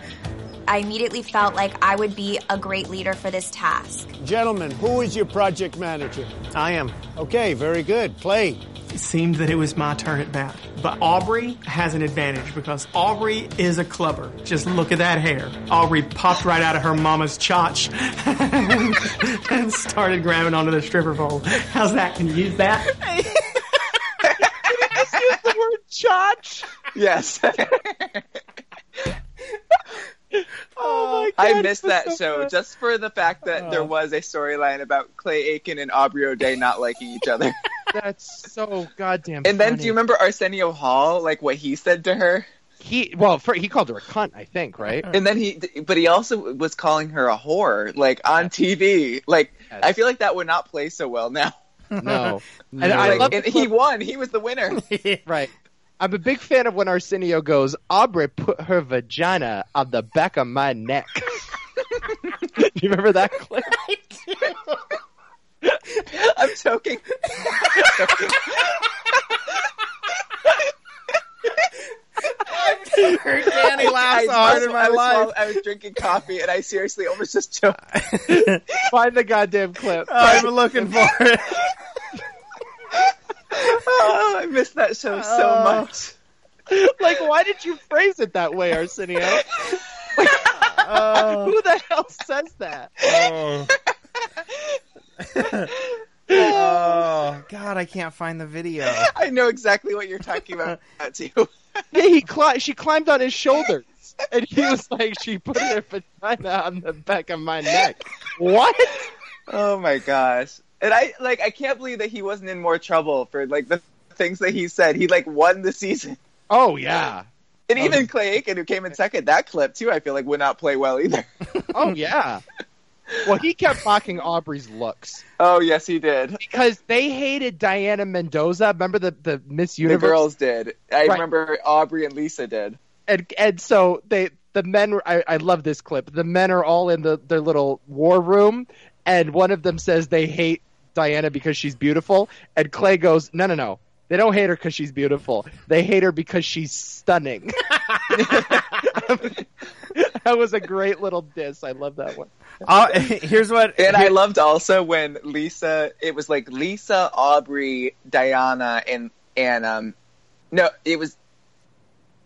[SPEAKER 9] I immediately felt like I would be a great leader for this task.
[SPEAKER 1] Gentlemen, who is your project manager?
[SPEAKER 5] I am.
[SPEAKER 1] Okay, very good. Play.
[SPEAKER 10] It seemed that it was my turn at bat. But Aubrey has an advantage because Aubrey is a clubber. Just look at that hair. Aubrey popped right out of her mama's chotch and started grabbing onto the stripper pole. How's that? Can you use that?
[SPEAKER 3] the word chotch.
[SPEAKER 4] Yes.
[SPEAKER 3] Oh my
[SPEAKER 4] I missed that show just for the fact that there was a storyline about Clay Aiken and Aubrey O'Day not liking each other.
[SPEAKER 3] That's so goddamn.
[SPEAKER 4] And then
[SPEAKER 3] funny.
[SPEAKER 4] do you remember Arsenio Hall, like what he said to her?
[SPEAKER 3] he? Well, for, he called her a cunt, I think, right?
[SPEAKER 4] And then he, but he also was calling her a whore, like on TV. Like
[SPEAKER 3] Yes.
[SPEAKER 4] I feel like that would not play so well now.
[SPEAKER 3] no, and
[SPEAKER 2] No.
[SPEAKER 3] I
[SPEAKER 4] Like,
[SPEAKER 3] love
[SPEAKER 4] and
[SPEAKER 3] the
[SPEAKER 4] he won. He was the winner.
[SPEAKER 3] Right. I'm a big fan of when Arsenio goes, Aubrey put her vagina on the back of my neck. Do you remember that clip?
[SPEAKER 4] I'm joking.
[SPEAKER 2] Heard Danny laugh so
[SPEAKER 4] I,
[SPEAKER 2] hard in my
[SPEAKER 4] I was,
[SPEAKER 2] life.
[SPEAKER 4] while I was drinking coffee, and I seriously almost just choked.
[SPEAKER 3] Find the goddamn clip.
[SPEAKER 2] I'm looking for it.
[SPEAKER 4] Oh, I missed that show so much.
[SPEAKER 3] like, why did you phrase it that way, Arsenio? Who the hell says that?
[SPEAKER 2] oh God, I can't find the video.
[SPEAKER 4] I know exactly what you're talking about too.
[SPEAKER 3] Yeah, he cli- she climbed on his shoulders. And he was like, she put her vagina on the back of my neck. What?
[SPEAKER 4] Oh my gosh! And I like I can't believe that he wasn't in more trouble for like the things that he said. He like won the season,
[SPEAKER 3] Oh, yeah.
[SPEAKER 4] and even Clay Aiken, who came in second, that clip too. I feel like would not play well either.
[SPEAKER 3] Oh, yeah. Well, he kept mocking Aubrey's looks.
[SPEAKER 4] Oh yes, he did.
[SPEAKER 3] because they hated Diana Mendoza. Remember the, the Miss
[SPEAKER 4] The
[SPEAKER 3] Universe
[SPEAKER 4] girls did. I
[SPEAKER 3] Right.
[SPEAKER 4] remember Aubrey and Lisa did.
[SPEAKER 3] and and so they the men. were- I, I love this clip. The men are all in the their little war room, and one of them says they hate Diana because she's beautiful, and Clay goes, "No, no, no." They don't hate her because she's beautiful. They hate her because she's stunning. that was a great little diss. I love that one.
[SPEAKER 2] I'll- Uh, here's what.
[SPEAKER 4] And I loved also when Lisa. It was like Lisa, Aubrey, Diana, and and um, no, it was.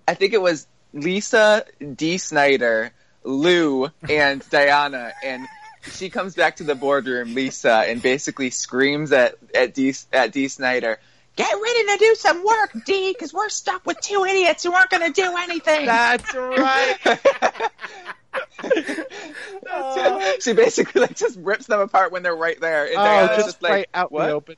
[SPEAKER 4] I think it was Lisa D. Snyder, Lou, and Diana, and she comes back to the boardroom, Lisa, and basically screams at at D. At D. Snyder. Get ready to do some work, D, because we're stuck with two idiots who aren't going to do anything.
[SPEAKER 3] That's right.
[SPEAKER 4] she basically like just rips them apart when they're right there. And
[SPEAKER 3] Oh,
[SPEAKER 4] Diana's
[SPEAKER 3] just,
[SPEAKER 4] just, like,
[SPEAKER 3] right out in
[SPEAKER 4] what?
[SPEAKER 3] the open.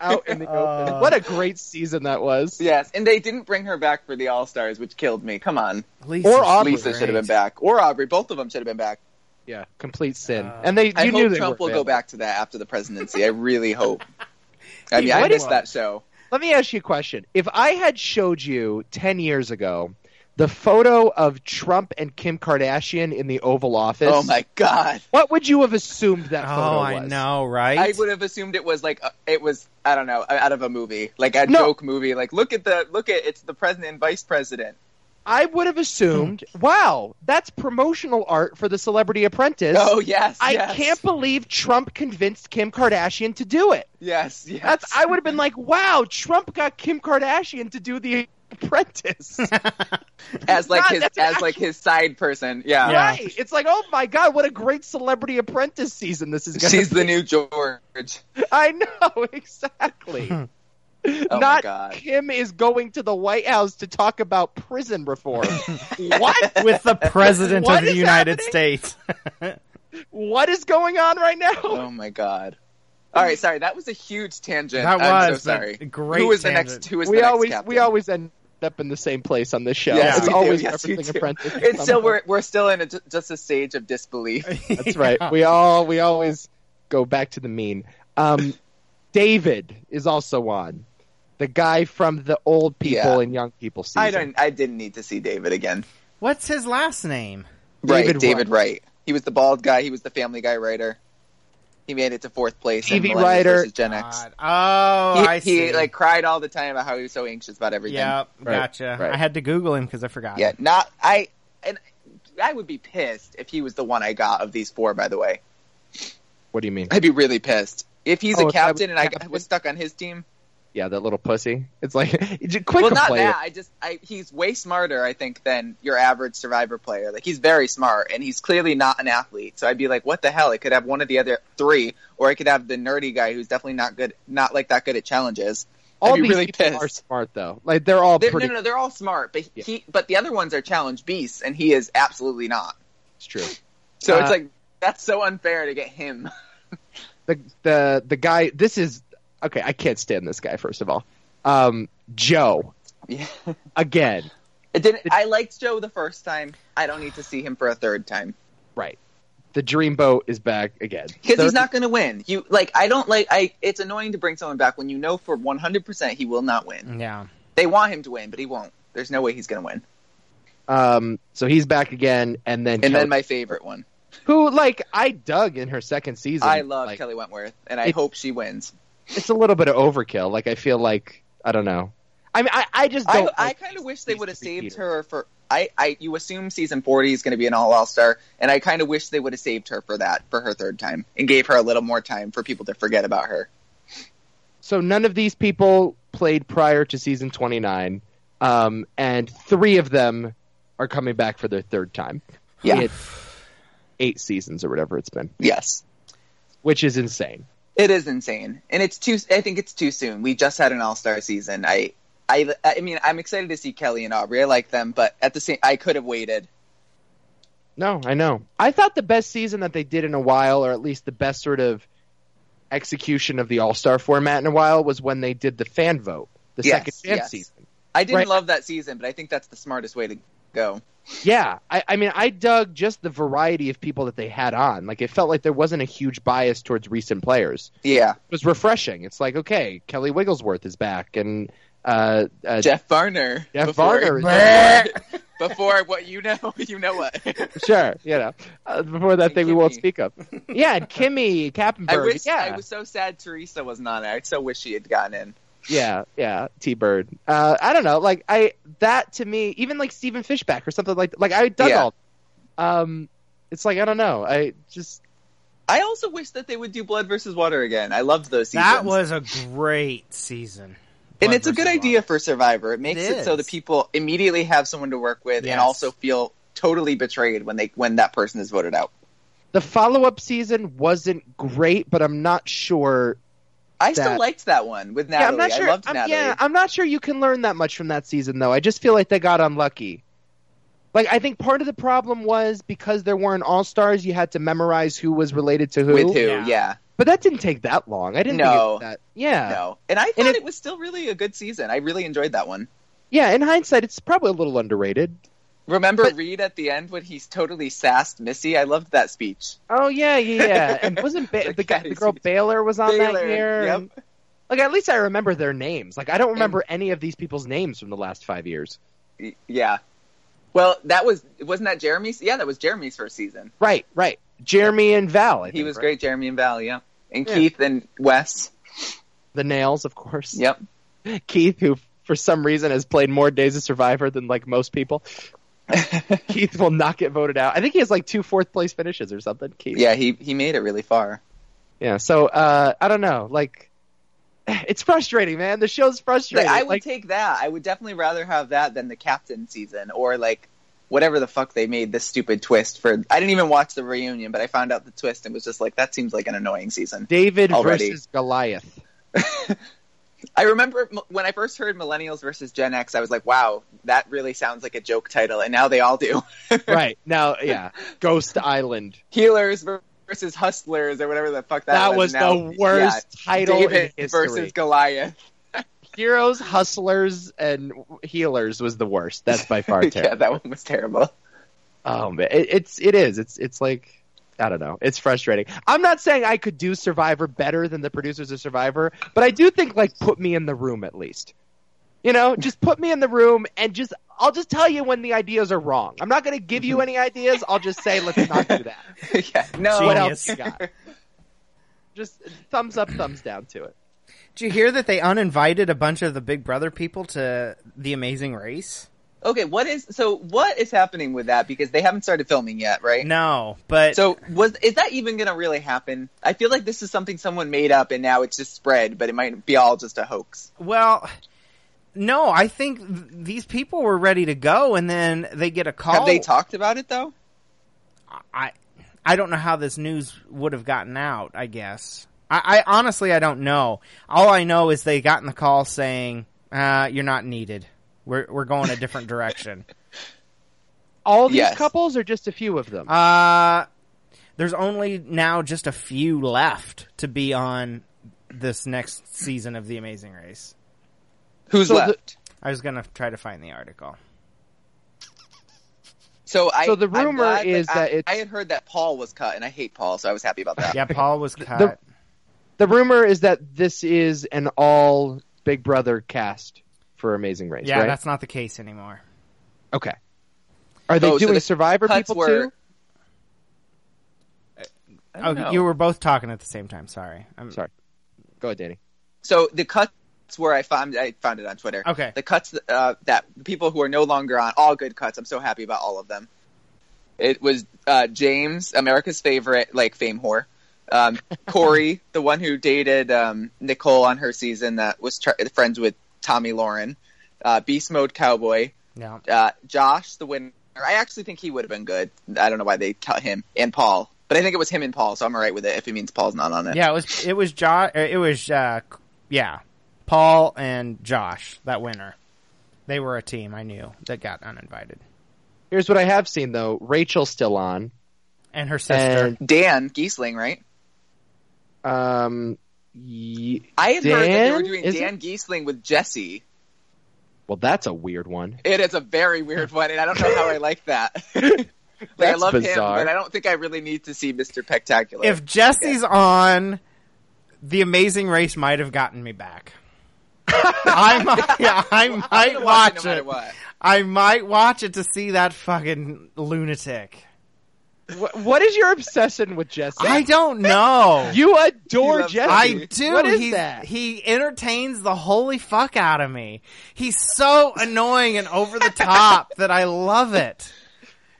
[SPEAKER 3] Out in the
[SPEAKER 2] Uh.
[SPEAKER 3] open. What a great season that was.
[SPEAKER 4] Yes, and they didn't bring her back for the All Stars, which killed me. Come on,
[SPEAKER 2] Lisa,
[SPEAKER 3] or Aubrey.
[SPEAKER 4] Lisa should have been back, or Aubrey. Both of them should have been back.
[SPEAKER 3] Yeah, complete sin.
[SPEAKER 2] Uh,
[SPEAKER 3] and they, you
[SPEAKER 4] I
[SPEAKER 3] knew
[SPEAKER 4] hope
[SPEAKER 3] they
[SPEAKER 4] Trump
[SPEAKER 3] were
[SPEAKER 4] will go
[SPEAKER 3] bad.
[SPEAKER 4] back to that after the presidency. I really hope. I mean, I
[SPEAKER 3] might
[SPEAKER 4] missed
[SPEAKER 2] have-
[SPEAKER 4] that show.
[SPEAKER 3] Let me ask you a question. If I had showed you ten years ago the photo of Trump and Kim Kardashian in the Oval Office,
[SPEAKER 4] Oh my god!
[SPEAKER 3] what would you have assumed that photo
[SPEAKER 2] Oh,
[SPEAKER 3] was?
[SPEAKER 2] I know, right?
[SPEAKER 4] I would have assumed it was like a, it was I don't know out of a movie, like a
[SPEAKER 3] No.
[SPEAKER 4] joke movie. Like look at the look at it's the president and vice president.
[SPEAKER 3] I would have assumed, wow, that's promotional art for the Celebrity Apprentice.
[SPEAKER 4] Oh yes,
[SPEAKER 3] I
[SPEAKER 4] yes,
[SPEAKER 3] can't believe Trump convinced Kim Kardashian to do it.
[SPEAKER 4] Yes, yes.
[SPEAKER 3] That's I would have been like, wow, Trump got Kim Kardashian to do the Apprentice.
[SPEAKER 4] as like
[SPEAKER 3] God,
[SPEAKER 4] his
[SPEAKER 3] that's an
[SPEAKER 4] as like his side person. Yeah,
[SPEAKER 2] Yeah.
[SPEAKER 3] Right. It's like, oh my god, what a great Celebrity Apprentice season this is going to
[SPEAKER 4] she's the new George.
[SPEAKER 3] I know exactly.
[SPEAKER 4] my
[SPEAKER 3] Not
[SPEAKER 4] God.
[SPEAKER 3] Kim is going to the White House to talk about prison reform. what?
[SPEAKER 2] with the president
[SPEAKER 3] What
[SPEAKER 2] of the
[SPEAKER 3] is
[SPEAKER 2] United
[SPEAKER 3] happening?
[SPEAKER 2] States.
[SPEAKER 3] What is going on right now?
[SPEAKER 4] Oh my god. All right, sorry. That was a huge tangent.
[SPEAKER 2] That
[SPEAKER 4] I'm
[SPEAKER 2] was
[SPEAKER 4] so sorry.
[SPEAKER 2] a great
[SPEAKER 4] Who was
[SPEAKER 2] tangent.
[SPEAKER 4] the next? Who was the
[SPEAKER 3] we
[SPEAKER 4] next
[SPEAKER 3] always
[SPEAKER 4] captain?
[SPEAKER 3] we always end up in the same place on this show.
[SPEAKER 4] Yes,
[SPEAKER 3] it's
[SPEAKER 4] we do.
[SPEAKER 3] always
[SPEAKER 4] Yes, we
[SPEAKER 3] referencing
[SPEAKER 4] do.
[SPEAKER 3] Apprentice. at
[SPEAKER 4] It's
[SPEAKER 3] some
[SPEAKER 4] still
[SPEAKER 3] point.
[SPEAKER 4] we're we're still in a, ju- just a stage of disbelief.
[SPEAKER 3] That's right. We all we always go back to the mean. Um, David is also on. The guy from the old people
[SPEAKER 4] Yeah.
[SPEAKER 3] and young people season.
[SPEAKER 4] I don't. I didn't need to see David again.
[SPEAKER 2] What's his last name?
[SPEAKER 3] David
[SPEAKER 4] right, David Wright. He was the bald guy. He was the Family Guy writer. He made it to fourth place. in
[SPEAKER 3] TV
[SPEAKER 4] Millennials
[SPEAKER 3] writer.
[SPEAKER 4] versus Gen X.
[SPEAKER 2] God. Oh,
[SPEAKER 4] he,
[SPEAKER 2] I see.
[SPEAKER 4] he like cried all the time about how he was so anxious about everything.
[SPEAKER 2] yeah, gotcha.
[SPEAKER 3] right.
[SPEAKER 2] I had to Google him because I forgot.
[SPEAKER 4] Yeah, not I and I would be pissed if he was the one I got of these four. By the way,
[SPEAKER 3] What do you mean?
[SPEAKER 4] I'd be really pissed if he's
[SPEAKER 3] Oh,
[SPEAKER 4] a
[SPEAKER 3] if I was
[SPEAKER 4] captain and I got-
[SPEAKER 3] captain?
[SPEAKER 4] was stuck on his team.
[SPEAKER 3] Yeah, that little pussy. It's like quick
[SPEAKER 4] well, not
[SPEAKER 3] play.
[SPEAKER 4] that. I just I, he's way smarter, I think, than your average Survivor player. Like he's very smart, and he's clearly not an athlete. So I'd be like, what the hell? I could have one of the other three, or I could have the nerdy guy who's definitely not good, not like that good at challenges.
[SPEAKER 3] All
[SPEAKER 4] I'd be
[SPEAKER 3] these
[SPEAKER 4] really
[SPEAKER 3] people
[SPEAKER 4] pissed.
[SPEAKER 3] are smart though. Like they're all
[SPEAKER 4] They're-
[SPEAKER 3] pretty.
[SPEAKER 4] No, no, no, they're all smart, but
[SPEAKER 3] Yeah.
[SPEAKER 4] he, but the other ones are challenge beasts, and he is absolutely not.
[SPEAKER 3] It's true.
[SPEAKER 4] So
[SPEAKER 3] Uh,
[SPEAKER 4] it's like that's so unfair to get him.
[SPEAKER 3] the the the guy this is okay i can't stand this guy first of all um joe
[SPEAKER 4] Yeah.
[SPEAKER 3] again
[SPEAKER 4] It didn't. I liked Joe the first time. I don't need to see him for a third time
[SPEAKER 3] right the dreamboat is back again
[SPEAKER 4] because he's
[SPEAKER 3] Third-
[SPEAKER 4] not going to win. You like. I don't like. I. It's annoying to bring someone back when you know for one hundred percent he will not win.
[SPEAKER 2] Yeah.
[SPEAKER 4] They want him to win, but he won't. There's no way he's going to win.
[SPEAKER 3] um so he's back again and then
[SPEAKER 4] And
[SPEAKER 3] Kelly,
[SPEAKER 4] then my favorite one.
[SPEAKER 3] who like i dug in her second season
[SPEAKER 4] I love
[SPEAKER 3] Like,
[SPEAKER 4] Kelly Wentworth, and I
[SPEAKER 3] It-
[SPEAKER 4] hope she wins.
[SPEAKER 3] it's a little bit of overkill like i feel like i don't know i mean i, I just
[SPEAKER 4] I,
[SPEAKER 3] don't
[SPEAKER 4] I
[SPEAKER 3] like
[SPEAKER 4] kind of
[SPEAKER 3] these-
[SPEAKER 4] wish they
[SPEAKER 3] these
[SPEAKER 4] would have saved
[SPEAKER 3] repeaters.
[SPEAKER 4] her for. I, I you assume season forty is going to be an all all star, and I kind of wish they would have saved her for that for her third time and gave her a little more time for people to forget about her.
[SPEAKER 3] so none of these people played prior to season 29 um and three of them are coming back for their third time
[SPEAKER 4] Yeah.
[SPEAKER 3] in eight seasons or whatever it's been,
[SPEAKER 4] Yes.
[SPEAKER 3] which is insane.
[SPEAKER 4] It is insane, and it's too. I think it's too soon. We just had an All Star season. I, I, I mean, I'm excited to see Kelly and Aubrey. I like them, but at the same, I could have waited.
[SPEAKER 3] No, I know. I thought the best season that they did in a while, or at least the best sort of execution of the All Star format in a while, was when they did the fan vote, the
[SPEAKER 4] Yes,
[SPEAKER 3] second fan
[SPEAKER 4] yes.
[SPEAKER 3] season.
[SPEAKER 4] I didn't
[SPEAKER 3] Right.
[SPEAKER 4] love that season, but I think that's the smartest way to go.
[SPEAKER 3] Yeah, I, I mean, I dug just the variety of people that they had on. Like, it felt like there wasn't a huge bias towards recent players.
[SPEAKER 4] Yeah,
[SPEAKER 3] It was refreshing. It's like, okay, Kelly Wigglesworth is back, and uh, uh,
[SPEAKER 4] Jeff Varner.
[SPEAKER 3] Jeff
[SPEAKER 4] Before-
[SPEAKER 3] Varner is
[SPEAKER 4] Before what you know, you know what.
[SPEAKER 3] sure, you know, uh, before that
[SPEAKER 4] And
[SPEAKER 3] thing we won't
[SPEAKER 4] Kimmy.
[SPEAKER 3] speak of. Yeah, and Kimmy, Kappenberg.
[SPEAKER 4] I wish.
[SPEAKER 3] yeah.
[SPEAKER 4] I was so sad Teresa wasn't on it. I so wish she had gotten in.
[SPEAKER 3] Yeah, yeah, T Bird. Uh, I don't know, like I that to me, even like Stephen Fishback or something like like I dug
[SPEAKER 4] Yeah.
[SPEAKER 3] all. Um, it's like I don't know. I just
[SPEAKER 4] I also wish that they would do Blood versus Water again. I loved those seasons.
[SPEAKER 2] That was a great season.
[SPEAKER 4] and
[SPEAKER 2] Blood
[SPEAKER 4] it's a good
[SPEAKER 2] versus
[SPEAKER 4] idea
[SPEAKER 2] Water.
[SPEAKER 4] for survivor it makes it, so
[SPEAKER 2] is.
[SPEAKER 4] the people immediately have someone to work with
[SPEAKER 2] Yes.
[SPEAKER 4] and also feel totally betrayed when they when that person is voted out
[SPEAKER 3] the follow up season wasn't great, but I'm not sure.
[SPEAKER 4] i
[SPEAKER 3] That-
[SPEAKER 4] still liked that one with
[SPEAKER 3] yeah,
[SPEAKER 4] natalie
[SPEAKER 3] I'm not
[SPEAKER 4] i
[SPEAKER 3] sure.
[SPEAKER 4] loved
[SPEAKER 3] I'm-
[SPEAKER 4] natalie
[SPEAKER 3] yeah, I'm not sure you can learn that much from that season though. I just feel like they got unlucky. Like I think part of the problem was because there weren't all stars, you had to memorize who was related to who.
[SPEAKER 4] with who
[SPEAKER 2] Yeah.
[SPEAKER 4] yeah,
[SPEAKER 3] But that didn't take that long. I didn't think it
[SPEAKER 4] No.
[SPEAKER 3] was that. Yeah.
[SPEAKER 4] no and i thought
[SPEAKER 3] it-
[SPEAKER 4] it, was still really a good season i really enjoyed that one
[SPEAKER 3] Yeah, in hindsight, it's probably a little underrated.
[SPEAKER 4] remember reed at the end when he's totally sassed missy i loved that speech
[SPEAKER 3] Oh yeah, yeah, yeah. And wasn't ba-
[SPEAKER 4] The
[SPEAKER 3] the, guy,
[SPEAKER 4] cat
[SPEAKER 3] the
[SPEAKER 4] is-
[SPEAKER 3] girl Baylor was on that
[SPEAKER 4] Baylor,
[SPEAKER 3] year?
[SPEAKER 4] yep.
[SPEAKER 3] and- like at least I remember their names. Like I don't remember any of these people's names from the last five years.
[SPEAKER 4] Y- yeah well that was wasn't that jeremy's yeah that was jeremy's first season
[SPEAKER 3] Right, right. Jeremy and Val. I
[SPEAKER 4] he
[SPEAKER 3] think,
[SPEAKER 4] was
[SPEAKER 3] right?
[SPEAKER 4] great jeremy and val yeah and
[SPEAKER 3] Yeah.
[SPEAKER 4] keith and wes
[SPEAKER 3] The Nails, of course.
[SPEAKER 4] yep
[SPEAKER 3] Keith, who for some reason has played more Days of Survivor than like most people. Keith will not get voted out. I think he has like two fourth place finishes or something. Keith.
[SPEAKER 4] yeah he he made it really far
[SPEAKER 3] Yeah. So uh, I don't know. Like, it's frustrating, man. The show's
[SPEAKER 4] Like,
[SPEAKER 3] frustrating.
[SPEAKER 4] I would
[SPEAKER 3] Like-
[SPEAKER 4] take that. I would definitely rather have that than the captain season or like whatever the fuck they made this stupid twist for. I didn't even watch the reunion, but I found out the twist and was just like, that seems like an annoying season.
[SPEAKER 3] David
[SPEAKER 4] Already.
[SPEAKER 3] versus Goliath.
[SPEAKER 4] I remember m- when I first heard Millennials versus Gen X, I was like, wow, that really sounds like a joke title, and now they all do.
[SPEAKER 3] right now, yeah, Ghost Island.
[SPEAKER 4] Healers ver- versus Hustlers or whatever the fuck that,
[SPEAKER 3] That was
[SPEAKER 4] Now-
[SPEAKER 3] the worst title in
[SPEAKER 4] David
[SPEAKER 3] history.
[SPEAKER 4] versus Goliath.
[SPEAKER 3] Heroes, Hustlers, and Healers was the worst. That's by far terrible.
[SPEAKER 4] yeah, that one was terrible.
[SPEAKER 3] Oh man, it, it's it is. It's it's like I don't know. It's frustrating. I'm not saying I could do Survivor better than the producers of Survivor, but I do think like put me in the room at least. You know, just put me in the room and just I'll just tell you when the ideas are wrong. I'm not going to give you any ideas. I'll just say let's not do that.
[SPEAKER 4] yeah, no.
[SPEAKER 3] What
[SPEAKER 2] Genius.
[SPEAKER 3] else you got? Just thumbs up, thumbs down to it.
[SPEAKER 2] Did you hear that they uninvited a bunch of the Big Brother people to The Amazing Race?
[SPEAKER 4] Okay, what is so? What is happening with that? Because they haven't started filming yet, right?
[SPEAKER 2] No, but
[SPEAKER 4] So was is that even going to really happen? I feel like this is something someone made up and now it's just spread, but it might be all just a hoax.
[SPEAKER 2] well, no, I think th- these people were ready to go, and then they get a call.
[SPEAKER 4] Have
[SPEAKER 3] Oh.
[SPEAKER 4] they talked about it though?
[SPEAKER 2] I, I don't know how this news would have gotten out. I guess I, I honestly I don't know. All I know is they gotten the call saying uh, you're not needed. We're we're going a different direction.
[SPEAKER 3] All these
[SPEAKER 4] Yes.
[SPEAKER 3] couples or just a few of them?
[SPEAKER 2] Uh, there's only now just a few left to be on this next season of The Amazing Race.
[SPEAKER 4] Who's
[SPEAKER 3] So the-
[SPEAKER 4] left?
[SPEAKER 2] I was gonna try to find the article.
[SPEAKER 4] so I.
[SPEAKER 3] So the
[SPEAKER 4] I'm
[SPEAKER 3] rumor
[SPEAKER 4] glad
[SPEAKER 3] is
[SPEAKER 4] I,
[SPEAKER 3] that it's-
[SPEAKER 4] I had heard that Paul was cut, and I hate Paul, so I was happy about that.
[SPEAKER 2] Yeah, Paul was cut.
[SPEAKER 3] The- the rumor is that this is an all Big Brother cast for Amazing Race.
[SPEAKER 2] yeah,
[SPEAKER 3] right?
[SPEAKER 2] that's not the case anymore.
[SPEAKER 3] Okay. Are they
[SPEAKER 4] Oh, so
[SPEAKER 3] doing
[SPEAKER 4] the
[SPEAKER 3] Survivor
[SPEAKER 4] cuts
[SPEAKER 3] people
[SPEAKER 4] were-
[SPEAKER 3] too?
[SPEAKER 4] I
[SPEAKER 2] Oh,
[SPEAKER 4] don't know.
[SPEAKER 2] you were both talking at the same time. Sorry. I'm
[SPEAKER 3] Sorry. Go ahead, Danny.
[SPEAKER 4] So the cuts were I found I found it on Twitter.
[SPEAKER 2] Okay.
[SPEAKER 4] The cuts uh, that the people who are no longer on all good cuts. I'm so happy about all of them. It was uh, James, America's favorite, like fame whore. Um, Corey, the one who dated um, Nicole on her season, that was tr- friends with Tommy Lauren. Uh, Beast Mode Cowboy,
[SPEAKER 2] No.
[SPEAKER 4] uh, Josh, the winner. I actually think he would have been good. I don't know why they cut him and Paul, but I think it was him and Paul, so I'm alright with it if it means Paul's not on it.
[SPEAKER 2] Yeah, it was it was Josh. It was uh, yeah, Paul and Josh that winner. They were a team I knew that got uninvited,
[SPEAKER 3] Here's what I have seen though. Rachel's still on.
[SPEAKER 2] and her sister.
[SPEAKER 3] And
[SPEAKER 4] Dan Giesling, right?
[SPEAKER 3] um ye-
[SPEAKER 4] I had heard that they were
[SPEAKER 3] Dan?
[SPEAKER 4] doing
[SPEAKER 3] Is
[SPEAKER 4] Dan Giesling with Jesse.
[SPEAKER 3] well that's a weird one.
[SPEAKER 4] It is a very weird one, and I don't know how I like that. like, I
[SPEAKER 3] That's
[SPEAKER 4] love
[SPEAKER 3] bizarre.
[SPEAKER 4] him, but I don't think I really need to see Mr. Spectacular.
[SPEAKER 2] if Jesse's on, The Amazing Race might have gotten me back. I might, yeah, I
[SPEAKER 4] I'm
[SPEAKER 2] might
[SPEAKER 4] gonna
[SPEAKER 2] watch
[SPEAKER 4] no matter
[SPEAKER 2] it.
[SPEAKER 4] what.
[SPEAKER 2] I might watch it to see that fucking lunatic.
[SPEAKER 3] Wh- what is your obsession with Jesse?
[SPEAKER 2] I don't know.
[SPEAKER 3] you adore
[SPEAKER 4] He loves
[SPEAKER 3] Jesse.
[SPEAKER 2] I do.
[SPEAKER 3] What is
[SPEAKER 2] he,
[SPEAKER 3] that?
[SPEAKER 2] He entertains the holy fuck out of me. He's so annoying and over the top that I love it.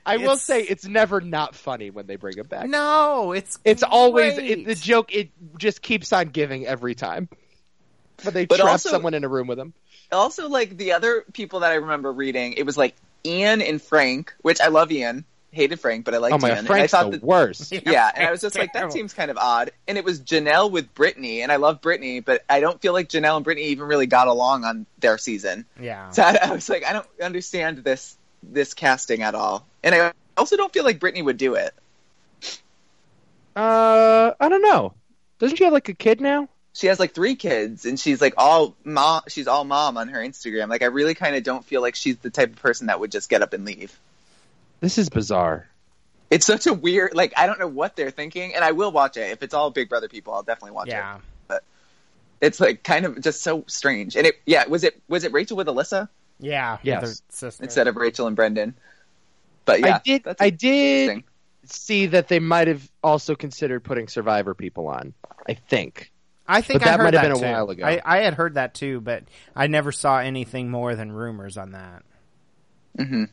[SPEAKER 3] I will
[SPEAKER 2] it's-
[SPEAKER 3] say it's never not funny when they bring him back.
[SPEAKER 2] No, it's
[SPEAKER 3] It's always it,
[SPEAKER 2] great.
[SPEAKER 3] the joke. It just keeps on giving every time. But they
[SPEAKER 4] But
[SPEAKER 3] trap
[SPEAKER 4] also-
[SPEAKER 3] someone in a room with him.
[SPEAKER 4] Also, like the other people that I remember reading, it was like Ian and Frank, which I love Ian. Hated Frank, but I liked
[SPEAKER 3] oh my,
[SPEAKER 4] Ian. And I
[SPEAKER 3] Frank's
[SPEAKER 4] thought
[SPEAKER 3] the
[SPEAKER 4] that-
[SPEAKER 3] worst.
[SPEAKER 4] yeah, and I was just like, that
[SPEAKER 2] Terrible.
[SPEAKER 4] seems kind of odd. And it was Janelle with Brittany, and I love Brittany, but I don't feel like Janelle and Brittany even really got along on their season.
[SPEAKER 2] yeah.
[SPEAKER 4] So I, I was like, I don't understand this this casting at all, and I also don't feel like Brittany would do it.
[SPEAKER 3] Uh, I don't know. Doesn't she have like a kid now?
[SPEAKER 4] She has like three kids, and she's like all mom. She's all mom on her Instagram. Like, I really kind of don't feel like she's the type of person that would just get up and leave.
[SPEAKER 3] This is bizarre.
[SPEAKER 4] It's such a weird. Like, I don't know what they're thinking, and I will watch it if it's all Big Brother people. I'll definitely watch
[SPEAKER 2] Yeah.
[SPEAKER 4] it. It's like kind of just so strange. And it, yeah, was it was it Rachel with Alyssa
[SPEAKER 2] Yeah. with
[SPEAKER 3] Yes.
[SPEAKER 2] her sister.
[SPEAKER 4] instead of Rachel and Brendan? But yeah,
[SPEAKER 3] I did.
[SPEAKER 4] that's
[SPEAKER 3] I did
[SPEAKER 4] interesting.
[SPEAKER 3] see that they might have also considered putting Survivor people on. I think.
[SPEAKER 2] I think
[SPEAKER 3] But
[SPEAKER 2] I
[SPEAKER 3] that
[SPEAKER 2] heard
[SPEAKER 3] might have
[SPEAKER 2] that
[SPEAKER 3] been a
[SPEAKER 2] too.
[SPEAKER 3] while ago.
[SPEAKER 2] I, I had heard that too, but I never saw anything more than rumors on that.
[SPEAKER 4] Mm-hmm.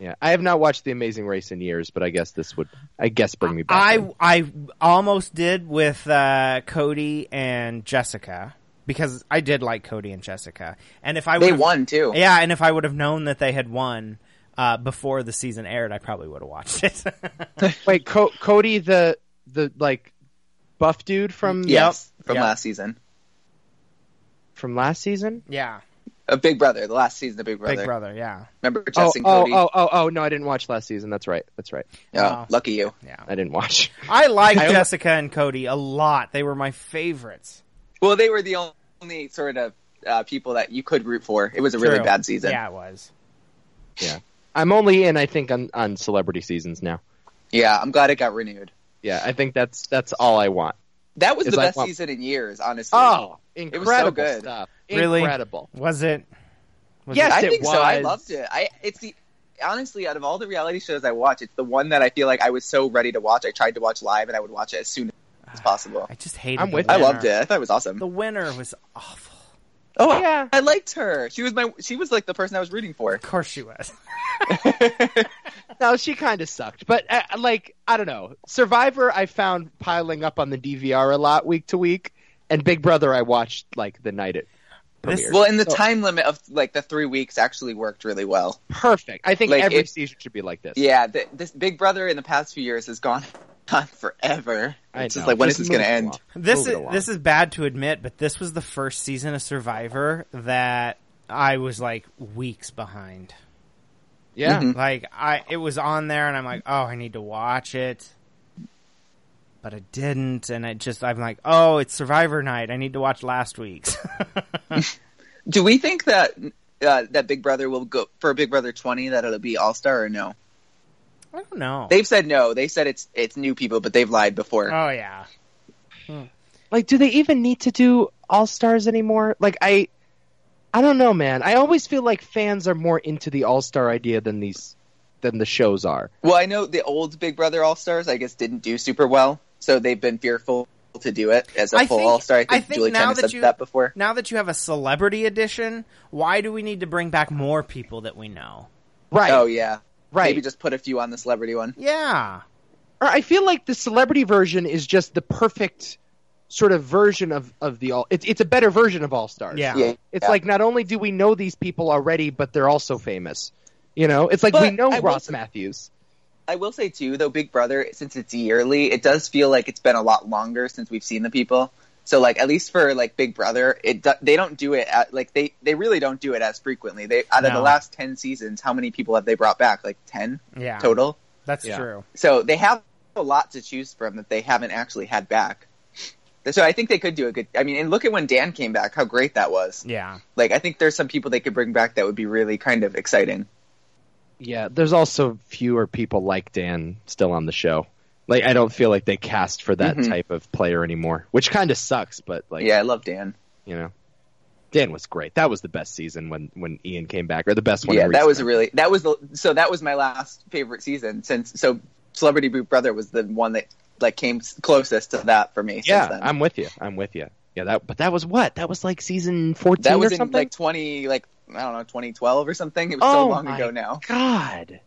[SPEAKER 3] Yeah, I have not watched The Amazing Race in years, but I guess this would, I guess, bring me back.
[SPEAKER 2] I
[SPEAKER 3] in.
[SPEAKER 2] I almost did with uh, Cody and Jessica because I did like Cody and Jessica, and if I
[SPEAKER 4] they
[SPEAKER 2] would've-
[SPEAKER 4] won too.
[SPEAKER 2] yeah, and if I would have known that they had won uh, before the season aired, I probably would have watched it.
[SPEAKER 3] wait, Co- Cody, the the like buff dude from
[SPEAKER 4] Yes, from
[SPEAKER 2] Yep.
[SPEAKER 4] last season.
[SPEAKER 3] from last season.
[SPEAKER 2] yeah,
[SPEAKER 4] a Big Brother, the last season of Big Brother.
[SPEAKER 2] Big Brother, yeah,
[SPEAKER 4] Remember
[SPEAKER 3] Oh,
[SPEAKER 4] Justin
[SPEAKER 3] oh,
[SPEAKER 4] Cody?
[SPEAKER 3] oh, oh, oh, no, I didn't watch last season. That's right. That's right.
[SPEAKER 4] Yeah, lucky you.
[SPEAKER 2] yeah.
[SPEAKER 3] I didn't watch.
[SPEAKER 2] I like
[SPEAKER 3] I-
[SPEAKER 2] Jessica and Cody a lot. They were my favorites.
[SPEAKER 4] Well, they were the only sort of uh, people that you could root for. It was a really
[SPEAKER 2] True.
[SPEAKER 4] bad season.
[SPEAKER 2] Yeah, it was.
[SPEAKER 3] Yeah. I'm only in, I think, on, on celebrity seasons now.
[SPEAKER 4] Yeah, I'm glad it got renewed.
[SPEAKER 3] Yeah, I think that's that's all I want.
[SPEAKER 4] That was
[SPEAKER 3] It's
[SPEAKER 4] the
[SPEAKER 3] like,
[SPEAKER 4] best
[SPEAKER 3] wow.
[SPEAKER 4] season in years, honestly.
[SPEAKER 3] Oh,
[SPEAKER 4] so
[SPEAKER 3] incredible
[SPEAKER 4] good.
[SPEAKER 3] stuff.
[SPEAKER 2] Really
[SPEAKER 3] Incredible.
[SPEAKER 2] Was it? Was
[SPEAKER 3] Yes,
[SPEAKER 4] I
[SPEAKER 3] it
[SPEAKER 4] think so. I
[SPEAKER 3] was.
[SPEAKER 4] loved it. I it's the honestly out of all the reality shows I watch, it's the one that I feel like I was so ready to watch. I tried to watch live, and I would watch it as soon as possible.
[SPEAKER 2] I just hated.
[SPEAKER 3] I'm with
[SPEAKER 2] the
[SPEAKER 4] I
[SPEAKER 3] you.
[SPEAKER 2] winner.
[SPEAKER 4] loved it. I thought it was awesome.
[SPEAKER 2] The winner was awful.
[SPEAKER 4] Oh
[SPEAKER 3] Yeah.
[SPEAKER 4] I liked her. She was my. She was like the person I was rooting for.
[SPEAKER 2] Of course she was.
[SPEAKER 3] No, she kind of sucked, but uh, like I don't know. Survivor, I found piling up on the DVR a lot week to week, and Big Brother, I watched like the night it
[SPEAKER 2] This-
[SPEAKER 3] premiered.
[SPEAKER 4] Well, and the time limit of like the three weeks actually worked really well.
[SPEAKER 3] perfect. I think
[SPEAKER 4] like,
[SPEAKER 3] every
[SPEAKER 4] it-
[SPEAKER 3] season should be like this.
[SPEAKER 4] Yeah, th this Big Brother in the past few years has gone on forever.
[SPEAKER 3] I
[SPEAKER 4] It's just
[SPEAKER 3] know.
[SPEAKER 4] like when is
[SPEAKER 3] Just
[SPEAKER 4] this going
[SPEAKER 3] move
[SPEAKER 4] to
[SPEAKER 3] it
[SPEAKER 4] end?
[SPEAKER 3] along.
[SPEAKER 2] This
[SPEAKER 3] Move it
[SPEAKER 2] is
[SPEAKER 3] along.
[SPEAKER 2] this is bad to admit, but this was the first season of Survivor that I was like weeks behind.
[SPEAKER 3] yeah.
[SPEAKER 4] Mm-hmm.
[SPEAKER 2] Like I, it was on there, and I'm like, oh, I need to watch it, but I didn't, and I just, I'm like, oh, it's Survivor night. I need to watch last week's.
[SPEAKER 4] Do we think that uh, that Big Brother will go for Big Brother 20 that it'll be All Star or no?
[SPEAKER 2] I don't know.
[SPEAKER 4] They've said no. They said it's it's new people, but they've lied before.
[SPEAKER 2] oh yeah,
[SPEAKER 3] Like, do they even need to do All Stars anymore? Like, I, I don't know, man. I always feel like fans are more into the All Star idea than these, than the shows are.
[SPEAKER 4] Well, I know the old Big Brother All Stars, I guess, didn't do super well, so they've been fearful to do it as a
[SPEAKER 2] I
[SPEAKER 4] full
[SPEAKER 2] think-
[SPEAKER 4] All Star. I,
[SPEAKER 2] I
[SPEAKER 4] think
[SPEAKER 2] think
[SPEAKER 4] Julie
[SPEAKER 2] now
[SPEAKER 4] kind of
[SPEAKER 2] that
[SPEAKER 4] said
[SPEAKER 2] you-
[SPEAKER 4] that before.
[SPEAKER 2] now that you have a celebrity edition, why do we need to bring back more people that we know?
[SPEAKER 3] Right.
[SPEAKER 4] Oh yeah,
[SPEAKER 3] Right.
[SPEAKER 4] Maybe just put a few on the celebrity one.
[SPEAKER 2] Yeah,
[SPEAKER 3] or I feel like the celebrity version is just the perfect sort of version of, of the all. It's it's a better version of All Stars.
[SPEAKER 2] Yeah.
[SPEAKER 4] Yeah,
[SPEAKER 3] It's
[SPEAKER 4] yeah.
[SPEAKER 3] like not only do we know these people already, but they're also famous. You know, it's like we
[SPEAKER 4] But
[SPEAKER 3] know
[SPEAKER 4] I will
[SPEAKER 3] Ross
[SPEAKER 4] say-
[SPEAKER 3] Matthews.
[SPEAKER 4] I will say too, though, Big Brother, since it's yearly, it does feel like it's been a lot longer since we've seen the people. So, like, at least for like Big Brother, it do- they don't do it at, like they they really don't do it as frequently. They out of
[SPEAKER 2] No.
[SPEAKER 4] the last ten seasons, how many people have they brought back? Like ten
[SPEAKER 2] yeah,
[SPEAKER 4] total.
[SPEAKER 2] That's
[SPEAKER 3] Yeah.
[SPEAKER 2] true.
[SPEAKER 4] So they have a lot to choose from that they haven't actually had back. So I think they could do a good. I mean, and look at when Dan came back, how great that was.
[SPEAKER 2] Yeah,
[SPEAKER 4] Like, I think there's some people they could bring back that would be really kind of exciting.
[SPEAKER 3] Yeah, there's also fewer people like Dan still on the show. Like I don't feel like they cast for that
[SPEAKER 4] Mhm.
[SPEAKER 3] type of player anymore, which kind of sucks. But like,
[SPEAKER 4] Yeah, I love Dan.
[SPEAKER 3] you know, Dan was great. That was the best season when when Ian came back, or the best one.
[SPEAKER 4] yeah,
[SPEAKER 3] in
[SPEAKER 4] that
[SPEAKER 3] recent
[SPEAKER 4] was a
[SPEAKER 3] memory.
[SPEAKER 4] really that was the so that was my last favorite season since so Celebrity Big Brother was the one that like came s- closest to that for me.
[SPEAKER 3] Yeah,
[SPEAKER 4] since then.
[SPEAKER 3] I'm with you. I'm with you. Yeah, that but that was what? That was like season 14
[SPEAKER 4] that was
[SPEAKER 3] or
[SPEAKER 4] in
[SPEAKER 3] something.
[SPEAKER 4] like 20 like I don't know 2012 or something. It was
[SPEAKER 3] Oh,
[SPEAKER 4] so long
[SPEAKER 3] my
[SPEAKER 4] ago now.
[SPEAKER 3] God.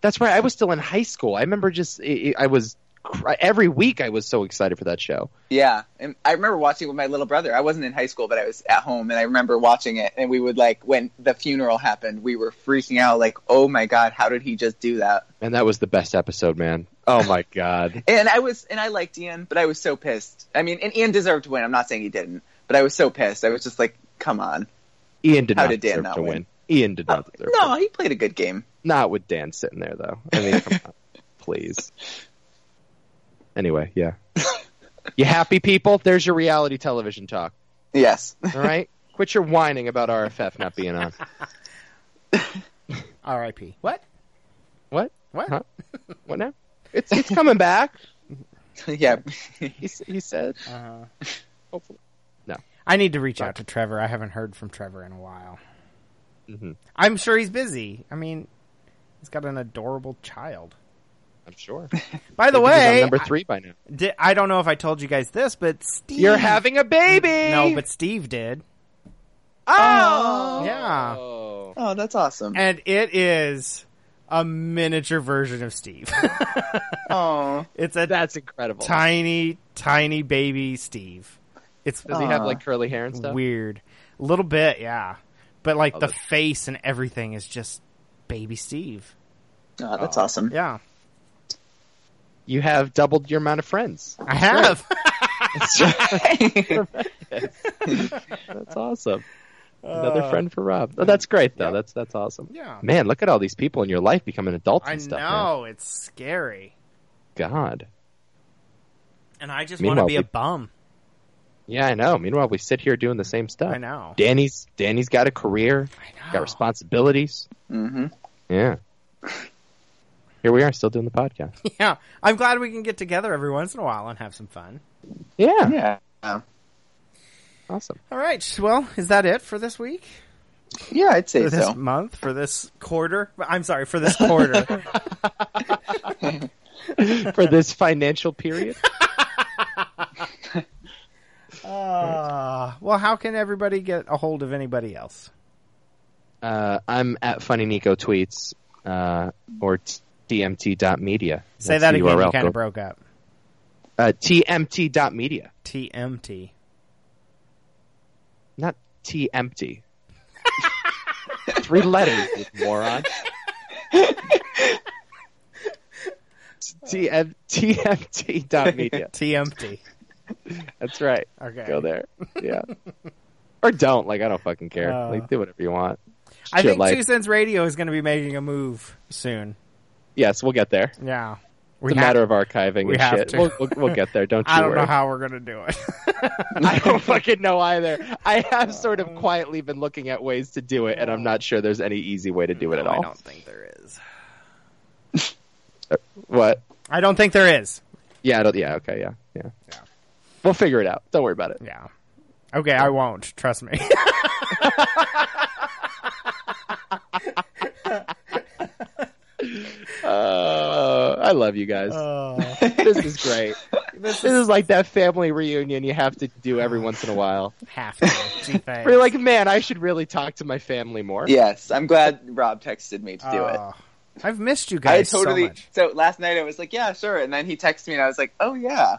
[SPEAKER 3] That's right. I was still in high school. I remember just I I was cr- every week I was so excited for that show.
[SPEAKER 4] Yeah, and I remember watching it with my little brother. I wasn't in high school, but I was at home, and I remember watching it. And we would like when the funeral happened, we were freaking out, like, "Oh my god, how did he just do that?"
[SPEAKER 3] And that was the best episode, man. Oh my god.
[SPEAKER 4] And I was, and I liked Ian, but I was so pissed. I mean, and Ian deserved to win. I'm not saying he didn't, but I was so pissed. I was just like, "Come on."
[SPEAKER 3] Ian did
[SPEAKER 4] How
[SPEAKER 3] not
[SPEAKER 4] did Dan
[SPEAKER 3] deserve
[SPEAKER 4] not
[SPEAKER 3] to win.
[SPEAKER 4] win?
[SPEAKER 3] Ian did not deserve to
[SPEAKER 4] No,
[SPEAKER 3] win.
[SPEAKER 4] he played a good game.
[SPEAKER 3] Not with Dan sitting there though. I mean, come on. Please. Anyway, yeah. You happy people? There's your reality television talk.
[SPEAKER 4] Yes.
[SPEAKER 3] All right? Quit your whining about RFF not being on.
[SPEAKER 2] R.I.P. What?
[SPEAKER 3] What?
[SPEAKER 2] What?
[SPEAKER 3] Huh? What now? It's it's coming back.
[SPEAKER 4] yeah.
[SPEAKER 3] He s- he said.
[SPEAKER 2] Uh-huh.
[SPEAKER 3] Hopefully.
[SPEAKER 2] I need to reach out to Trevor. I haven't heard from Trevor in a while.
[SPEAKER 3] Mhm.
[SPEAKER 2] I'm sure he's busy. I mean, he's got an adorable child.
[SPEAKER 3] I'm sure.
[SPEAKER 2] By the
[SPEAKER 3] Maybe he's on
[SPEAKER 2] way,
[SPEAKER 3] number three by now.
[SPEAKER 2] I, di- I don't know if I told you guys this, but Steve.
[SPEAKER 3] You're having a baby.
[SPEAKER 2] no, but Steve did.
[SPEAKER 3] oh,
[SPEAKER 2] Yeah,
[SPEAKER 4] Oh, that's awesome.
[SPEAKER 2] and it is a miniature version of Steve.
[SPEAKER 4] Oh,
[SPEAKER 2] it's a
[SPEAKER 3] that's incredible.
[SPEAKER 2] tiny, tiny baby Steve. It's
[SPEAKER 3] Does he have like curly hair and stuff?
[SPEAKER 2] weird, a little bit, yeah. But like the
[SPEAKER 3] that's-
[SPEAKER 2] face and everything is just baby Steve.
[SPEAKER 4] oh that's awesome.
[SPEAKER 2] Yeah,
[SPEAKER 3] You have doubled your amount of friends.
[SPEAKER 2] I have.
[SPEAKER 3] That's awesome. Another friend for Rob. Oh, that's great though. That's that's awesome.
[SPEAKER 2] Uh, Yeah.
[SPEAKER 3] Man, look at all these people in your life becoming adults
[SPEAKER 2] I
[SPEAKER 3] and stuff. man.
[SPEAKER 2] know it's scary,
[SPEAKER 3] God.
[SPEAKER 2] and I just want to
[SPEAKER 3] Meanwhile,
[SPEAKER 2] be a
[SPEAKER 3] we-
[SPEAKER 2] bum.
[SPEAKER 3] Yeah, I know. Meanwhile, we sit here doing the same stuff.
[SPEAKER 2] I know.
[SPEAKER 3] Danny's Danny's got a career.
[SPEAKER 2] I know.
[SPEAKER 3] Got responsibilities. Mm-hmm. Yeah. Here we are, still doing the podcast.
[SPEAKER 2] Yeah, I'm glad we can get together every once in a while and have some fun.
[SPEAKER 3] Yeah,
[SPEAKER 4] Yeah.
[SPEAKER 3] awesome.
[SPEAKER 2] All right. Well, is that it for this week?
[SPEAKER 4] Yeah, I'd say
[SPEAKER 2] For this
[SPEAKER 4] so.
[SPEAKER 2] month? For this quarter? I'm sorry, for this quarter.
[SPEAKER 3] For this financial period,
[SPEAKER 2] uh, well, how can everybody get a hold of anybody else?
[SPEAKER 3] uh, I'm at Funny Nico Tweets uh, or tmt.media.
[SPEAKER 2] Say
[SPEAKER 3] That's
[SPEAKER 2] that
[SPEAKER 3] the
[SPEAKER 2] again. You
[SPEAKER 3] URL.
[SPEAKER 2] kind of broke up.
[SPEAKER 3] Uh, tmt.media,
[SPEAKER 2] TMT.
[SPEAKER 3] not tmt. Three letters, you moron. TM, tmt.media.
[SPEAKER 2] TMT.
[SPEAKER 3] That's right.
[SPEAKER 2] Okay.
[SPEAKER 3] Go there. Yeah. or don't. Like, I don't fucking care.
[SPEAKER 2] Uh,
[SPEAKER 3] like, do whatever you want.
[SPEAKER 2] I
[SPEAKER 3] Shit,
[SPEAKER 2] think
[SPEAKER 3] like-
[SPEAKER 2] Two Cents Radio is going to be making a move soon.
[SPEAKER 3] Yes, we'll get there.
[SPEAKER 2] Yeah. We
[SPEAKER 3] It's a
[SPEAKER 2] have-
[SPEAKER 3] matter of archiving
[SPEAKER 2] we
[SPEAKER 3] and
[SPEAKER 2] have
[SPEAKER 3] shit.
[SPEAKER 2] to.
[SPEAKER 3] We'll, we'll, we'll get there. Don't you
[SPEAKER 2] I don't
[SPEAKER 3] worry.
[SPEAKER 2] know how we're going to do it.
[SPEAKER 3] I don't fucking know either. I have sort
[SPEAKER 2] Um,
[SPEAKER 3] of quietly been looking at ways to do it, and I'm not sure there's any easy way to do it at
[SPEAKER 2] I
[SPEAKER 3] all.
[SPEAKER 2] don't think there is.
[SPEAKER 3] What?
[SPEAKER 2] I don't think there is.
[SPEAKER 3] Yeah. I don't, yeah. Okay. Yeah. Yeah. We'll figure it out. Don't worry about it.
[SPEAKER 2] Yeah. Okay, I won't. Trust me.
[SPEAKER 3] Uh, I love you guys. this is great.
[SPEAKER 2] Uh. this
[SPEAKER 3] This
[SPEAKER 2] is
[SPEAKER 3] is like that family reunion you have to do every once in a while.
[SPEAKER 2] half. Gee, thanks.
[SPEAKER 3] We're like, man, I should really talk to my family more.
[SPEAKER 4] Yes, I'm glad Rob texted me to do it.
[SPEAKER 2] Oh, I've missed you
[SPEAKER 4] I
[SPEAKER 2] guys so
[SPEAKER 4] totally.
[SPEAKER 2] much.
[SPEAKER 4] So, last night I was like, "Yeah, sure," and then he texted me, and I was like, "Oh yeah."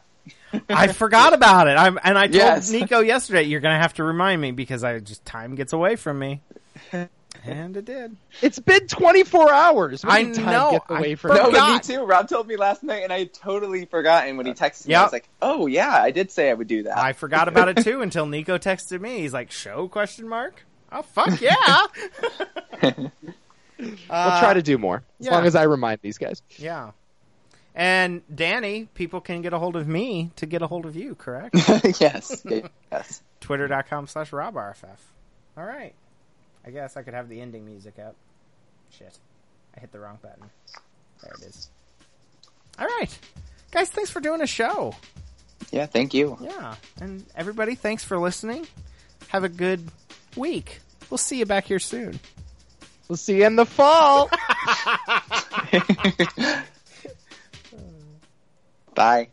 [SPEAKER 2] I forgot about it. I'm and I told
[SPEAKER 4] Yes.
[SPEAKER 2] Nico yesterday, you're gonna have to remind me because I just time gets away from me. And it did.
[SPEAKER 3] It's been 24 hours. What
[SPEAKER 2] I
[SPEAKER 3] do you time
[SPEAKER 2] know,
[SPEAKER 3] Get away
[SPEAKER 2] I
[SPEAKER 3] from
[SPEAKER 4] No,
[SPEAKER 3] me?
[SPEAKER 4] but me
[SPEAKER 2] Forgot.
[SPEAKER 4] too. Rob told me last night, and I had totally forgotten when he texted me. I
[SPEAKER 2] Yep.
[SPEAKER 4] was like, "Oh yeah, I did say I would do that."
[SPEAKER 2] I forgot about it too until Nico texted me. He's like, "Show question mark." Oh fuck yeah!
[SPEAKER 3] We'll try to do more as
[SPEAKER 2] yeah.
[SPEAKER 3] long as I remind these guys.
[SPEAKER 2] yeah. And Danny, people can get a hold of me to get a hold of you. Correct?
[SPEAKER 4] yes, yes.
[SPEAKER 2] Twitter.com slash RobRFF. All right. I guess I could have the ending music up. Shit. I hit the wrong button. There it is. All right. Guys, thanks for doing a show.
[SPEAKER 4] Yeah, thank you.
[SPEAKER 2] Yeah. And everybody, thanks for listening. Have a good week. We'll see you back here soon.
[SPEAKER 3] We'll see you in the fall.
[SPEAKER 4] Bye.